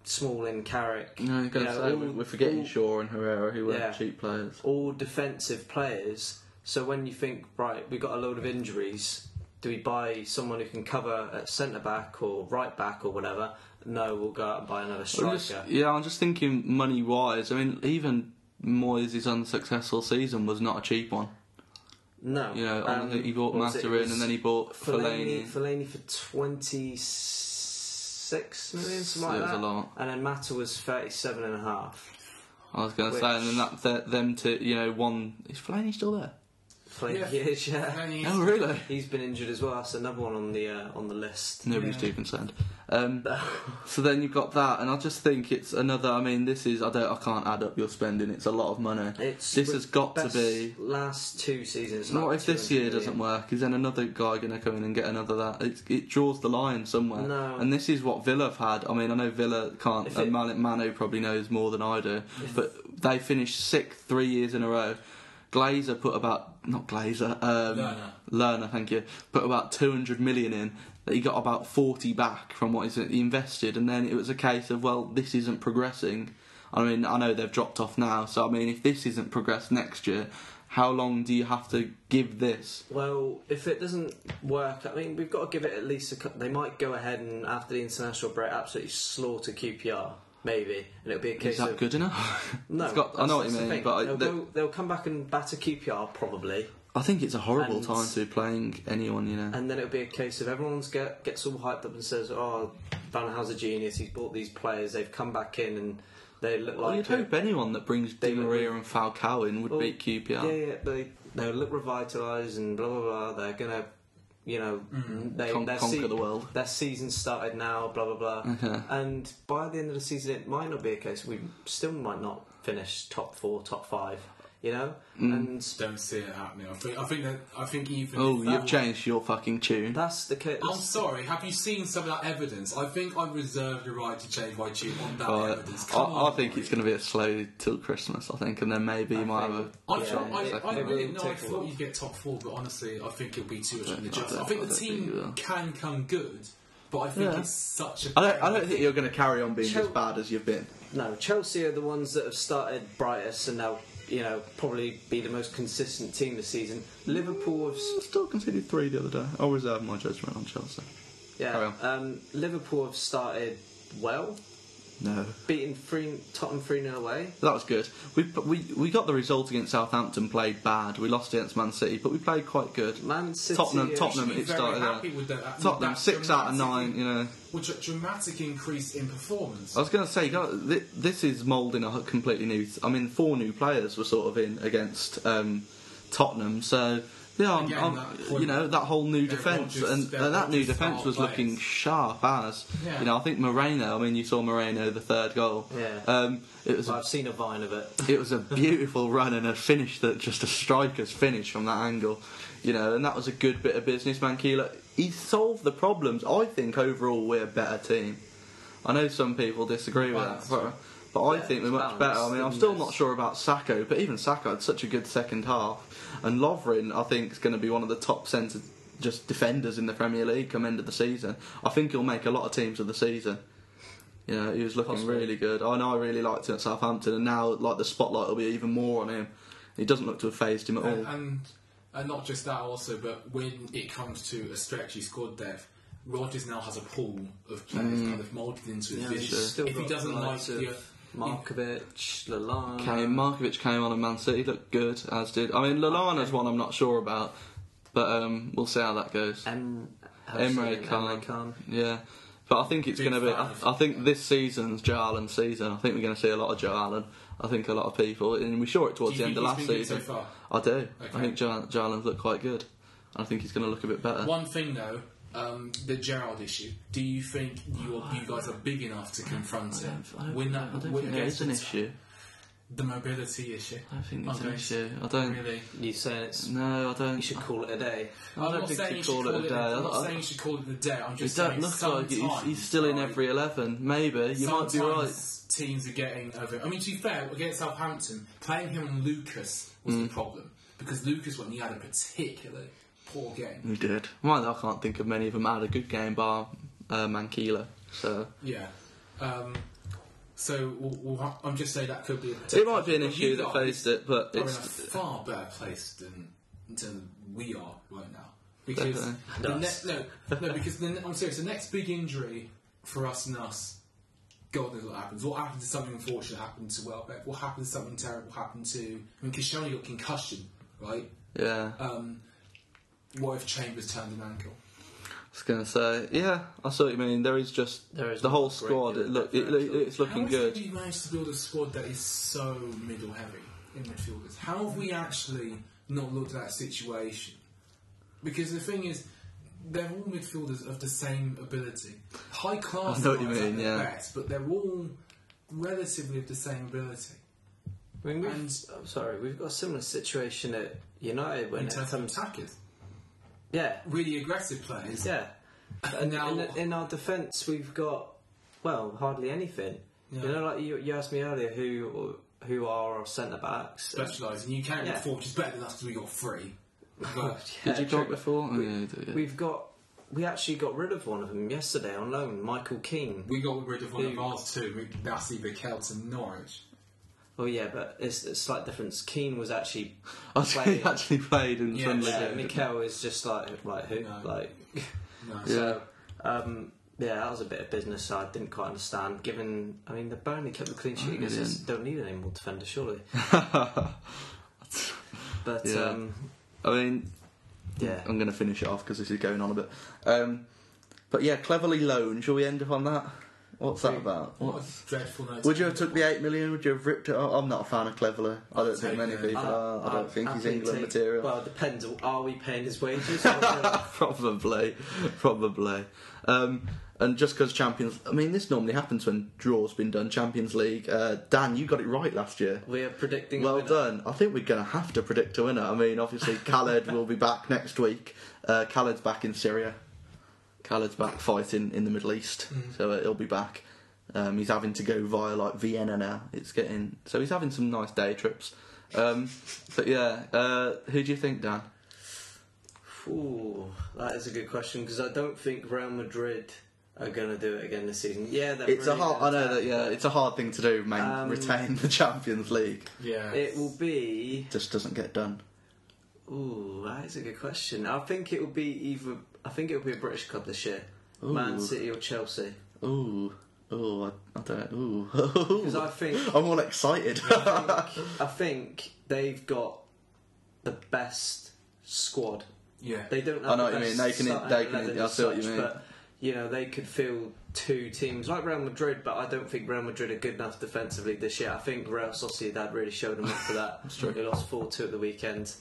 Speaker 3: Smalling, Carrick.
Speaker 1: No, I'm gonna
Speaker 3: you know,
Speaker 1: say, we-
Speaker 3: all-
Speaker 1: we're forgetting
Speaker 3: all-
Speaker 1: Shaw and Herrera, who were
Speaker 3: Yeah.
Speaker 1: cheap players.
Speaker 3: all defensive players. So when you think, right, we've got a load of injuries, do we buy someone who can cover at centre back or right back or whatever? No, we'll go out and buy another
Speaker 1: I'm
Speaker 3: striker.
Speaker 1: just- yeah, I'm just thinking money wise. I mean, even Moyes' unsuccessful season was not a cheap one.
Speaker 3: no,
Speaker 1: You know,
Speaker 3: um,
Speaker 1: I think he bought
Speaker 3: what was it? It
Speaker 1: Master in,
Speaker 3: was
Speaker 1: and then he bought
Speaker 3: Fellaini,
Speaker 1: Fellaini.
Speaker 3: Fellaini for twenty six million, something like
Speaker 1: It was
Speaker 3: that.
Speaker 1: a lot.
Speaker 3: And then Mata was thirty seven and a half.
Speaker 1: I was going to
Speaker 3: Which-
Speaker 1: say, and then that, that them to you know one is Fellaini still there?
Speaker 3: Fellaini,
Speaker 2: Yeah.
Speaker 3: is, yeah.
Speaker 2: Fellaini-
Speaker 1: Oh really?
Speaker 3: He's been injured as well. That's another one on the uh, on the list.
Speaker 1: Nobody's too concerned. Um, so then you've got that, and I just think it's another. I mean, this is I don't I can't add up your spending. It's a lot of money.
Speaker 3: It's
Speaker 1: this
Speaker 3: with
Speaker 1: has got to
Speaker 3: best
Speaker 1: be.
Speaker 3: last two seasons. about
Speaker 1: What if this
Speaker 3: 200
Speaker 1: year
Speaker 3: million.
Speaker 1: doesn't work? Is then another guy going to come in and get another that? It, it draws the line somewhere.
Speaker 3: No.
Speaker 1: And this is what Villa have had. I mean, I know Villa can't.
Speaker 3: If
Speaker 1: and
Speaker 3: it-
Speaker 1: Manu, Manu probably knows more than I do. But they finished sixth three years in a row. Glazer put about not Glazer. Um,
Speaker 2: Lerner.
Speaker 1: Lerner, thank you. Put about two hundred million in. That he got about forty back from what he's- he invested, and then it was a case of well, this isn't progressing. I mean, I know they've dropped off now, so I mean, if this isn't progressed next year, How long do you have to give this?
Speaker 3: Well, if it doesn't work, I mean, we've got to give it at least a. cou- They might go ahead and after the international break, absolutely slaughter QPR, maybe, and it'll be a case
Speaker 1: Is that
Speaker 3: of
Speaker 1: good enough?
Speaker 3: no.
Speaker 1: It's got- I know what you
Speaker 3: that's- that's the
Speaker 1: mean,
Speaker 3: thing.
Speaker 1: but I-
Speaker 3: they'll,
Speaker 1: they-
Speaker 3: go- they'll come back and batter QPR probably,
Speaker 1: I think it's a horrible
Speaker 3: And-
Speaker 1: time to be playing anyone, you know.
Speaker 3: and then it'll be a case of everyone's get gets all hyped up and says, "Oh, Van Hals a genius. He's bought these players. They've come back in and they look
Speaker 1: well,
Speaker 3: like."
Speaker 1: you'd hope anyone that brings Di
Speaker 3: They would-
Speaker 1: Maria and Falcao in would
Speaker 3: Well,
Speaker 1: beat QPR.
Speaker 3: Yeah, yeah, they they look revitalised and blah blah blah. They're gonna, you know, they
Speaker 1: Mm-hmm. Con-
Speaker 3: their
Speaker 1: conquer
Speaker 3: se-
Speaker 1: the world.
Speaker 3: Their season started now. Blah blah blah. And by the end of the season, it might not be a case. We still might not finish top four, top five. You know, and
Speaker 2: Don't see it happening. I think. I think that. I think even.
Speaker 1: Oh,
Speaker 2: if
Speaker 1: you've
Speaker 2: that-
Speaker 1: changed your fucking tune.
Speaker 3: that's the case.
Speaker 2: I'm sorry. Have you seen some of that evidence? I think I reserve the right to change my tune on that
Speaker 1: But
Speaker 2: evidence.
Speaker 1: Uh, I,
Speaker 2: Come
Speaker 1: I
Speaker 2: on,
Speaker 1: think it's going to be a slow till Christmas, I think, and then maybe you might have a.
Speaker 2: I,
Speaker 3: Yeah,
Speaker 2: thought- I,
Speaker 1: it-
Speaker 2: I,
Speaker 1: it
Speaker 2: really
Speaker 3: will
Speaker 2: no, I
Speaker 3: take a
Speaker 2: thought
Speaker 3: while.
Speaker 2: you'd get top four, but honestly, I think it'll be too much of an
Speaker 1: don't- I
Speaker 2: adjustment. I
Speaker 1: don't-
Speaker 2: think
Speaker 1: I
Speaker 2: the
Speaker 1: don't think you will.
Speaker 2: team can come good, but I think
Speaker 1: Yeah.
Speaker 2: it's such a.
Speaker 1: I don't, I don't think you're going to carry on being
Speaker 3: Chel-
Speaker 1: as bad as you've been.
Speaker 3: No, Chelsea are the ones that have started brightest and they'll, you know, probably be the most consistent team this season. Liverpool have s-
Speaker 1: Still conceded three the other day. I'll reserve my judgment on Chelsea. Carry
Speaker 3: yeah,
Speaker 1: on.
Speaker 3: um, Liverpool have started well,
Speaker 1: No,
Speaker 3: beating three, Tottenham 3 0 away.
Speaker 1: that was good. We we we got the result against Southampton. Played bad. We lost against Man City, but we played quite good.
Speaker 3: Man City.
Speaker 1: Tottenham,
Speaker 3: are-
Speaker 1: Tottenham.
Speaker 2: Should be
Speaker 1: it
Speaker 2: very
Speaker 1: started
Speaker 2: happy
Speaker 1: out.
Speaker 2: with that- with
Speaker 1: Tottenham
Speaker 2: that
Speaker 1: six out of
Speaker 2: dramatic-
Speaker 1: nine. You know,
Speaker 2: Which a dramatic increase in performance.
Speaker 1: I was going to say, God, thi- this is moulding a completely new. I mean, four new players were sort of in against um, Tottenham, so yeah, I'm,
Speaker 2: Again,
Speaker 1: I'm-
Speaker 2: that point-
Speaker 1: you know that whole new
Speaker 2: They're
Speaker 1: defence
Speaker 2: gorgeous-
Speaker 1: and,
Speaker 2: they're
Speaker 1: and that new
Speaker 2: gorgeous
Speaker 1: defence
Speaker 2: style
Speaker 1: was
Speaker 2: players.
Speaker 1: looking sharp as.
Speaker 2: Yeah.
Speaker 1: You know, I think Moreno. I mean, you saw Moreno the third goal.
Speaker 3: Yeah.
Speaker 1: Um, it was a
Speaker 3: I've seen a vine of it.
Speaker 1: it was a beautiful run and a finish that just a striker's finish from that angle, you know, and that was a good bit of business. Mankila, he solved the problems. I think overall we're a better team. I know some people disagree with that,
Speaker 2: Balanced.
Speaker 1: but, but I
Speaker 3: Yeah,
Speaker 1: think we're
Speaker 3: it's
Speaker 1: much better. I mean, I'm
Speaker 3: balanced,
Speaker 1: still
Speaker 3: isn't it?
Speaker 1: not sure about Sacco, but even Sacco had such a good second half, and Lovren I think is going to be one of the top centre just defenders in the Premier League come end of the season. I think he'll make a lot of teams of the season. You know, he was looking
Speaker 3: Possibly.
Speaker 1: really good. I know I really liked him at Southampton, and now like the spotlight will be even more on him. He doesn't look to have phased him at all.
Speaker 2: and, and and not just that also, but when it comes to a stretchy squad depth, Rogers now has a pool of players
Speaker 1: Mm.
Speaker 2: kind of moulded into his
Speaker 3: Yeah,
Speaker 2: vision.
Speaker 3: he's still
Speaker 2: If he
Speaker 3: got
Speaker 2: doesn't
Speaker 3: the
Speaker 2: like
Speaker 3: likes of
Speaker 2: the
Speaker 3: Markovic, Lallana.
Speaker 1: Came Markovic came on, and Man City looked good, as did I mean Lallana's one I'm not sure about, but um, we'll see how that goes.
Speaker 3: Em-
Speaker 1: Emre
Speaker 3: Hossein,
Speaker 1: Khan.
Speaker 3: Emre Khan.
Speaker 1: Yeah, but I think it's
Speaker 2: Big
Speaker 1: going to be. I,
Speaker 2: fan of-
Speaker 1: I think this season's Jarlan season. I think we're going to see a lot of Jarlan. I think a lot of people, and we saw it towards
Speaker 2: Do
Speaker 1: the
Speaker 2: you
Speaker 1: end of
Speaker 2: think
Speaker 1: last
Speaker 2: he's been
Speaker 1: season.
Speaker 2: good so far?
Speaker 1: I do. I
Speaker 2: Okay.
Speaker 1: think Jar- Jarlan's looked quite good. I think he's going to look a bit better.
Speaker 2: One thing though, um, the Gerald issue. Do you think you are, you guys are big enough to confront
Speaker 1: I
Speaker 2: it?
Speaker 1: don't, I don't
Speaker 2: Win
Speaker 1: think-
Speaker 2: that.
Speaker 1: I don't
Speaker 2: win
Speaker 1: think there
Speaker 2: against
Speaker 1: is an
Speaker 2: the-
Speaker 1: issue.
Speaker 2: The mobility issue.
Speaker 1: I don't think there's an
Speaker 2: Okay.
Speaker 1: issue. I don't.
Speaker 2: Really.
Speaker 3: You saying it's.
Speaker 1: No, I don't.
Speaker 3: You should call it a day.
Speaker 1: I
Speaker 2: I'm
Speaker 1: don't
Speaker 2: not
Speaker 1: think
Speaker 2: saying
Speaker 1: you
Speaker 2: you
Speaker 1: call it a day.
Speaker 2: I'm
Speaker 1: I-
Speaker 2: not saying you should call it a day. I'm
Speaker 1: He
Speaker 2: just
Speaker 1: don't
Speaker 2: saying
Speaker 1: look like it. he's, he's still in
Speaker 2: sometimes-
Speaker 1: every eleven. Maybe you might be right.
Speaker 2: Sometimes Teams are getting over. I mean, to be fair, against Southampton, playing him and Lucas was
Speaker 1: Mm.
Speaker 2: the problem because Lucas, when he had a particularly poor game,
Speaker 1: We did. Mind, I can't think of many of them had a good game bar uh, Mankila. So
Speaker 2: yeah. Um, so we'll, we'll ha- I'm just saying that could be. A
Speaker 1: it
Speaker 2: potential-
Speaker 1: might be an
Speaker 2: but
Speaker 1: issue
Speaker 2: you
Speaker 1: that
Speaker 2: guys
Speaker 1: faced it, but
Speaker 2: Are in a
Speaker 1: it's
Speaker 2: far better place than than we are right now because the
Speaker 3: Us.
Speaker 2: ne- no, no, because the ne- I'm serious. The next big injury for us and us God knows what happens. What happened to something unfortunate happened to Welbeck? What happened to something terrible happened to. I mean, Kishoni got concussion, right?
Speaker 1: yeah.
Speaker 3: Uh,
Speaker 2: Um, what if Chambers turned an ankle?
Speaker 1: I was gonna say yeah. I see what you mean. There is just
Speaker 3: There is
Speaker 1: the whole
Speaker 3: not a great
Speaker 1: squad.
Speaker 3: deal
Speaker 1: It
Speaker 3: of
Speaker 1: look it, look-
Speaker 3: differential.
Speaker 1: it's looking
Speaker 2: How
Speaker 1: good.
Speaker 2: have we managed to build a squad that is so middle heavy in midfielders? How have we actually not looked at that situation? Because the thing is, they're all midfielders of the same ability. High class
Speaker 1: I know what you
Speaker 2: guys at
Speaker 1: mean,
Speaker 2: their
Speaker 1: yeah.
Speaker 2: best, but they're all relatively of the same ability.
Speaker 3: I mean, we've,
Speaker 2: And-
Speaker 3: I'm oh, sorry, we've got a similar situation at United when
Speaker 2: In
Speaker 3: it
Speaker 2: terms of
Speaker 3: comes.
Speaker 2: attackers.
Speaker 3: Yeah,
Speaker 2: Really aggressive players.
Speaker 3: Yeah. And
Speaker 2: Now-
Speaker 3: in, in our defence, we've got well hardly anything. You
Speaker 2: Yeah.
Speaker 3: know, like you, you asked me earlier, who who are our centre backs?
Speaker 2: Specialising. You can
Speaker 3: Yeah.
Speaker 2: get four, which is better than us because we got three. But
Speaker 1: Did you
Speaker 3: Yeah,
Speaker 1: talk before? Oh, yeah, you did, yeah.
Speaker 3: We've got we actually got rid of one of them yesterday on loan, Michael Keane.
Speaker 2: we got rid of one of
Speaker 3: Who-
Speaker 2: ours too. We- That's either Celts and Norwich.
Speaker 3: Oh yeah, but it's a slight difference. Keane was actually
Speaker 1: I see
Speaker 3: Played.
Speaker 1: he actually played in
Speaker 2: Yeah,
Speaker 1: Sunderland.
Speaker 3: yeah,
Speaker 1: didn't he?
Speaker 3: Mikel is just like like who
Speaker 2: No.
Speaker 3: like
Speaker 2: No,
Speaker 1: Yeah.
Speaker 3: so um, yeah, that was a bit of business I didn't quite understand. Given I mean the Burnley kept the clean sheet against us,
Speaker 1: Brilliant.
Speaker 3: don't need any more defenders surely. But
Speaker 1: Yeah. Mm.
Speaker 3: um,
Speaker 1: I mean,
Speaker 3: yeah,
Speaker 1: I'm going to finish it off because this is going on a bit. Um, but yeah, cleverly loan. Shall we end up on that? What's that about?
Speaker 2: What a
Speaker 1: What's...
Speaker 2: dreadful note.
Speaker 1: Would you have took the eight million? Would you have ripped it? Off? I'm not a fan of Cleverly. I don't think many
Speaker 2: I'd take it.
Speaker 1: people are. Uh, I don't
Speaker 3: I'd
Speaker 1: think he's
Speaker 3: happily
Speaker 1: England
Speaker 3: take-
Speaker 1: material.
Speaker 3: Well, it depends. Are we paying his wages? Or not?
Speaker 1: probably, probably. Um, and just because Champions, I mean, this normally happens when draws been done. Champions League. Uh, Dan, you got it right last year.
Speaker 3: we are predicting. a
Speaker 1: Well
Speaker 3: winner.
Speaker 1: done. I think we're going to have to predict a winner. I mean, obviously, Khaled will be back next week. Uh, Khaled's back in Syria. Khaled's back fighting in the Middle East,
Speaker 3: Mm-hmm.
Speaker 1: so uh, he'll be back. Um, he's having to go via like Vienna now. It's getting so he's having some nice day trips. Um, but yeah, uh, who do you think, Dan?
Speaker 3: Ooh, that is a good question because I don't think Real Madrid are going to do it again this season. Yeah, they're
Speaker 1: It's a
Speaker 3: brilliant.
Speaker 1: hard. I know that. Yeah, it's a hard thing to do. Man,
Speaker 3: Uh, Um,
Speaker 1: retain the Champions League
Speaker 2: Yeah.
Speaker 3: It will be.
Speaker 1: just doesn't get done.
Speaker 3: Ooh, that is a good question. I think it will be either. I think it will be a British club this year, Man
Speaker 1: Ooh.
Speaker 3: City or Chelsea.
Speaker 1: Ooh, ooh, I, I don't. Ooh,
Speaker 3: Because I think
Speaker 1: I'm all excited.
Speaker 3: I think they've got the best squad.
Speaker 2: yeah.
Speaker 3: They don't. Have
Speaker 1: I know
Speaker 3: the
Speaker 1: what you mean.
Speaker 3: best
Speaker 1: They can-
Speaker 3: starting
Speaker 1: they can-
Speaker 3: eleven
Speaker 1: I
Speaker 3: as
Speaker 1: see what you
Speaker 3: such,
Speaker 1: mean.
Speaker 3: But you know they could field two teams like Real Madrid, but I don't think Real Madrid are good enough defensively this year. I think Real Sociedad really showed them up for that. They lost four two at the weekend,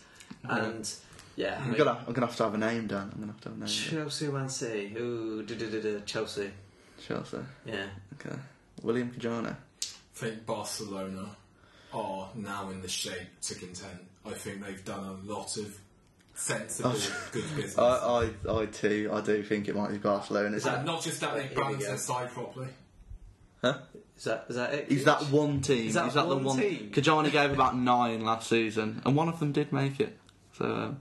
Speaker 3: and yeah, I
Speaker 1: I'm
Speaker 3: mean,
Speaker 1: gonna, I'm gonna have to have a name, Dan. I'm gonna have to have a name.
Speaker 3: Chelsea, Man City, ooh, duh, duh, duh, duh, Chelsea,
Speaker 1: Chelsea.
Speaker 3: yeah.
Speaker 1: Okay. William Cajana.
Speaker 2: think Barcelona are now in the shape to contend. I think they've done a lot of sensible, good business.
Speaker 1: Oh, I, I, I too, I do think it might be Barcelona. Is that,
Speaker 2: and not just that they've
Speaker 3: Here we
Speaker 2: balanced
Speaker 3: go.
Speaker 2: their side properly.
Speaker 3: Is that is that it?
Speaker 1: is that one team?
Speaker 3: Is that
Speaker 1: the
Speaker 3: one
Speaker 1: one?
Speaker 3: team?
Speaker 1: Cajana gave about nine last season, and one of them did make it. So, um,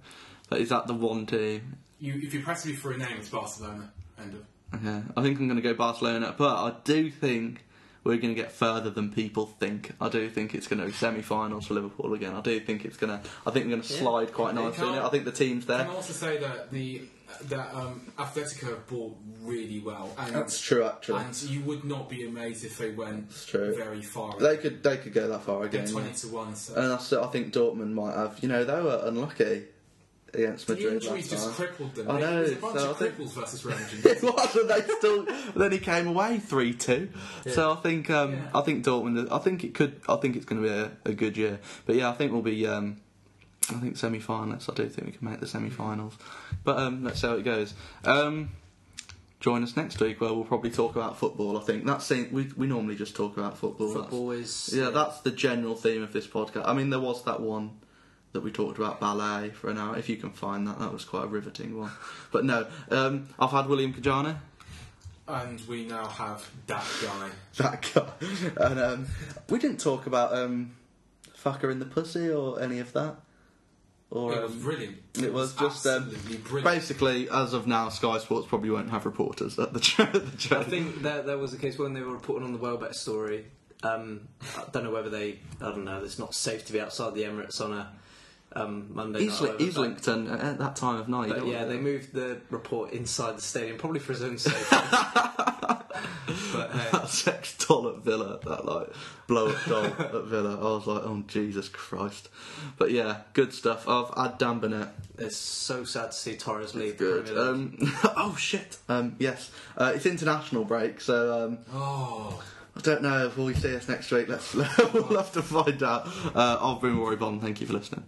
Speaker 1: but is that the one team?
Speaker 2: You, if you press me for a name, it's Barcelona. End of.
Speaker 1: Okay. I think I'm gonna go Barcelona, but I do think. We're going to get further than people think. I do think it's going to be semi-finals for Liverpool again. I do think it's going to. I think we're going to
Speaker 3: Yeah.
Speaker 1: slide quite
Speaker 2: They
Speaker 1: nicely. in it.
Speaker 2: can't-
Speaker 1: I think the team's there.
Speaker 2: Can I also say that the that um, Atletico have bought really well, and
Speaker 1: That's true, actually.
Speaker 2: and you would not be amazed if they went
Speaker 1: true.
Speaker 2: very far.
Speaker 1: They could, they could go that far
Speaker 2: They're
Speaker 1: again. yeah.
Speaker 2: twenty to one. So.
Speaker 1: And that's, I think Dortmund might have. You know, they were unlucky against
Speaker 2: the
Speaker 1: Madrid. last
Speaker 2: injuries just
Speaker 1: time.
Speaker 2: crippled them.
Speaker 1: I
Speaker 2: They-
Speaker 1: know,
Speaker 2: It was a bunch
Speaker 1: so
Speaker 2: of
Speaker 1: I think-
Speaker 2: cripples versus Real
Speaker 1: It
Speaker 2: Madrid.
Speaker 1: was, and they still. then he came away three two. So I think, um,
Speaker 2: Yeah.
Speaker 1: I think Dortmund. I think it could. I think it's going to be a, a good year. But yeah, I think we'll be. Um, I think semi-finalists. I do think we can make the semi-finals. But um, let's see how it goes. Um, join us next week where we'll probably talk about football. I think that's seem- we we normally just talk about football. That's-
Speaker 3: football is?
Speaker 1: yeah, that's the general theme of this podcast. I mean, there was that one that we talked about ballet for an hour. If you can find that, that was quite a riveting one. But no, um, I've had William Kajana,
Speaker 2: and we now have that guy.
Speaker 1: that guy, and um, we didn't talk about um, fucker in the pussy or any of that. Or
Speaker 2: It was
Speaker 1: um,
Speaker 2: brilliant.
Speaker 1: it was just um,
Speaker 2: absolutely brilliant.
Speaker 1: basically as of now, Sky Sports probably won't have reporters at the. Ch- at the ch-
Speaker 3: I think that there was a case when they were reporting on the Welbeck story. Um, I don't know whether they. I don't know. It's not safe to be outside the Emirates on a um, Monday
Speaker 1: East,
Speaker 3: night. or whatever, but-
Speaker 1: Easlington at- at that time of night.
Speaker 3: But
Speaker 1: don't
Speaker 3: yeah,
Speaker 1: we?
Speaker 3: they moved the report inside the stadium, probably for his own safety. but hey,
Speaker 1: that sex doll at Villa, that like blow up doll at Villa. I was like, oh Jesus Christ! But yeah, good stuff. I've had Dan Burnett.
Speaker 3: it's so sad to see Torres leave. the
Speaker 1: Good.
Speaker 3: Premier League.
Speaker 1: Um, oh shit. Um, yes, uh, it's international break, so um,
Speaker 2: Oh,
Speaker 1: I don't know if we'll see us next week. Let's we'll have to find out. Uh, I've been Rory Bond. Thank you for listening.